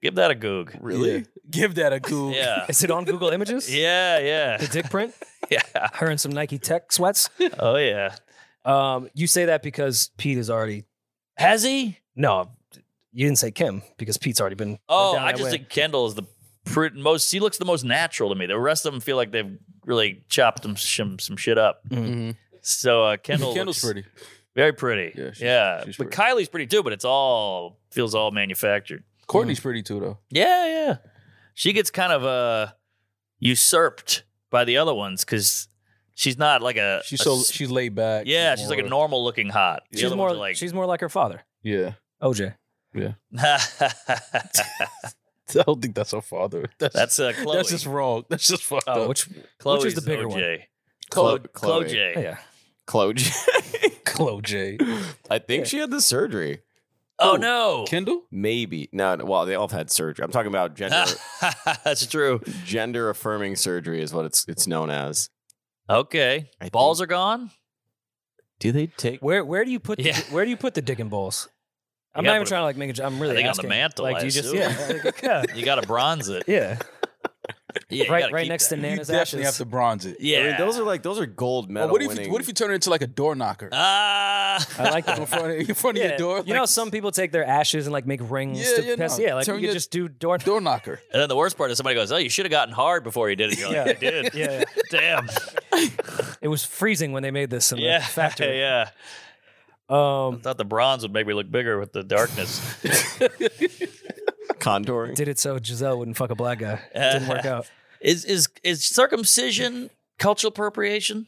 Speaker 1: Give that a goog.
Speaker 4: really?
Speaker 3: Yeah. Give that a cool.
Speaker 1: Yeah.
Speaker 2: Is it on Google Images?
Speaker 1: Yeah, yeah.
Speaker 2: The dick print.
Speaker 1: Yeah.
Speaker 2: Her in some Nike Tech sweats.
Speaker 1: Oh, yeah.
Speaker 2: Um, you say that because Pete is already
Speaker 1: Has he?
Speaker 2: no. You didn't say Kim because Pete's already been.
Speaker 1: Oh,
Speaker 2: down
Speaker 1: I
Speaker 2: that
Speaker 1: just
Speaker 2: way.
Speaker 1: think Kendall is the pr- most. He looks the most natural to me. The rest of them feel like they've really chopped them some some shit up.
Speaker 2: Mm-hmm.
Speaker 1: So uh, Kendall,
Speaker 3: Kendall's
Speaker 1: looks
Speaker 3: pretty.
Speaker 1: very pretty.
Speaker 3: Yeah, she's-
Speaker 1: yeah.
Speaker 3: she's
Speaker 1: but
Speaker 3: pretty.
Speaker 1: Kylie's pretty too. But it's all feels all manufactured.
Speaker 3: Courtney's pretty too, though.
Speaker 1: Yeah, yeah. She gets kind of uh usurped by the other ones because she's not like a.
Speaker 3: She's
Speaker 1: a
Speaker 3: so
Speaker 1: Uh, s-
Speaker 3: she's laid back.
Speaker 1: yeah, she's like a
Speaker 3: more-
Speaker 1: normal looking hot. The
Speaker 2: she's
Speaker 1: other
Speaker 2: more
Speaker 1: ones are like
Speaker 2: she's more like her father,
Speaker 3: Yeah,
Speaker 2: OJ.
Speaker 3: I don't think that's her father. That's
Speaker 1: that's uh, Chloe.
Speaker 3: that's just wrong. That's just fucked
Speaker 2: Oh,
Speaker 3: up.
Speaker 2: which
Speaker 1: Chloe's
Speaker 2: which is the bigger one?
Speaker 1: OJ.
Speaker 4: Chloe.
Speaker 1: Chloe.
Speaker 4: Chloe.
Speaker 2: yeah,
Speaker 4: Chloe.
Speaker 3: Chloe
Speaker 4: I think she had the surgery.
Speaker 1: Oh no.
Speaker 3: Kendall.
Speaker 4: Maybe. No, no, well, they all have had surgery. I'm talking about gender
Speaker 1: That's true.
Speaker 4: gender affirming surgery is what it's it's known as.
Speaker 1: Okay.
Speaker 4: I think-
Speaker 1: Balls are gone?
Speaker 4: Do they take
Speaker 2: where where do you put
Speaker 1: Yeah.
Speaker 2: the, where do you put the dick and balls? I'm
Speaker 1: You
Speaker 2: not
Speaker 1: gotta
Speaker 2: even
Speaker 1: put
Speaker 2: trying to like make a. j- I'm really
Speaker 1: think on the
Speaker 2: asking.
Speaker 1: mantle,
Speaker 2: Like
Speaker 1: I
Speaker 2: you just
Speaker 1: assume.
Speaker 2: yeah yeah,
Speaker 1: You got to bronze it.
Speaker 2: yeah.
Speaker 1: Yeah, you
Speaker 2: right
Speaker 1: gotta
Speaker 2: right
Speaker 1: keep
Speaker 2: next
Speaker 1: that.
Speaker 2: to
Speaker 3: You
Speaker 2: Nana's
Speaker 3: definitely
Speaker 2: ashes.
Speaker 3: have to bronze it.
Speaker 1: Yeah.
Speaker 4: I mean, those are like those are
Speaker 3: Well,
Speaker 4: gold medal.
Speaker 3: what if you,
Speaker 4: winning-
Speaker 3: what if you turn it into like a door knocker
Speaker 1: Ah.
Speaker 2: I like that.
Speaker 3: in front of, in front of your door?
Speaker 2: you know,
Speaker 3: like,
Speaker 2: how some people take their ashes and like make rings.
Speaker 3: Yeah,
Speaker 2: to
Speaker 3: yeah,
Speaker 2: piss-
Speaker 3: no.
Speaker 2: yeah. Like
Speaker 3: Turn
Speaker 2: you could
Speaker 3: your-
Speaker 2: just do door.
Speaker 3: door knocker.
Speaker 1: and then the worst part is somebody goes, "Oh, you should have gotten hard before you did it." You're like,
Speaker 2: Yeah.
Speaker 1: "I did."
Speaker 2: Yeah,
Speaker 1: Damn.
Speaker 2: it was freezing when they made this in
Speaker 1: Yeah.
Speaker 2: the factory.
Speaker 1: Yeah.
Speaker 2: Um,
Speaker 1: Thought the bronze would make me look bigger with the darkness.
Speaker 4: contouring?
Speaker 2: did it so Giselle wouldn't fuck a black guy. Didn't work out.
Speaker 1: is is is circumcision cultural appropriation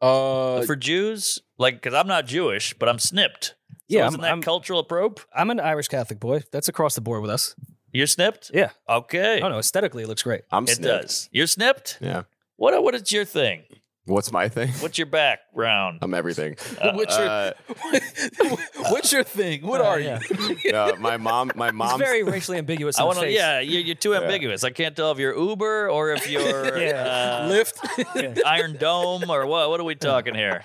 Speaker 3: Uh,
Speaker 1: for Jews? Like, because I'm not Jewish, but I'm snipped. So
Speaker 2: Yeah,
Speaker 1: isn't
Speaker 2: I'm,
Speaker 1: that
Speaker 2: I'm,
Speaker 1: cultural appropriation?
Speaker 2: I'm an Irish Catholic boy. That's across the board with us.
Speaker 1: You're snipped.
Speaker 2: Yeah. Oh,
Speaker 1: Okay.
Speaker 2: I don't know. Aesthetically, it looks great.
Speaker 4: I'm
Speaker 1: It
Speaker 4: snipped.
Speaker 1: does. You're snipped.
Speaker 4: Yeah.
Speaker 1: What uh, what is your thing?
Speaker 4: What's my thing?
Speaker 1: What's your background?
Speaker 4: I'm everything.
Speaker 3: what's your
Speaker 4: Uh,
Speaker 3: what's your thing? What
Speaker 2: Uh,
Speaker 3: are
Speaker 2: yeah.
Speaker 3: you?
Speaker 4: no, my mom my
Speaker 2: It's
Speaker 4: mom's
Speaker 2: very racially ambiguous.
Speaker 1: I
Speaker 2: on
Speaker 1: want to.
Speaker 2: face.
Speaker 1: Yeah, you're, you're too ambiguous. I can't tell if you're Uber or if you're
Speaker 2: Yeah.
Speaker 1: uh,
Speaker 3: Lift.
Speaker 1: Iron Dome or what. What are we talking here?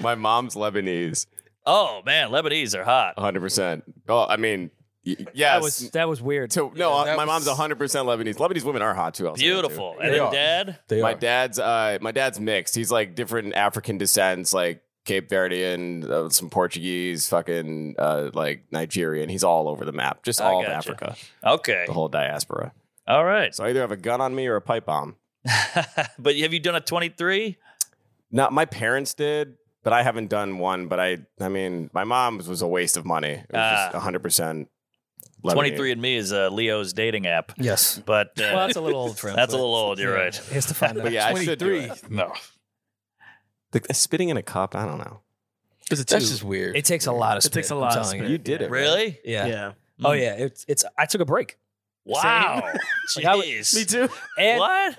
Speaker 4: my mom's Lebanese.
Speaker 1: Oh man, Lebanese are hot.
Speaker 4: 100%. Oh, I mean, y- yes.
Speaker 2: That was that was weird.
Speaker 4: to, no, uh,
Speaker 3: that
Speaker 4: my mom's
Speaker 3: was-
Speaker 4: 100% Lebanese. Lebanese women are hot too. I'll say that, too.
Speaker 1: Beautiful. And
Speaker 3: They
Speaker 1: then
Speaker 3: are.
Speaker 1: Dad.
Speaker 3: They
Speaker 4: my
Speaker 3: are.
Speaker 4: dad's uh my dad's mixed. He's like different African descents, like Cape Verdean, uh, some Portuguese, fucking uh like Nigerian. He's all over the map, just
Speaker 1: I
Speaker 4: all of
Speaker 1: gotcha.
Speaker 4: Africa,
Speaker 1: Okay.
Speaker 4: the whole diaspora.
Speaker 1: All right.
Speaker 4: So I either have a gun on me or a pipe bomb.
Speaker 1: but have you done a 23?
Speaker 4: Not my parents did, but I haven't done one. But I, I mean, my mom's was a waste of money. It was just
Speaker 1: Ah.
Speaker 4: 100 percent.
Speaker 1: 23 and Me is uh, Leo's dating app.
Speaker 2: Yes.
Speaker 1: But uh,
Speaker 2: Well, that's a little old for him,
Speaker 1: That's a
Speaker 2: but-
Speaker 1: little old. You're
Speaker 2: yeah,
Speaker 1: right.
Speaker 2: He has to find
Speaker 4: But
Speaker 2: out.
Speaker 4: yeah, I should do it.
Speaker 3: No,
Speaker 4: The- uh, spitting in a cup. I don't know.
Speaker 3: that's just weird.
Speaker 2: It takes a lot of.
Speaker 7: It takes
Speaker 2: spit,
Speaker 7: a
Speaker 2: I'm
Speaker 7: lot of
Speaker 2: telling
Speaker 7: spit.
Speaker 2: you.
Speaker 4: You did it. right?
Speaker 1: Really? Mm,
Speaker 2: Yeah.
Speaker 7: Yeah.
Speaker 2: Oh
Speaker 4: Mm.
Speaker 2: yeah. It's it's. I took a break.
Speaker 1: Wow.
Speaker 2: Like, I would-
Speaker 1: Jeez.
Speaker 7: too.
Speaker 2: And
Speaker 1: what?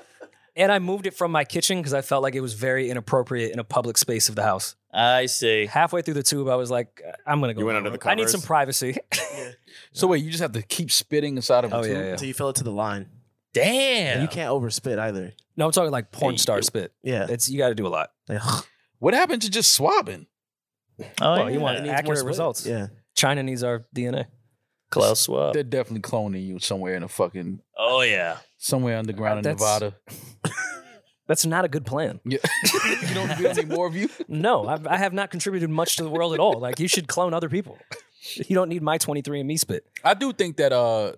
Speaker 2: and I moved it from my kitchen because I felt like it was very inappropriate in a public space of the house.
Speaker 1: I see.
Speaker 2: Halfway through the tube, I was like, I'm gonna go.
Speaker 4: You went
Speaker 2: to
Speaker 4: under
Speaker 2: room.
Speaker 4: the
Speaker 2: I need
Speaker 4: covers?
Speaker 2: some privacy.
Speaker 3: so wait, you just have to keep spitting inside of it.
Speaker 2: oh
Speaker 3: too?
Speaker 2: yeah, yeah.
Speaker 7: Until you fill it to the line.
Speaker 1: Damn.
Speaker 7: And you can't overspit either.
Speaker 2: No, I'm talking like porn
Speaker 7: Hey,
Speaker 2: star
Speaker 7: you-
Speaker 2: spit.
Speaker 7: Yeah.
Speaker 2: It's you got to do a lot.
Speaker 7: Like,
Speaker 3: What happened to just swabbing?
Speaker 1: Oh,
Speaker 2: Well, you
Speaker 1: yeah.
Speaker 2: want
Speaker 7: it needs more
Speaker 2: accurate
Speaker 7: spit.
Speaker 2: results.
Speaker 7: yeah.
Speaker 2: China needs our DNA.
Speaker 1: Klaus Schwab.
Speaker 3: They're definitely cloning you somewhere in a fucking
Speaker 1: Oh yeah.
Speaker 3: somewhere underground in
Speaker 2: That's-
Speaker 3: Nevada.
Speaker 2: That's not a good plan.
Speaker 3: Yeah. you don't feel any more of you.
Speaker 2: No, I've, I have not contributed much to the world at all. Like you should clone other people. You don't need my 23andMe spit.
Speaker 3: I do think that uh,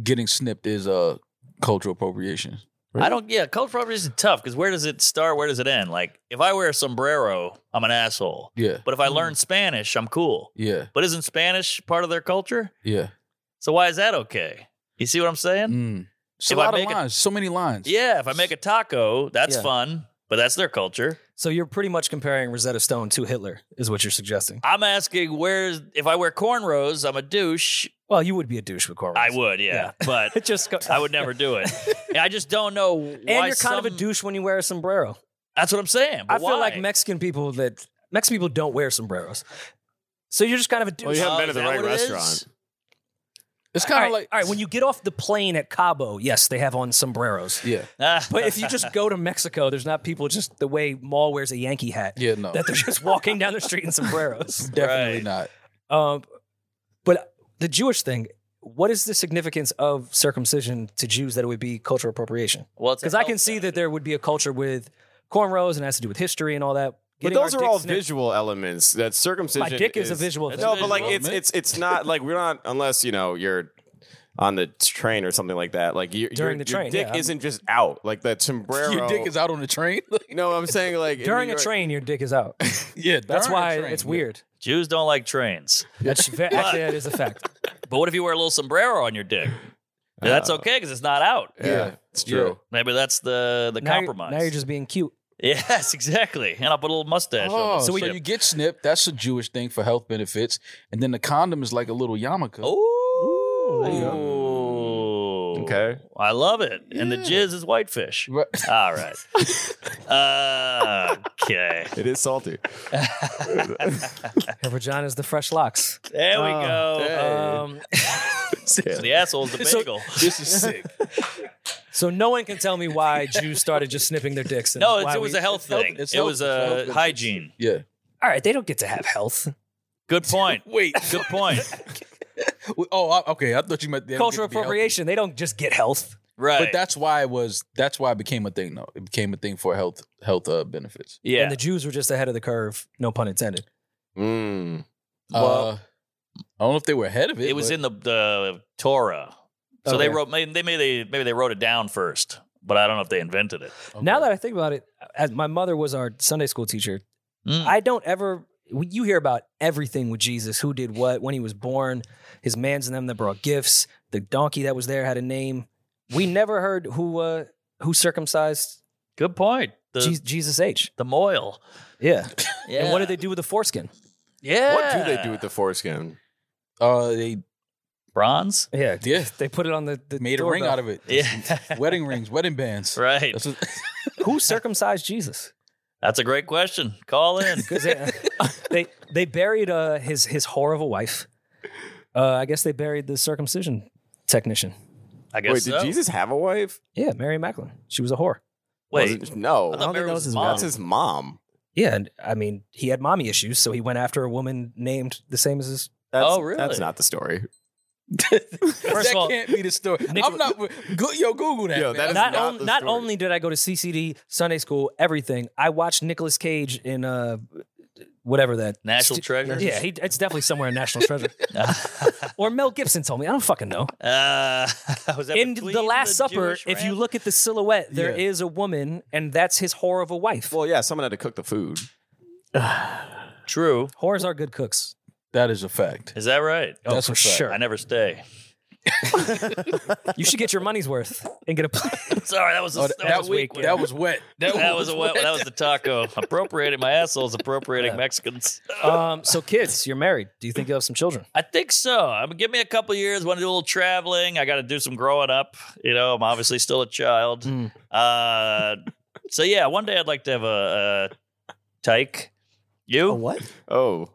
Speaker 3: getting snipped is uh, cultural appropriation.
Speaker 1: I don't. Yeah, cultural appropriation is tough because where does it start? Where does it end? Like, if I wear a sombrero, I'm an asshole.
Speaker 3: Yeah,
Speaker 1: But if
Speaker 2: Hmm.
Speaker 1: I learn Spanish, I'm cool.
Speaker 3: yeah,
Speaker 1: But isn't Spanish part of their culture?
Speaker 3: yeah.
Speaker 1: So why is that okay? You see what I'm saying?
Speaker 3: Mm. It's a
Speaker 1: If I
Speaker 3: lot of
Speaker 1: make a-
Speaker 3: lines. so many lines.
Speaker 1: Yeah. If I make a taco, that's
Speaker 2: Yeah.
Speaker 1: fun. But that's their culture.
Speaker 2: So you're pretty much comparing Rosetta Stone to Hitler, is what you're suggesting.
Speaker 1: I'm asking where's if I wear cornrows, I'm a douche.
Speaker 2: Well, you would be a douche with cornrows.
Speaker 1: I would, yeah. But
Speaker 2: It just go-
Speaker 1: I would never do it. I just don't know why.
Speaker 2: And you're kind of a
Speaker 1: some-
Speaker 2: douche when you wear a sombrero.
Speaker 1: That's what I'm saying. but
Speaker 2: I feel like
Speaker 1: why?
Speaker 2: Mexican people that Mexican people don't wear sombreros. So you're just kind of a douche.
Speaker 4: Well, you haven't
Speaker 1: Oh,
Speaker 4: been to
Speaker 1: is
Speaker 4: the
Speaker 1: that
Speaker 4: right
Speaker 1: what it is?
Speaker 4: restaurant.
Speaker 3: it's
Speaker 2: all
Speaker 3: kind
Speaker 2: right,
Speaker 3: of like
Speaker 2: all right, when you get off the plane at Cabo, yes, they have on sombreros.
Speaker 3: yeah,
Speaker 1: Ah.
Speaker 2: But if you just go to Mexico, there's not people just the way Maul wears a Yankee hat
Speaker 3: yeah, no,
Speaker 2: that they're just walking down the street in sombreros.
Speaker 3: definitely
Speaker 1: Right.
Speaker 3: not.
Speaker 2: Um, but the Jewish thing, what is the significance of circumcision to Jews that it would be cultural appropriation?
Speaker 1: well, it's a
Speaker 2: Because I
Speaker 1: health
Speaker 2: can see
Speaker 1: benefit.
Speaker 2: that there would be a culture with cornrows and it has to do with history and all that.
Speaker 4: But
Speaker 2: Getting our
Speaker 4: those are all
Speaker 2: dicks nicked-
Speaker 4: visual elements. That circumcision.
Speaker 2: My dick is, a visual.
Speaker 1: That's
Speaker 2: thing.
Speaker 4: No, but like
Speaker 1: visual.
Speaker 4: it's it's it's not like we're not unless you know you're on the train or something like that. Like you,
Speaker 2: During
Speaker 4: your,
Speaker 2: the
Speaker 4: your
Speaker 2: train,
Speaker 4: dick
Speaker 2: yeah.
Speaker 4: isn't just out. Like that sombrero.
Speaker 3: Your dick is out on the train.
Speaker 4: No, I'm saying like in
Speaker 2: during
Speaker 4: New
Speaker 2: a
Speaker 4: York-
Speaker 2: train, your dick is out.
Speaker 3: yeah,
Speaker 2: That's
Speaker 3: darn
Speaker 2: why
Speaker 3: train.
Speaker 2: it's weird.
Speaker 1: Jews don't like trains.
Speaker 2: That's ve- actually that is a fact.
Speaker 1: But what if you wear a little sombrero on your dick? That's okay because it's not out.
Speaker 4: Yeah,
Speaker 3: Yeah.
Speaker 4: it's true.
Speaker 1: Maybe that's the the
Speaker 2: Now you're-
Speaker 1: compromise.
Speaker 2: Now you're just being cute.
Speaker 1: yes, exactly. And I'll put a little mustache.
Speaker 3: Oh,
Speaker 1: on
Speaker 3: so,
Speaker 1: so
Speaker 3: you get snipped. That's a Jewish thing for health benefits, and then the condom is like a little yarmulke.
Speaker 1: Oh,
Speaker 4: Okay.
Speaker 1: I love it. And the jizz is whitefish.
Speaker 3: Right.
Speaker 1: All right. uh, okay.
Speaker 4: It is salty.
Speaker 2: Her vagina is the fresh locks.
Speaker 1: There we
Speaker 2: Oh,
Speaker 1: go.
Speaker 2: Um,
Speaker 1: So the asshole's the bagel.
Speaker 3: This is sick.
Speaker 2: so no one can tell me why Jews started just snipping their dicks. and
Speaker 1: no, it's,
Speaker 2: why
Speaker 1: it was
Speaker 2: we-
Speaker 1: a health
Speaker 3: health-
Speaker 1: thing.
Speaker 3: it's
Speaker 1: it
Speaker 3: health-
Speaker 1: was
Speaker 3: it's health
Speaker 1: a
Speaker 3: benefits.
Speaker 1: hygiene.
Speaker 3: Yeah.
Speaker 2: all right. They don't get to have health.
Speaker 1: Good point.
Speaker 3: Wait.
Speaker 1: Good point.
Speaker 3: Wait, Oh, I- okay. I thought you meant they don't
Speaker 2: Cultural
Speaker 3: get to be healthy.
Speaker 2: appropriation. They don't just get health.
Speaker 1: Right.
Speaker 3: But that's why it was. That's why it became a thing, though. It became a thing for health health uh, benefits.
Speaker 1: yeah.
Speaker 2: And the Jews were just ahead of the curve. No pun intended.
Speaker 4: Mm.
Speaker 1: Well-
Speaker 3: uh, I don't know if they were ahead of it.
Speaker 1: it was
Speaker 3: but
Speaker 1: in the, the Torah. So they
Speaker 2: Okay.
Speaker 1: wrote maybe, maybe they maybe they wrote it down first, but I don't know if they invented it.
Speaker 2: Now
Speaker 3: Okay.
Speaker 2: that I think about it, as my mother was our Sunday school teacher,
Speaker 1: Mm.
Speaker 2: I don't ever. You hear about everything with Jesus, who did what, when he was born, his mans and them that brought gifts, the donkey that was there had a name. We never heard who uh, who circumcised
Speaker 1: Good point. The
Speaker 2: Je- Jesus' age.
Speaker 1: the moil.
Speaker 2: Yeah.
Speaker 1: Yeah.
Speaker 2: And what did they do with the foreskin?
Speaker 1: Yeah.
Speaker 4: What do they do with the foreskin?
Speaker 3: uh, they
Speaker 1: bronze?
Speaker 2: Yeah.
Speaker 3: yeah
Speaker 2: They put it on the, the
Speaker 3: made a ring out of it.
Speaker 1: Yeah.
Speaker 3: wedding rings, wedding bands.
Speaker 1: right.
Speaker 3: That's what-
Speaker 2: it. Who circumcised Jesus?
Speaker 1: That's a great question. Call in.
Speaker 2: 'Cause They, they they buried uh, his his whore of a wife. Uh, I guess they buried the circumcision technician.
Speaker 1: I guess.
Speaker 4: Wait, did
Speaker 1: so.
Speaker 4: Jesus have a wife?
Speaker 2: Yeah, Mary Macklin. She was a whore.
Speaker 1: Wait.
Speaker 4: Wasn't- no.
Speaker 1: I
Speaker 4: That's
Speaker 1: thought Mary
Speaker 6: that
Speaker 1: was
Speaker 6: was
Speaker 1: his
Speaker 6: his
Speaker 1: mom.
Speaker 4: his mom.
Speaker 2: Yeah, and I mean, he had mommy issues, so he went after a woman named the same as his.
Speaker 4: That's,
Speaker 1: Oh, really?
Speaker 4: That's not the story.
Speaker 1: First
Speaker 3: that
Speaker 1: of all,
Speaker 3: can't be the story.
Speaker 2: Nick-
Speaker 3: I'm not. Go, yo, Google that.
Speaker 4: Yo,
Speaker 3: man.
Speaker 4: that is
Speaker 2: Not,
Speaker 4: not
Speaker 2: on,
Speaker 4: the
Speaker 2: not
Speaker 4: story.
Speaker 2: only did I go to CCD Sunday school, everything I watched Nicolas Cage in uh, whatever that
Speaker 1: National
Speaker 2: St-
Speaker 1: treasure.
Speaker 2: Yeah, he, it's definitely somewhere in National Treasure. Or Mel Gibson told me. I don't fucking know.
Speaker 1: uh, was that
Speaker 2: In
Speaker 1: between
Speaker 2: the Last Supper,
Speaker 1: Jewish
Speaker 2: if you
Speaker 1: ram-
Speaker 2: look at the silhouette, there is
Speaker 3: Yeah.
Speaker 2: a woman, and that's his whore of a wife.
Speaker 4: Well, yeah, someone had to cook the food.
Speaker 1: True.
Speaker 2: Whores are good cooks.
Speaker 3: that is a fact.
Speaker 1: Is that right?
Speaker 2: Oh,
Speaker 3: That's
Speaker 2: for
Speaker 3: a fact.
Speaker 2: sure.
Speaker 1: I never stay.
Speaker 2: You should get your money's worth and get a.
Speaker 1: Sorry, that was a,
Speaker 3: Oh,
Speaker 1: that, was weak.
Speaker 3: weak.
Speaker 1: one.
Speaker 3: That was wet.
Speaker 1: that was a wet. That was the taco. Appropriating my assholes, appropriating Mexicans.
Speaker 2: um, so, kids, you're married. Do you think you have some children?
Speaker 1: I think so. I mean, give me a couple years. Want to do a little traveling? I got to do some growing up. You know, I'm obviously still a child.
Speaker 2: Mm.
Speaker 1: Uh, so yeah, one day I'd like to have a, a tyke. You?
Speaker 6: A what?
Speaker 4: Oh.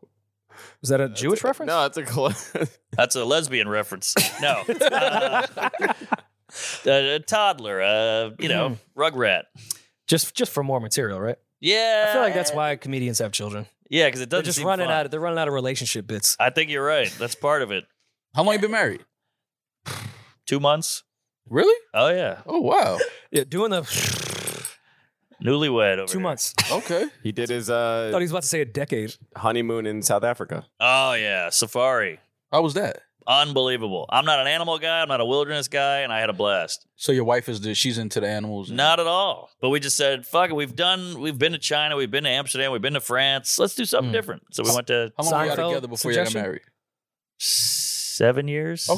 Speaker 2: Was that a Jewish reference?
Speaker 4: No, that's a close.
Speaker 1: That's a lesbian reference. No, uh, a, a toddler. Uh, you
Speaker 2: Hmm.
Speaker 1: know, Rugrat.
Speaker 2: Just, just for more material, right?
Speaker 1: Yeah,
Speaker 2: I feel like that's why comedians have children.
Speaker 1: Yeah, because it
Speaker 2: They're
Speaker 1: doesn't
Speaker 2: just
Speaker 1: seem
Speaker 2: running
Speaker 1: fun.
Speaker 2: out. Of, they're running out of relationship bits.
Speaker 1: I think you're right. That's part of it.
Speaker 3: How long you been married?
Speaker 1: Two months.
Speaker 3: Really?
Speaker 1: Oh yeah,
Speaker 3: Oh wow.
Speaker 2: Yeah, doing the
Speaker 1: newlywed over
Speaker 2: two
Speaker 1: here.
Speaker 2: months.
Speaker 3: Okay.
Speaker 4: he did his
Speaker 2: I thought
Speaker 4: uh,
Speaker 2: he was about to say a decade.
Speaker 4: honeymoon in South Africa.
Speaker 1: Oh yeah, safari.
Speaker 3: How was that?
Speaker 1: Unbelievable. I'm not an animal guy. I'm not a wilderness guy, and I had a blast.
Speaker 3: So your wife is the she's into the animals. and-
Speaker 1: Not at all. But we just said, "Fuck it." We've done. We've been to China. We've been to Amsterdam. We've been to France. Let's do something
Speaker 3: Hmm.
Speaker 2: Mm.
Speaker 1: different. So we went to
Speaker 3: How long were y'all
Speaker 2: Seinfeld
Speaker 3: together before you
Speaker 2: suggestion?
Speaker 3: got married?
Speaker 1: seven years.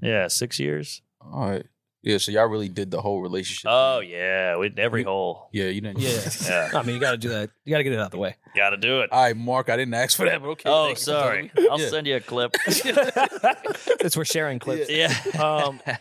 Speaker 1: Yeah, six years.
Speaker 3: All right. Yeah. So y'all really did the whole relationship.
Speaker 1: Oh yeah, we every hole.
Speaker 3: yeah. You didn't.
Speaker 2: Yeah.
Speaker 1: Yeah,
Speaker 2: I mean, you got to do that. You got to get it out of the way.
Speaker 1: gotta do it.
Speaker 3: All right, Mark. I didn't ask for that, but okay.
Speaker 1: oh,
Speaker 3: thank you for
Speaker 1: sorry.
Speaker 3: telling me.
Speaker 1: I'll
Speaker 3: Yeah.
Speaker 1: send you a clip.
Speaker 2: That's where sharing clips.
Speaker 1: yeah.
Speaker 2: Um,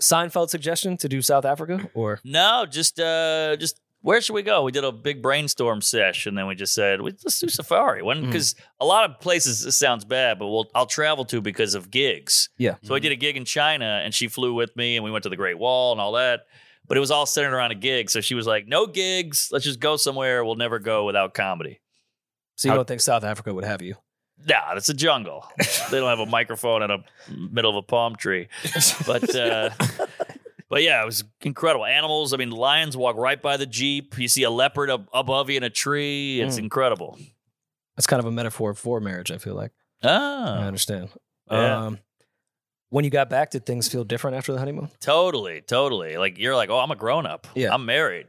Speaker 2: Seinfeld suggestion to do South Africa or
Speaker 1: No, just uh, just where should we go? We did a big brainstorm sesh, and then we just said, "We- let's do safari. When because a lot of places this sounds bad, but we'll I'll travel to because of gigs.
Speaker 2: Yeah.
Speaker 1: So I did a gig in China, and she flew with me, and we went to the Great Wall and all that. But it was all centered around a gig. So she was like, "No gigs. Let's just go somewhere. We'll never go without comedy."
Speaker 2: so you don't think South Africa would have you?
Speaker 1: Nah, that's a jungle. they don't have a microphone in a middle of a palm tree. But uh, But yeah, it was incredible. Animals. I mean, lions walk right by the jeep. You see a leopard up above you in a tree. It's
Speaker 7: Mm.
Speaker 1: incredible.
Speaker 2: That's kind of a metaphor for marriage, I feel like. I
Speaker 1: Oh,
Speaker 2: understand.
Speaker 1: Yeah.
Speaker 2: Um, when you got back, did things feel different after the honeymoon?
Speaker 1: totally, totally. Like you're like, oh, I'm a grown up.
Speaker 2: Yeah.
Speaker 1: I'm married.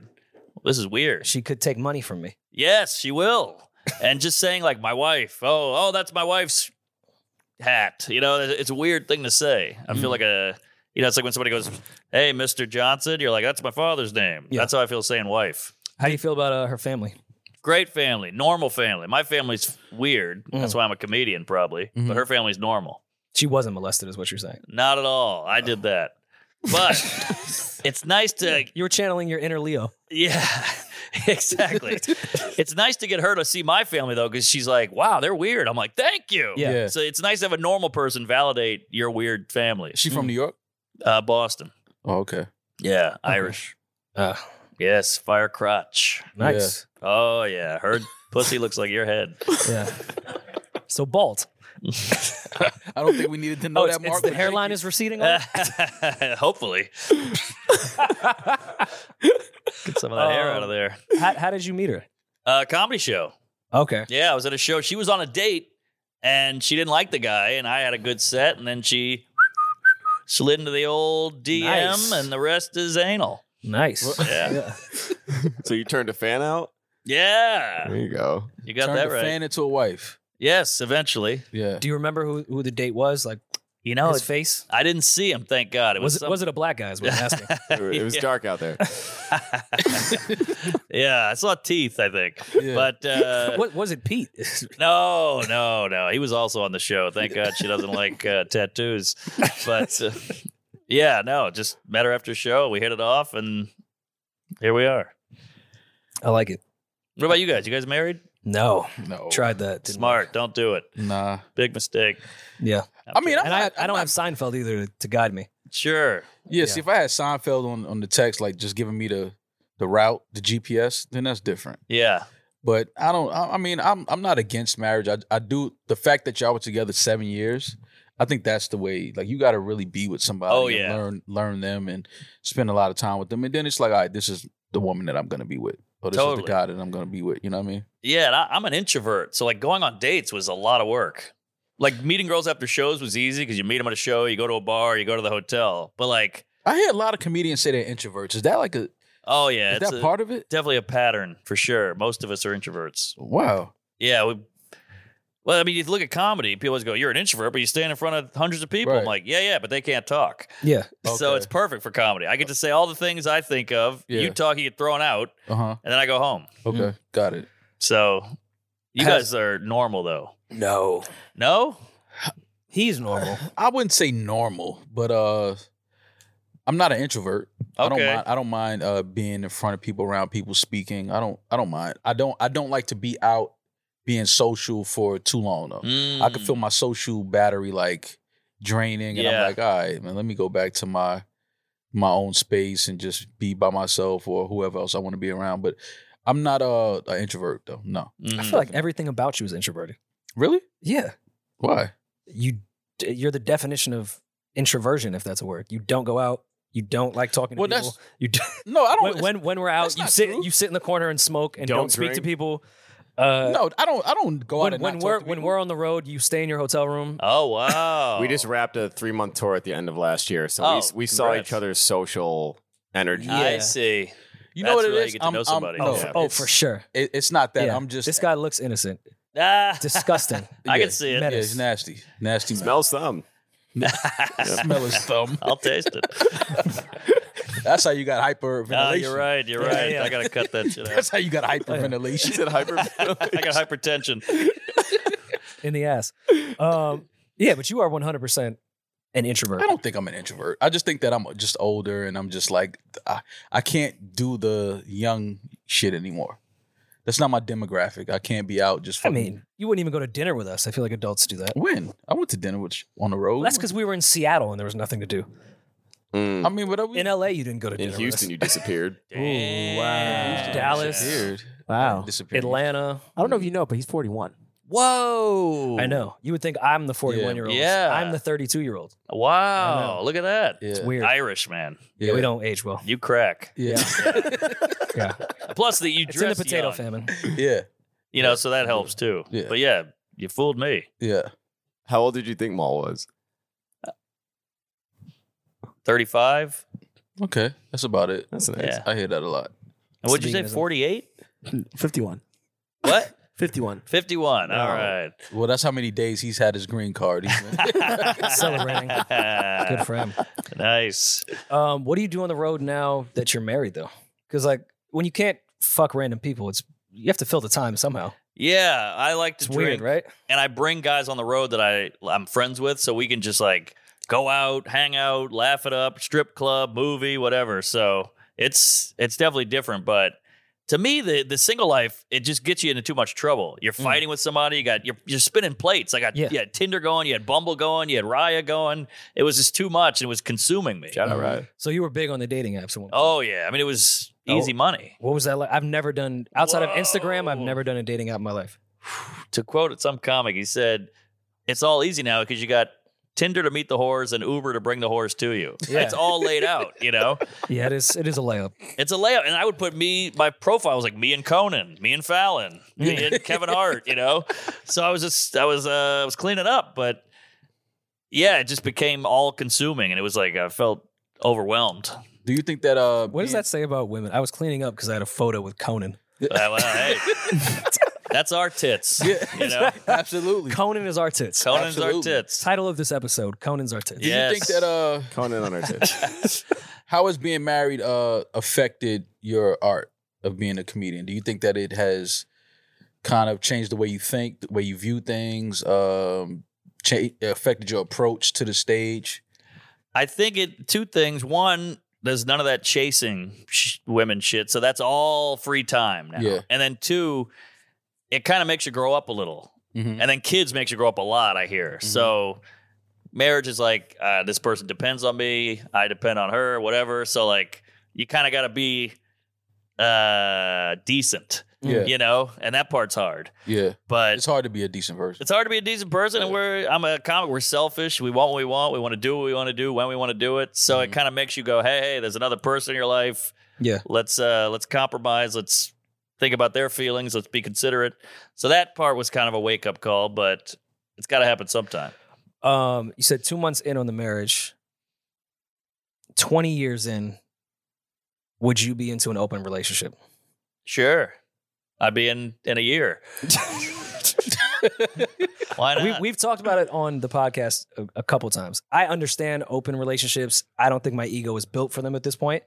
Speaker 1: This is weird.
Speaker 2: She could take money from me.
Speaker 1: Yes, she will. and just saying like my wife, oh, oh, that's my wife's hat. You know, it's a weird thing to say. I feel like a you know, it's like when somebody goes, "Hey, Mr. Johnson," you're like, "That's my father's name."
Speaker 2: Yeah.
Speaker 1: That's how I feel saying wife.
Speaker 2: How do you feel about uh, her family?
Speaker 1: Great family, normal family. My family's weird. That's why I'm a comedian probably,
Speaker 3: Mhm.
Speaker 1: but her family's normal.
Speaker 2: She wasn't molested, is what you're saying.
Speaker 1: Not at all. I did that. But it's nice to
Speaker 2: You were channeling your inner Leo.
Speaker 1: Yeah, exactly. it's nice to get her to see my family though, because she's like, "Wow, they're weird." I'm like, "Thank you."
Speaker 2: Yeah.
Speaker 3: Yeah.
Speaker 1: So it's nice to have a normal person validate your weird family.
Speaker 3: Is she
Speaker 2: Mm.
Speaker 3: from New York?
Speaker 1: Uh, Boston.
Speaker 3: Oh, okay.
Speaker 1: Yeah, Irish.
Speaker 2: Uh,
Speaker 1: Yes, fire crotch.
Speaker 2: nice.
Speaker 1: Oh yeah, her pussy looks like your head.
Speaker 2: Yeah. So bald.
Speaker 3: I don't think we needed to know
Speaker 2: Oh, it's,
Speaker 3: that. Mark
Speaker 2: it's the
Speaker 3: but
Speaker 2: hairline
Speaker 3: thank
Speaker 2: is receding.
Speaker 1: Uh,
Speaker 2: on it?
Speaker 1: hopefully, get some of that hair out of there.
Speaker 2: how, how did you meet her?
Speaker 1: Um, Uh, comedy show.
Speaker 2: Okay.
Speaker 1: Yeah, I was at a show. She was on a date and she didn't like the guy, and I had a good set, and then she slid into the old DM,
Speaker 2: Nice.
Speaker 1: and the rest is anal.
Speaker 2: Nice.
Speaker 1: Yeah.
Speaker 4: So you turned a fan out?
Speaker 1: Yeah.
Speaker 4: There you go.
Speaker 1: You
Speaker 3: you.
Speaker 1: got
Speaker 3: Turned
Speaker 1: that
Speaker 3: a
Speaker 1: right.
Speaker 3: fan into a wife.
Speaker 1: Yes, eventually.
Speaker 3: Yeah.
Speaker 2: Do you remember who, who the date was? Like
Speaker 1: You know,
Speaker 2: his face?
Speaker 1: I didn't see him, thank God. It was,
Speaker 2: Was it, was it a black guy? Is what I'm asking.
Speaker 4: It was
Speaker 1: Yeah.
Speaker 4: dark out there.
Speaker 1: yeah, I saw teeth, I think.
Speaker 3: Yeah.
Speaker 1: But uh,
Speaker 2: what was it, Pete?
Speaker 1: No, no, no. He was also on the show. Thank God she doesn't like uh, tattoos. But uh, yeah, no, just met her after show. We hit it off, and here we are.
Speaker 2: I like it.
Speaker 1: What about you guys? You guys married?
Speaker 2: No,
Speaker 3: no.
Speaker 2: tried that. didn't work.
Speaker 1: Smart. Don't do it.
Speaker 3: Nah.
Speaker 1: Big mistake.
Speaker 2: Yeah,
Speaker 1: I'm
Speaker 3: I mean,
Speaker 1: kidding.
Speaker 3: I'm
Speaker 2: and I,
Speaker 3: not,
Speaker 2: I don't
Speaker 3: I'm
Speaker 2: have Seinfeld either to guide me.
Speaker 1: sure.
Speaker 3: Yeah, see, if I had Seinfeld on, on the text, like just giving me the the route, the GPS, then that's different.
Speaker 1: Yeah.
Speaker 3: But I don't. I, I mean, I'm I'm not against marriage. I I do the fact that y'all were together seven years. I think that's the way. Like you got to really be with somebody.
Speaker 1: Oh,
Speaker 3: and
Speaker 1: yeah.
Speaker 3: learn learn them and spend a lot of time with them, and then it's like, all right, this is the woman that I'm gonna be with, or this is
Speaker 1: Totally.
Speaker 3: the guy that I'm gonna be with. You know what I mean?
Speaker 1: Yeah, and I, I'm an introvert, so like going on dates was a lot of work. Like meeting girls after shows was easy because you meet them at a show, you go to a bar, you go to the hotel. But like,
Speaker 3: I hear a lot of comedians say they're introverts. Is that like a
Speaker 1: oh yeah,
Speaker 3: is
Speaker 1: it's
Speaker 3: that
Speaker 1: a-
Speaker 3: part of it?
Speaker 1: definitely a pattern for sure. Most of us are introverts.
Speaker 3: Wow.
Speaker 1: Yeah. We, well, I mean, you look at comedy, people always go, you're an introvert, but you stand in front of hundreds of people. I'm
Speaker 3: Right.
Speaker 1: like, yeah, yeah, but they can't talk.
Speaker 2: Yeah,
Speaker 1: So
Speaker 3: Okay.
Speaker 1: it's perfect for comedy. I get to say all the things I think of.
Speaker 3: Yeah.
Speaker 1: You talk, you get thrown out,
Speaker 3: Uh huh.
Speaker 1: and then I go home.
Speaker 3: Okay. Got it.
Speaker 1: So you
Speaker 3: Has-
Speaker 1: guys are normal, though.
Speaker 2: no,
Speaker 1: No?
Speaker 2: he's normal.
Speaker 3: I wouldn't say normal, but uh I'm not an introvert. I don't
Speaker 1: Okay.
Speaker 3: mind I don't mind uh being in front of people around people speaking. I don't I don't mind. I don't I don't like to be out being social for too long though. I can
Speaker 1: Mm.
Speaker 3: feel my social battery like draining and
Speaker 1: Yeah.
Speaker 3: I'm like, all right, man, let me go back to my my own space and just be by myself or whoever else I want to be around. But I'm not a, a introvert though. No.
Speaker 2: I
Speaker 1: Mm.
Speaker 2: feel like everything about you is introverted.
Speaker 3: Really?
Speaker 2: Yeah,
Speaker 3: Why?
Speaker 2: you you're the definition of introversion, if that's a word. You don't go out. You don't like talking to
Speaker 3: Well,
Speaker 2: people.
Speaker 3: that's-
Speaker 2: You do,
Speaker 3: No, I don't
Speaker 2: when, when when we're out,
Speaker 3: that's
Speaker 2: you
Speaker 3: not
Speaker 2: sit
Speaker 3: true.
Speaker 2: you sit in the corner and smoke and don't,
Speaker 4: Don't
Speaker 2: speak to
Speaker 4: drink.
Speaker 2: people. Uh,
Speaker 3: no, I don't I don't go out
Speaker 2: when,
Speaker 3: and
Speaker 2: when
Speaker 3: not
Speaker 2: we're
Speaker 3: talk to
Speaker 2: when
Speaker 3: people. Uh,
Speaker 2: we're on the road, you stay in your hotel room.
Speaker 1: Oh, wow.
Speaker 4: We just wrapped a three month tour at the end of last year. So
Speaker 1: Oh,
Speaker 4: we, we saw
Speaker 1: congrats.
Speaker 4: each other's social energy.
Speaker 1: I
Speaker 2: Yeah.
Speaker 1: see.
Speaker 3: You
Speaker 1: That's
Speaker 3: know what it
Speaker 1: really
Speaker 3: is?
Speaker 1: get to know somebody.
Speaker 2: oh,
Speaker 4: yeah,
Speaker 2: for, oh,
Speaker 3: it's-
Speaker 2: for sure.
Speaker 3: It, it's not that.
Speaker 2: Yeah.
Speaker 3: I'm just
Speaker 2: This guy looks innocent.
Speaker 1: Ah.
Speaker 2: Disgusting.
Speaker 1: I
Speaker 3: Yeah.
Speaker 1: can see
Speaker 3: Yeah,
Speaker 1: it.
Speaker 3: it's nasty, nasty. man.
Speaker 4: Smells thumb.
Speaker 3: smell his thumb.
Speaker 1: I'll taste it.
Speaker 3: That's how you got
Speaker 1: Ah,
Speaker 3: hyperventilation.
Speaker 1: you're right. You're
Speaker 2: Yeah,
Speaker 1: right.
Speaker 2: yeah.
Speaker 1: I got to cut that shit out.
Speaker 3: That's how you got hyperventilation.
Speaker 4: Said hyper.
Speaker 1: I got hypertension.
Speaker 2: in the ass. Um, yeah, but you are 100% an introvert.
Speaker 3: I don't think I'm an introvert. I just think that I'm just older, and I'm just like I, I can't do the young shit anymore. That's not my demographic. I can't be out just.
Speaker 2: I
Speaker 3: Fucking,
Speaker 2: mean, you wouldn't even go to dinner with us. I feel like adults do that.
Speaker 3: when I went to dinner with on the road.
Speaker 2: Well, that's because we were in Seattle and there was nothing to do.
Speaker 1: Hmm.
Speaker 4: Mm.
Speaker 3: I mean, but I, we,
Speaker 2: In LA, you didn't go to
Speaker 4: In
Speaker 2: dinner.
Speaker 4: Houston,
Speaker 2: with
Speaker 4: you disappeared.
Speaker 1: Damn.
Speaker 2: wow. Dallas.
Speaker 3: disappeared.
Speaker 6: Wow.
Speaker 2: us.
Speaker 3: disappeared.
Speaker 2: Atlanta.
Speaker 6: I don't know if you know, but he's 41.
Speaker 1: Whoa.
Speaker 2: I know. You would think I'm the 41 year old.
Speaker 1: Yeah.
Speaker 2: I'm the 32 year old. I
Speaker 1: Wow.
Speaker 2: know.
Speaker 1: Look at that.
Speaker 3: Yeah.
Speaker 2: It's weird.
Speaker 1: Irish man.
Speaker 2: yeah. we don't age well.
Speaker 1: You crack.
Speaker 3: Yeah.
Speaker 2: Yeah.
Speaker 1: Plus that you
Speaker 2: It's in
Speaker 1: dress
Speaker 2: the potato
Speaker 1: young,
Speaker 2: famine.
Speaker 3: yeah.
Speaker 1: You know, so that helps too.
Speaker 3: Yeah.
Speaker 1: But yeah, you fooled me.
Speaker 3: Yeah.
Speaker 4: How old did you think Maul was?
Speaker 1: 35.
Speaker 3: Okay. That's about it.
Speaker 4: That's nice.
Speaker 1: Yeah.
Speaker 3: I hear that a lot.
Speaker 1: And what'd you say?
Speaker 2: Veganism.
Speaker 1: 48?
Speaker 7: 51.
Speaker 1: What?
Speaker 7: 51.
Speaker 1: 51. All
Speaker 4: No.
Speaker 1: right.
Speaker 3: Well, that's how many days he's had his green card. He's been-
Speaker 2: Celebrating. Good for him.
Speaker 1: nice.
Speaker 2: Um, what do you do on the road now that you're married though? Because like when you can't fuck random people, it's you have to fill the time somehow.
Speaker 1: Yeah, I like to
Speaker 2: It's
Speaker 1: drink,
Speaker 2: weird, right?
Speaker 1: and I bring guys on the road that I I'm friends with, so we can just like go out, hang out, laugh it up, strip club, movie, whatever. So it's it's definitely different, but to me, the the single life it just gets you into too much trouble. You're
Speaker 2: Mm.
Speaker 1: fighting with somebody. You got you're you're spinning plates. I got
Speaker 2: Yeah.
Speaker 1: you had Tinder going, you had Bumble going, you had Raya going. It was just too much, and it was consuming me.
Speaker 4: Shout out, right?
Speaker 2: So you were big on the dating apps. At one point.
Speaker 1: Oh yeah, I mean it was easy money.
Speaker 2: What was that like? I've never done outside of Instagram. I've
Speaker 1: Whoa.
Speaker 2: never done a dating app in my life.
Speaker 1: to quote some comic, he said, "It's all easy now because you got Tinder to meet the whores and Uber to bring the whores to you.
Speaker 2: Yeah.
Speaker 1: It's all laid out. You know,
Speaker 2: Yeah, it is. It is a layup.
Speaker 1: it's a layout. And I would put me, my profile was like me and Conan, me and Fallon, me and Kevin Hart. You know, so I was just, I was, uh, I was cleaning up, but yeah, it just became all consuming, and it was like I felt overwhelmed.
Speaker 3: Do you think that uh
Speaker 2: What does
Speaker 3: being-
Speaker 2: that say about women? I was cleaning up because I had a photo with Conan.
Speaker 1: Uh, well, hey, that's our tits. You know,
Speaker 3: Absolutely.
Speaker 2: Conan is our tits.
Speaker 1: Conan's our
Speaker 3: Absolutely.
Speaker 1: tits.
Speaker 2: Title of this episode: Conan's our tits.
Speaker 3: Do you
Speaker 1: Yes.
Speaker 3: think that uh
Speaker 4: Conan on our tits.
Speaker 3: how has being married uh affected your art of being a comedian? Do you think that it has kind of changed the way you think, the way you view things, um cha- affected your approach to the stage?
Speaker 1: I think it two things. One, there's none of that chasing sh- women shit, so that's all free time now.
Speaker 3: Yeah.
Speaker 1: And then two, it kind of makes you grow up a little,
Speaker 3: Mm-hmm.
Speaker 2: Mm-hmm.
Speaker 1: and then kids makes you grow up a lot. I hear so. Marriage is like uh, this person depends on me, I depend on her, whatever. So like you kind of got to be uh, decent,
Speaker 3: Yeah.
Speaker 1: you know, and that part's hard.
Speaker 3: Yeah.
Speaker 1: But
Speaker 3: It's hard to be a decent person.
Speaker 1: it's hard to be a decent person, and we're I'm a comic. We're selfish. We want what we want. We want to do what we want to do when we want to do it. So it
Speaker 3: Mhm.
Speaker 1: kind of makes you go, hey, hey, there's another person in your life.
Speaker 2: Mm-hmm. Yeah.
Speaker 1: Let's uh let's compromise. Let's think about their feelings. Let's be considerate. So that part was kind of a wake up call, but it's got to happen sometime.
Speaker 2: Um, you said two months in on the marriage, twenty years in. Would you be into an open relationship?
Speaker 1: Sure, I'd be in in a year. Why not?
Speaker 2: We, we've talked about it on the podcast a, a couple times. I understand open relationships. I don't think my ego is built for them at this point,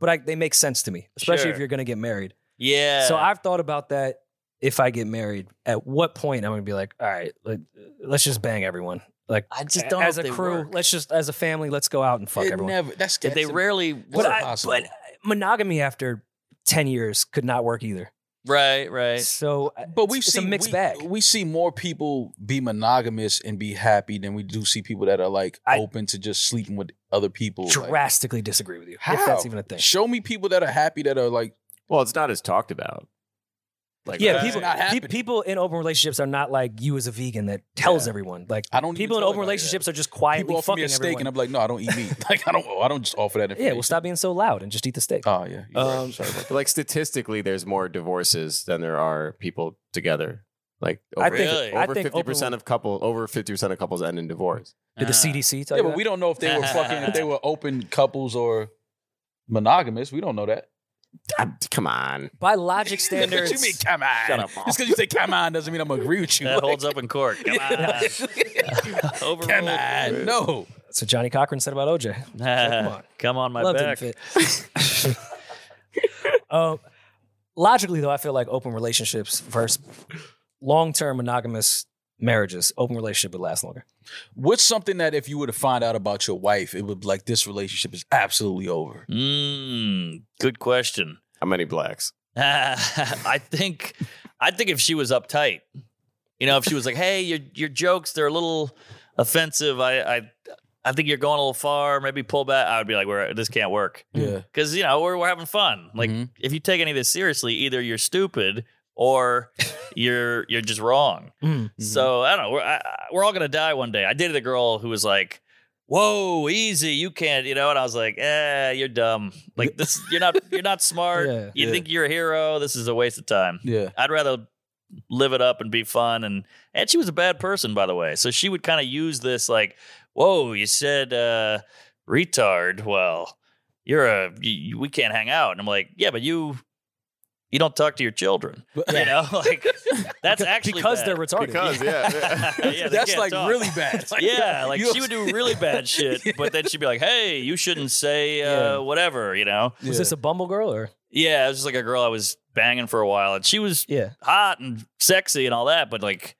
Speaker 2: but I, they make sense to me, especially if
Speaker 1: Sure.
Speaker 2: you're going to get married.
Speaker 1: yeah.
Speaker 2: So I've thought about that. If I get married, at what point I'm going to be like, all right, let, let's just bang everyone. Like
Speaker 1: I
Speaker 2: as
Speaker 1: know if
Speaker 2: a
Speaker 1: they
Speaker 2: crew,
Speaker 1: work.
Speaker 2: let's just as a family, let's go out and fuck
Speaker 3: It
Speaker 2: everyone.
Speaker 3: never that's
Speaker 1: If they
Speaker 3: that's-
Speaker 1: rarely
Speaker 2: but
Speaker 1: work.
Speaker 3: It's
Speaker 2: I,
Speaker 3: impossible.
Speaker 2: but monogamy after ten years could not work either.
Speaker 1: right, right.
Speaker 2: So,
Speaker 3: But we
Speaker 2: it's,
Speaker 3: see
Speaker 2: it's a mixed
Speaker 3: we,
Speaker 2: bag.
Speaker 3: We see more people be monogamous and be happy than we do see people that are like
Speaker 2: I-
Speaker 3: open to just sleeping with other people. like-
Speaker 2: Drastically disagree with you. If
Speaker 3: How?
Speaker 2: that's even a thing.
Speaker 3: Show me people that are happy that are like
Speaker 4: Well, it's not as talked about. Like,
Speaker 2: yeah,
Speaker 1: Right.
Speaker 2: people,
Speaker 3: Not
Speaker 2: pe-
Speaker 3: happening.
Speaker 2: people in open relationships are not like you as a vegan that tells everyone. Like
Speaker 3: I don't.
Speaker 2: people in
Speaker 3: even talk
Speaker 2: open
Speaker 3: about
Speaker 2: relationships
Speaker 3: that.
Speaker 2: are just quietly
Speaker 3: people offer me
Speaker 2: fucking
Speaker 3: a steak
Speaker 2: everyone.
Speaker 3: and I'm like, no, I don't eat meat. like I don't. oh, I don't just offer that.
Speaker 2: yeah, well,
Speaker 3: information.
Speaker 2: stop being so loud and just eat the steak.
Speaker 3: Oh yeah. you're right.
Speaker 2: Um,
Speaker 3: Sorry about that.
Speaker 4: like statistically, there's more divorces than there are people together. Like over,
Speaker 2: I
Speaker 1: think- Really?
Speaker 2: I
Speaker 4: over
Speaker 2: think
Speaker 4: fifty percent
Speaker 2: open-
Speaker 4: of couple over fifty percent of couples end in divorce.
Speaker 2: Did
Speaker 1: Ah.
Speaker 2: the CDC tell
Speaker 3: Yeah,
Speaker 2: you
Speaker 3: but we don't know if they were fucking if they were open couples or monogamous. We don't know that.
Speaker 4: Ah, Come on,
Speaker 2: that? By logic
Speaker 3: What
Speaker 2: standards,
Speaker 3: you mean, come on?
Speaker 4: Shut up, Mom.
Speaker 3: Just because you say come on doesn't mean I'm gonna agree with you.
Speaker 1: Ah. That holds up in court. Come on. Overruled.
Speaker 3: Come on, no.
Speaker 2: that's what Johnny Cochran said about OJ.
Speaker 1: Come on,
Speaker 2: on.
Speaker 1: my
Speaker 2: Love
Speaker 1: back.
Speaker 2: didn't fit. um, logically, though, I feel like open relationships versus long-term monogamous marriages, open relationship would last longer.
Speaker 3: What's something that if you were to find out about your wife, it would be like this relationship is absolutely over.
Speaker 1: Mm, good question.
Speaker 4: how many blacks?
Speaker 1: I think, I think if she was uptight, you know, if she was like, "Hey, your your jokes they're a little offensive. I I, I think you're going a little far. Maybe pull back." I would be like, "We're this can't work,"
Speaker 3: Yeah.
Speaker 1: because you know we're we're having fun. Like
Speaker 3: Mhm.
Speaker 1: if you take any of this seriously, either you're stupid or you're you're just wrong.
Speaker 2: Mm.
Speaker 1: So I don't know. We're, I, I- we're all gonna die one day. I dated a girl who was like, "Whoa, easy, you can't," you know. And I was like, "Eh, you're dumb. Like this, you're not you're not smart.
Speaker 2: Yeah,
Speaker 1: you
Speaker 3: yeah.
Speaker 1: think you're a hero. This is a waste of time.
Speaker 3: Yeah.
Speaker 1: I'd rather live it up and be fun." And and she was a bad person, by the way. So she would kind of use this like, "Whoa, you said uh, retard. Well, you're a you, you- we can't hang out." And I'm like, "Yeah, but you." You don't talk to your children, you know. Like that's actually
Speaker 2: because
Speaker 1: bad.
Speaker 2: they're retarded.
Speaker 4: Because yeah,
Speaker 1: Yeah, they
Speaker 3: That's
Speaker 1: can't
Speaker 3: like
Speaker 1: talk.
Speaker 3: really bad.
Speaker 1: yeah, like
Speaker 3: You
Speaker 1: she would do really bad shit, but then she'd be like, "Hey, you shouldn't say uh,
Speaker 2: Yeah.
Speaker 1: whatever," you know?
Speaker 2: Was this a Bumble girl or?
Speaker 1: Yeah, it was just like a girl I was banging for a while, and she was
Speaker 2: Yeah.
Speaker 1: hot and sexy and all that, but like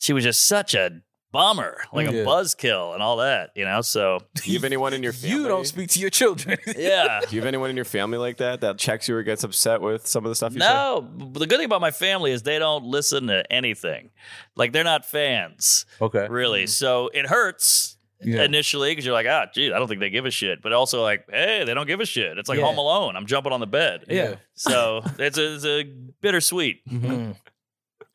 Speaker 1: she was just such a bummer, like
Speaker 3: Yeah.
Speaker 1: a buzzkill and all that, you know? So
Speaker 4: Do you have anyone in your family?
Speaker 3: you don't speak to your children.
Speaker 1: yeah.
Speaker 4: Do you have anyone in your family like that that checks you or gets upset with some of the stuff you say?
Speaker 1: No, but the good thing about my family is they don't listen to anything. Like they're not fans,
Speaker 3: okay.
Speaker 1: really. So it hurts
Speaker 3: Yeah.
Speaker 1: initially because you're like, ah, gee, I don't think they give a shit. But also like, hey, they don't give a shit. It's like
Speaker 2: Yeah.
Speaker 1: Home Alone. I'm jumping on the bed.
Speaker 2: Yeah.
Speaker 1: So it's a, it's a bittersweet.
Speaker 2: Mm.
Speaker 4: Mm-hmm.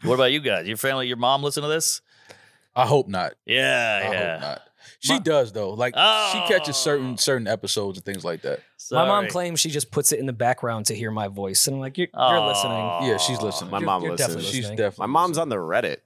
Speaker 1: What about you guys? Your family, your mom listen to this?
Speaker 3: I hope not.
Speaker 1: Yeah,
Speaker 3: I
Speaker 1: yeah.
Speaker 3: hope not. She does though. Like she catches
Speaker 1: Oh.
Speaker 3: certain certain episodes and things like that.
Speaker 2: My mom
Speaker 1: Sorry.
Speaker 2: claims she just puts it in the background to hear my voice, and I'm like, you're, you're
Speaker 1: Aw.
Speaker 2: listening.
Speaker 3: Yeah, she's listening.
Speaker 4: My
Speaker 2: You're-
Speaker 4: mom
Speaker 2: you're
Speaker 4: listens.
Speaker 2: definitely
Speaker 4: She's-
Speaker 3: She's
Speaker 2: listening.
Speaker 3: definitely.
Speaker 4: my mom's on the Reddit.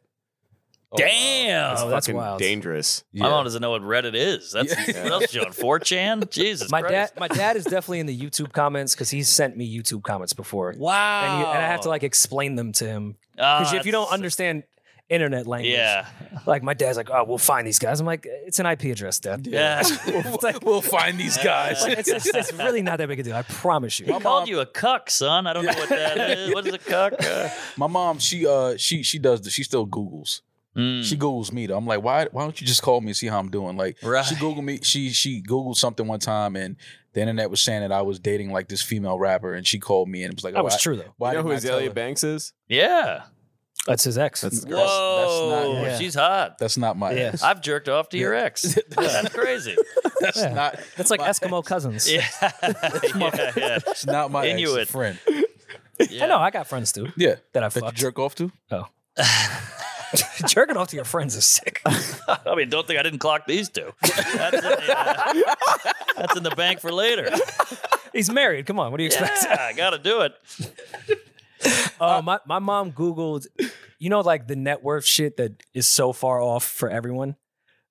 Speaker 3: Oh,
Speaker 1: Damn.
Speaker 4: It's
Speaker 2: Oh, that's
Speaker 4: fucking
Speaker 2: wild.
Speaker 4: dangerous.
Speaker 3: yeah.
Speaker 1: My mom doesn't know what Reddit is. That's
Speaker 3: Yeah.
Speaker 1: what else, John? 4chan? Jesus
Speaker 2: My
Speaker 1: Christ.
Speaker 2: dad, my dad is definitely in the YouTube comments because he's sent me YouTube comments before,
Speaker 1: Wow. Uh,
Speaker 2: and, he, and I have
Speaker 1: Oh.
Speaker 2: to like explain them to him because if you don't understand internet language,
Speaker 1: Yeah.
Speaker 2: like my dad's like, oh, we'll find these guys. I'm like, it's an IP address, dad.
Speaker 1: Yeah.
Speaker 3: We'll- we'll find these guys.
Speaker 2: Like, it's, it's, it's really not that big a deal. I promise
Speaker 1: He
Speaker 2: you.
Speaker 3: My
Speaker 1: called
Speaker 3: mom-
Speaker 1: you a cuck, son. I don't know what that is. What is a cuck? Uh,
Speaker 3: My mom, she uh she she does this. She still Googles.
Speaker 1: mm.
Speaker 3: She Googles me though. I'm like, why why don't you just call me and see how I'm doing? Like
Speaker 1: Right.
Speaker 3: she Googled me, she she Googled something one time and the internet was saying that I was dating like this female rapper and she called me and was like,
Speaker 2: That
Speaker 3: oh,
Speaker 2: was
Speaker 3: I-
Speaker 2: true though.
Speaker 3: Why
Speaker 4: you know
Speaker 3: didn't
Speaker 4: who
Speaker 3: I tell
Speaker 4: Azalea
Speaker 3: her?
Speaker 4: Banks is?
Speaker 1: Yeah.
Speaker 2: That's his ex.
Speaker 4: That's the girl.
Speaker 1: Whoa.
Speaker 3: that's not-
Speaker 2: yeah.
Speaker 1: She's hot.
Speaker 3: That's not my
Speaker 2: Yeah.
Speaker 3: ex.
Speaker 1: I've jerked off to your ex. That's crazy.
Speaker 3: That's
Speaker 2: Yeah.
Speaker 3: not
Speaker 2: That's like
Speaker 3: my-
Speaker 2: Eskimo cousins.
Speaker 1: Yeah. yeah, yeah.
Speaker 3: It's not my ex, it's a
Speaker 1: Inuit.
Speaker 3: friend.
Speaker 1: yeah.
Speaker 2: I know. I got friends too
Speaker 3: Yeah.
Speaker 2: that I
Speaker 3: That you
Speaker 2: fucked.
Speaker 3: jerk off to?
Speaker 2: Jerking off to your friends is sick.
Speaker 1: I mean, don't think I didn't clock these two. That's in the, uh, that's in the bank for later.
Speaker 2: He's married. Come on. What do you expect?
Speaker 1: Yeah, I got to do it.
Speaker 2: Uh, my, my mom Googled, you know, like the net worth shit that is so far off for everyone.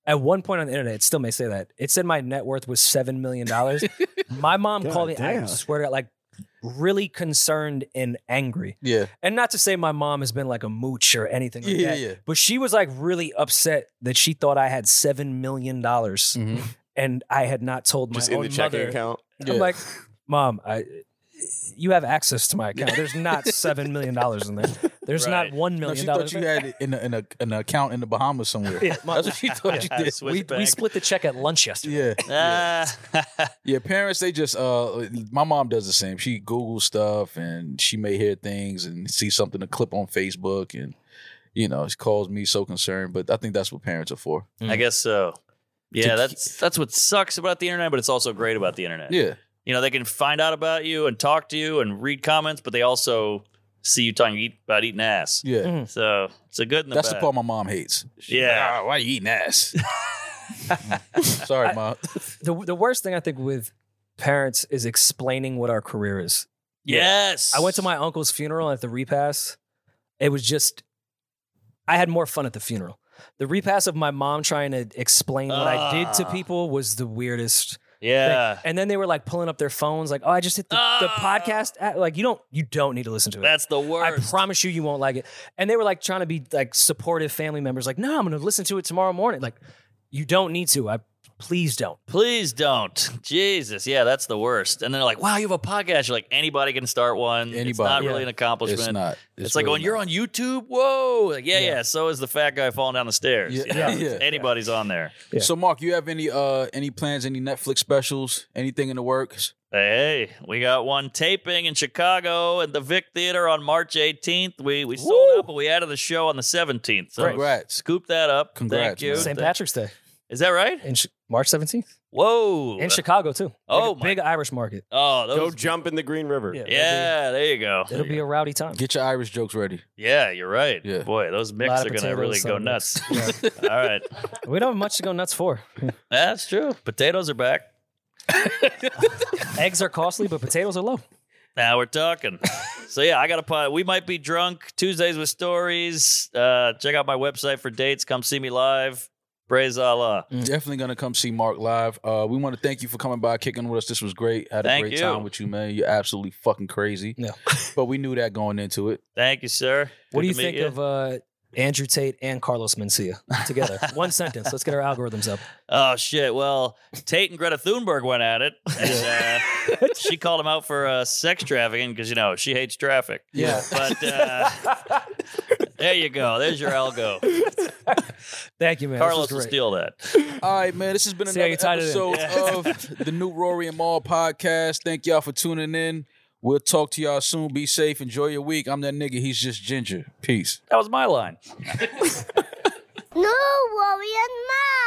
Speaker 2: At one point on the internet, it still may say that. It said my net worth was $7 million. my mom
Speaker 7: God
Speaker 2: called me, I
Speaker 7: damn.
Speaker 2: swear to God, like really concerned and angry.
Speaker 3: Yeah.
Speaker 2: And not to say my mom has been like a mooch or anything like
Speaker 3: Yeah,
Speaker 2: that,
Speaker 3: yeah.
Speaker 2: but she was like really upset that she thought I had $7 million
Speaker 3: Mm.
Speaker 2: Mm-hmm. and I had not told my
Speaker 4: Just in
Speaker 2: own
Speaker 4: the checking
Speaker 2: mother.
Speaker 4: account.
Speaker 3: Yeah.
Speaker 2: I'm like, Mom, I, you have access to my account. There's not seven million dollars in there. There's
Speaker 1: Right.
Speaker 2: not one
Speaker 3: No, she
Speaker 2: million
Speaker 3: thought
Speaker 2: dollars.
Speaker 3: you had it in, a, in a, an account in the Bahamas somewhere.
Speaker 2: Yeah.
Speaker 3: That's what she thought you did.
Speaker 1: Switch
Speaker 2: we, we
Speaker 1: back.
Speaker 2: split the check at lunch yesterday.
Speaker 3: Yeah.
Speaker 1: Ah.
Speaker 3: Yeah, parents, they just uh my mom does the same. She Googles stuff and she may hear things and see something to clip on Facebook and you know, she calls me so concerned, but I think that's what parents are for.
Speaker 1: I guess so.
Speaker 3: To
Speaker 1: Yeah,
Speaker 3: ke-
Speaker 1: that's that's what sucks about the internet, but it's also great about the internet.
Speaker 3: Yeah.
Speaker 1: You know, they can find out about you and talk to you and read comments, but they also see you talking eat, about eating ass.
Speaker 3: Yeah.
Speaker 2: Mhm.
Speaker 1: So it's a good and a
Speaker 3: That's the
Speaker 1: bad.
Speaker 3: part my mom hates. She's like,
Speaker 1: Yeah.
Speaker 3: "Ah, why you eating ass? Mm-hmm. Sorry, mom.
Speaker 2: The the worst thing I think with parents is explaining what our career is.
Speaker 1: Yes.
Speaker 2: I went to my uncle's funeral at the repass. It was just, I had more fun at the funeral. The repass of my mom trying to explain what I did to
Speaker 1: Ah.
Speaker 2: people was the weirdest. thing.
Speaker 1: Yeah.
Speaker 2: And then they were like pulling up their phones, like, "Oh, I just hit the, the
Speaker 1: Ah.
Speaker 2: podcast." app." Like, you don't you don't need to listen to it.
Speaker 1: That's the
Speaker 2: I
Speaker 1: worst.
Speaker 2: promise you, you won't like it. And they were like trying to be like supportive family members, like, "No, I'm going to listen to it tomorrow morning." Like, you don't need to. I please don't.
Speaker 1: Please don't. Jesus. Yeah, that's the worst. And they're like, wow, you have a podcast. You're like, anybody can start one. It's
Speaker 3: Anybody.
Speaker 1: not really
Speaker 2: Yeah.
Speaker 1: an accomplishment.
Speaker 3: It's not.
Speaker 1: It's, like
Speaker 3: really
Speaker 1: when you're
Speaker 3: not.
Speaker 1: on YouTube, whoa. Like, yeah, yeah,
Speaker 2: Yeah.
Speaker 1: So is the fat guy falling down the stairs.
Speaker 3: Yeah.
Speaker 1: you know?
Speaker 3: Yeah.
Speaker 1: Anybody's on there.
Speaker 2: Yeah.
Speaker 3: So Mark, you have any uh any plans, any Netflix specials, anything in the works?
Speaker 1: Hey, we got one taping in Chicago at the Vic Theater on March 18th. We we sold out, but we added the show on the 17th. So
Speaker 3: Congrats.
Speaker 1: scoop that up.
Speaker 3: Congrats,
Speaker 1: Thank you.
Speaker 3: man.
Speaker 2: St.
Speaker 1: Thank-
Speaker 2: Patrick's Day
Speaker 1: Is that right?
Speaker 2: in Ch- March 17th.
Speaker 1: Whoa.
Speaker 2: in Chicago too.
Speaker 1: Oh,
Speaker 2: big,
Speaker 1: my-
Speaker 2: big Irish market.
Speaker 1: oh, those,
Speaker 4: Go jump in the Green River.
Speaker 2: Yeah.
Speaker 1: Yeah, there you go.
Speaker 2: It'll be a rowdy time.
Speaker 3: Get your Irish jokes ready.
Speaker 1: Yeah, you're right.
Speaker 3: Yeah.
Speaker 1: Boy, those mix
Speaker 2: Lot
Speaker 1: are
Speaker 2: of
Speaker 1: going to
Speaker 2: potatoes,
Speaker 1: really go
Speaker 2: some
Speaker 1: nuts.
Speaker 2: mix. Yeah.
Speaker 1: All right.
Speaker 2: we don't have much to go nuts for.
Speaker 1: That's true. Potatoes are back.
Speaker 2: Eggs are costly, but potatoes are low.
Speaker 1: Now we're talking. so yeah, I got a pod. We might be drunk Tuesdays with stories. Uh, check out my website for dates. Come see me live. Praise Allah.
Speaker 3: Definitely gonna come see Mark live. Uh, we want to thank you for coming by, kicking with us. This was great. Had a
Speaker 1: Thank
Speaker 3: great
Speaker 1: you.
Speaker 3: time with you, man. You're absolutely fucking crazy.
Speaker 2: Yeah.
Speaker 3: but we knew that going into it.
Speaker 1: Thank you, sir. Good
Speaker 2: What do you
Speaker 1: to meet
Speaker 2: think of uh, Andrew Tate and Carlos Mencia together? One sentence. Let's get our algorithms up.
Speaker 1: Oh shit! Well, Tate and Greta Thunberg went at it. And, uh, she called him out for uh, sex trafficking because you know she hates traffic.
Speaker 3: Yeah.
Speaker 1: But uh, there you go. There's your algo.
Speaker 2: Thank you, man. This was
Speaker 1: Carlos will
Speaker 2: great.
Speaker 1: steal that.
Speaker 3: All right, man. This has been
Speaker 2: See how
Speaker 3: another
Speaker 2: you tied it in.
Speaker 3: episode of the new Rory and Maul podcast. Thank y'all for tuning in. We'll talk to y'all soon. Be safe. Enjoy your week. I'm that nigga. He's just ginger. Peace.
Speaker 1: That was my line.
Speaker 5: No worry and ma.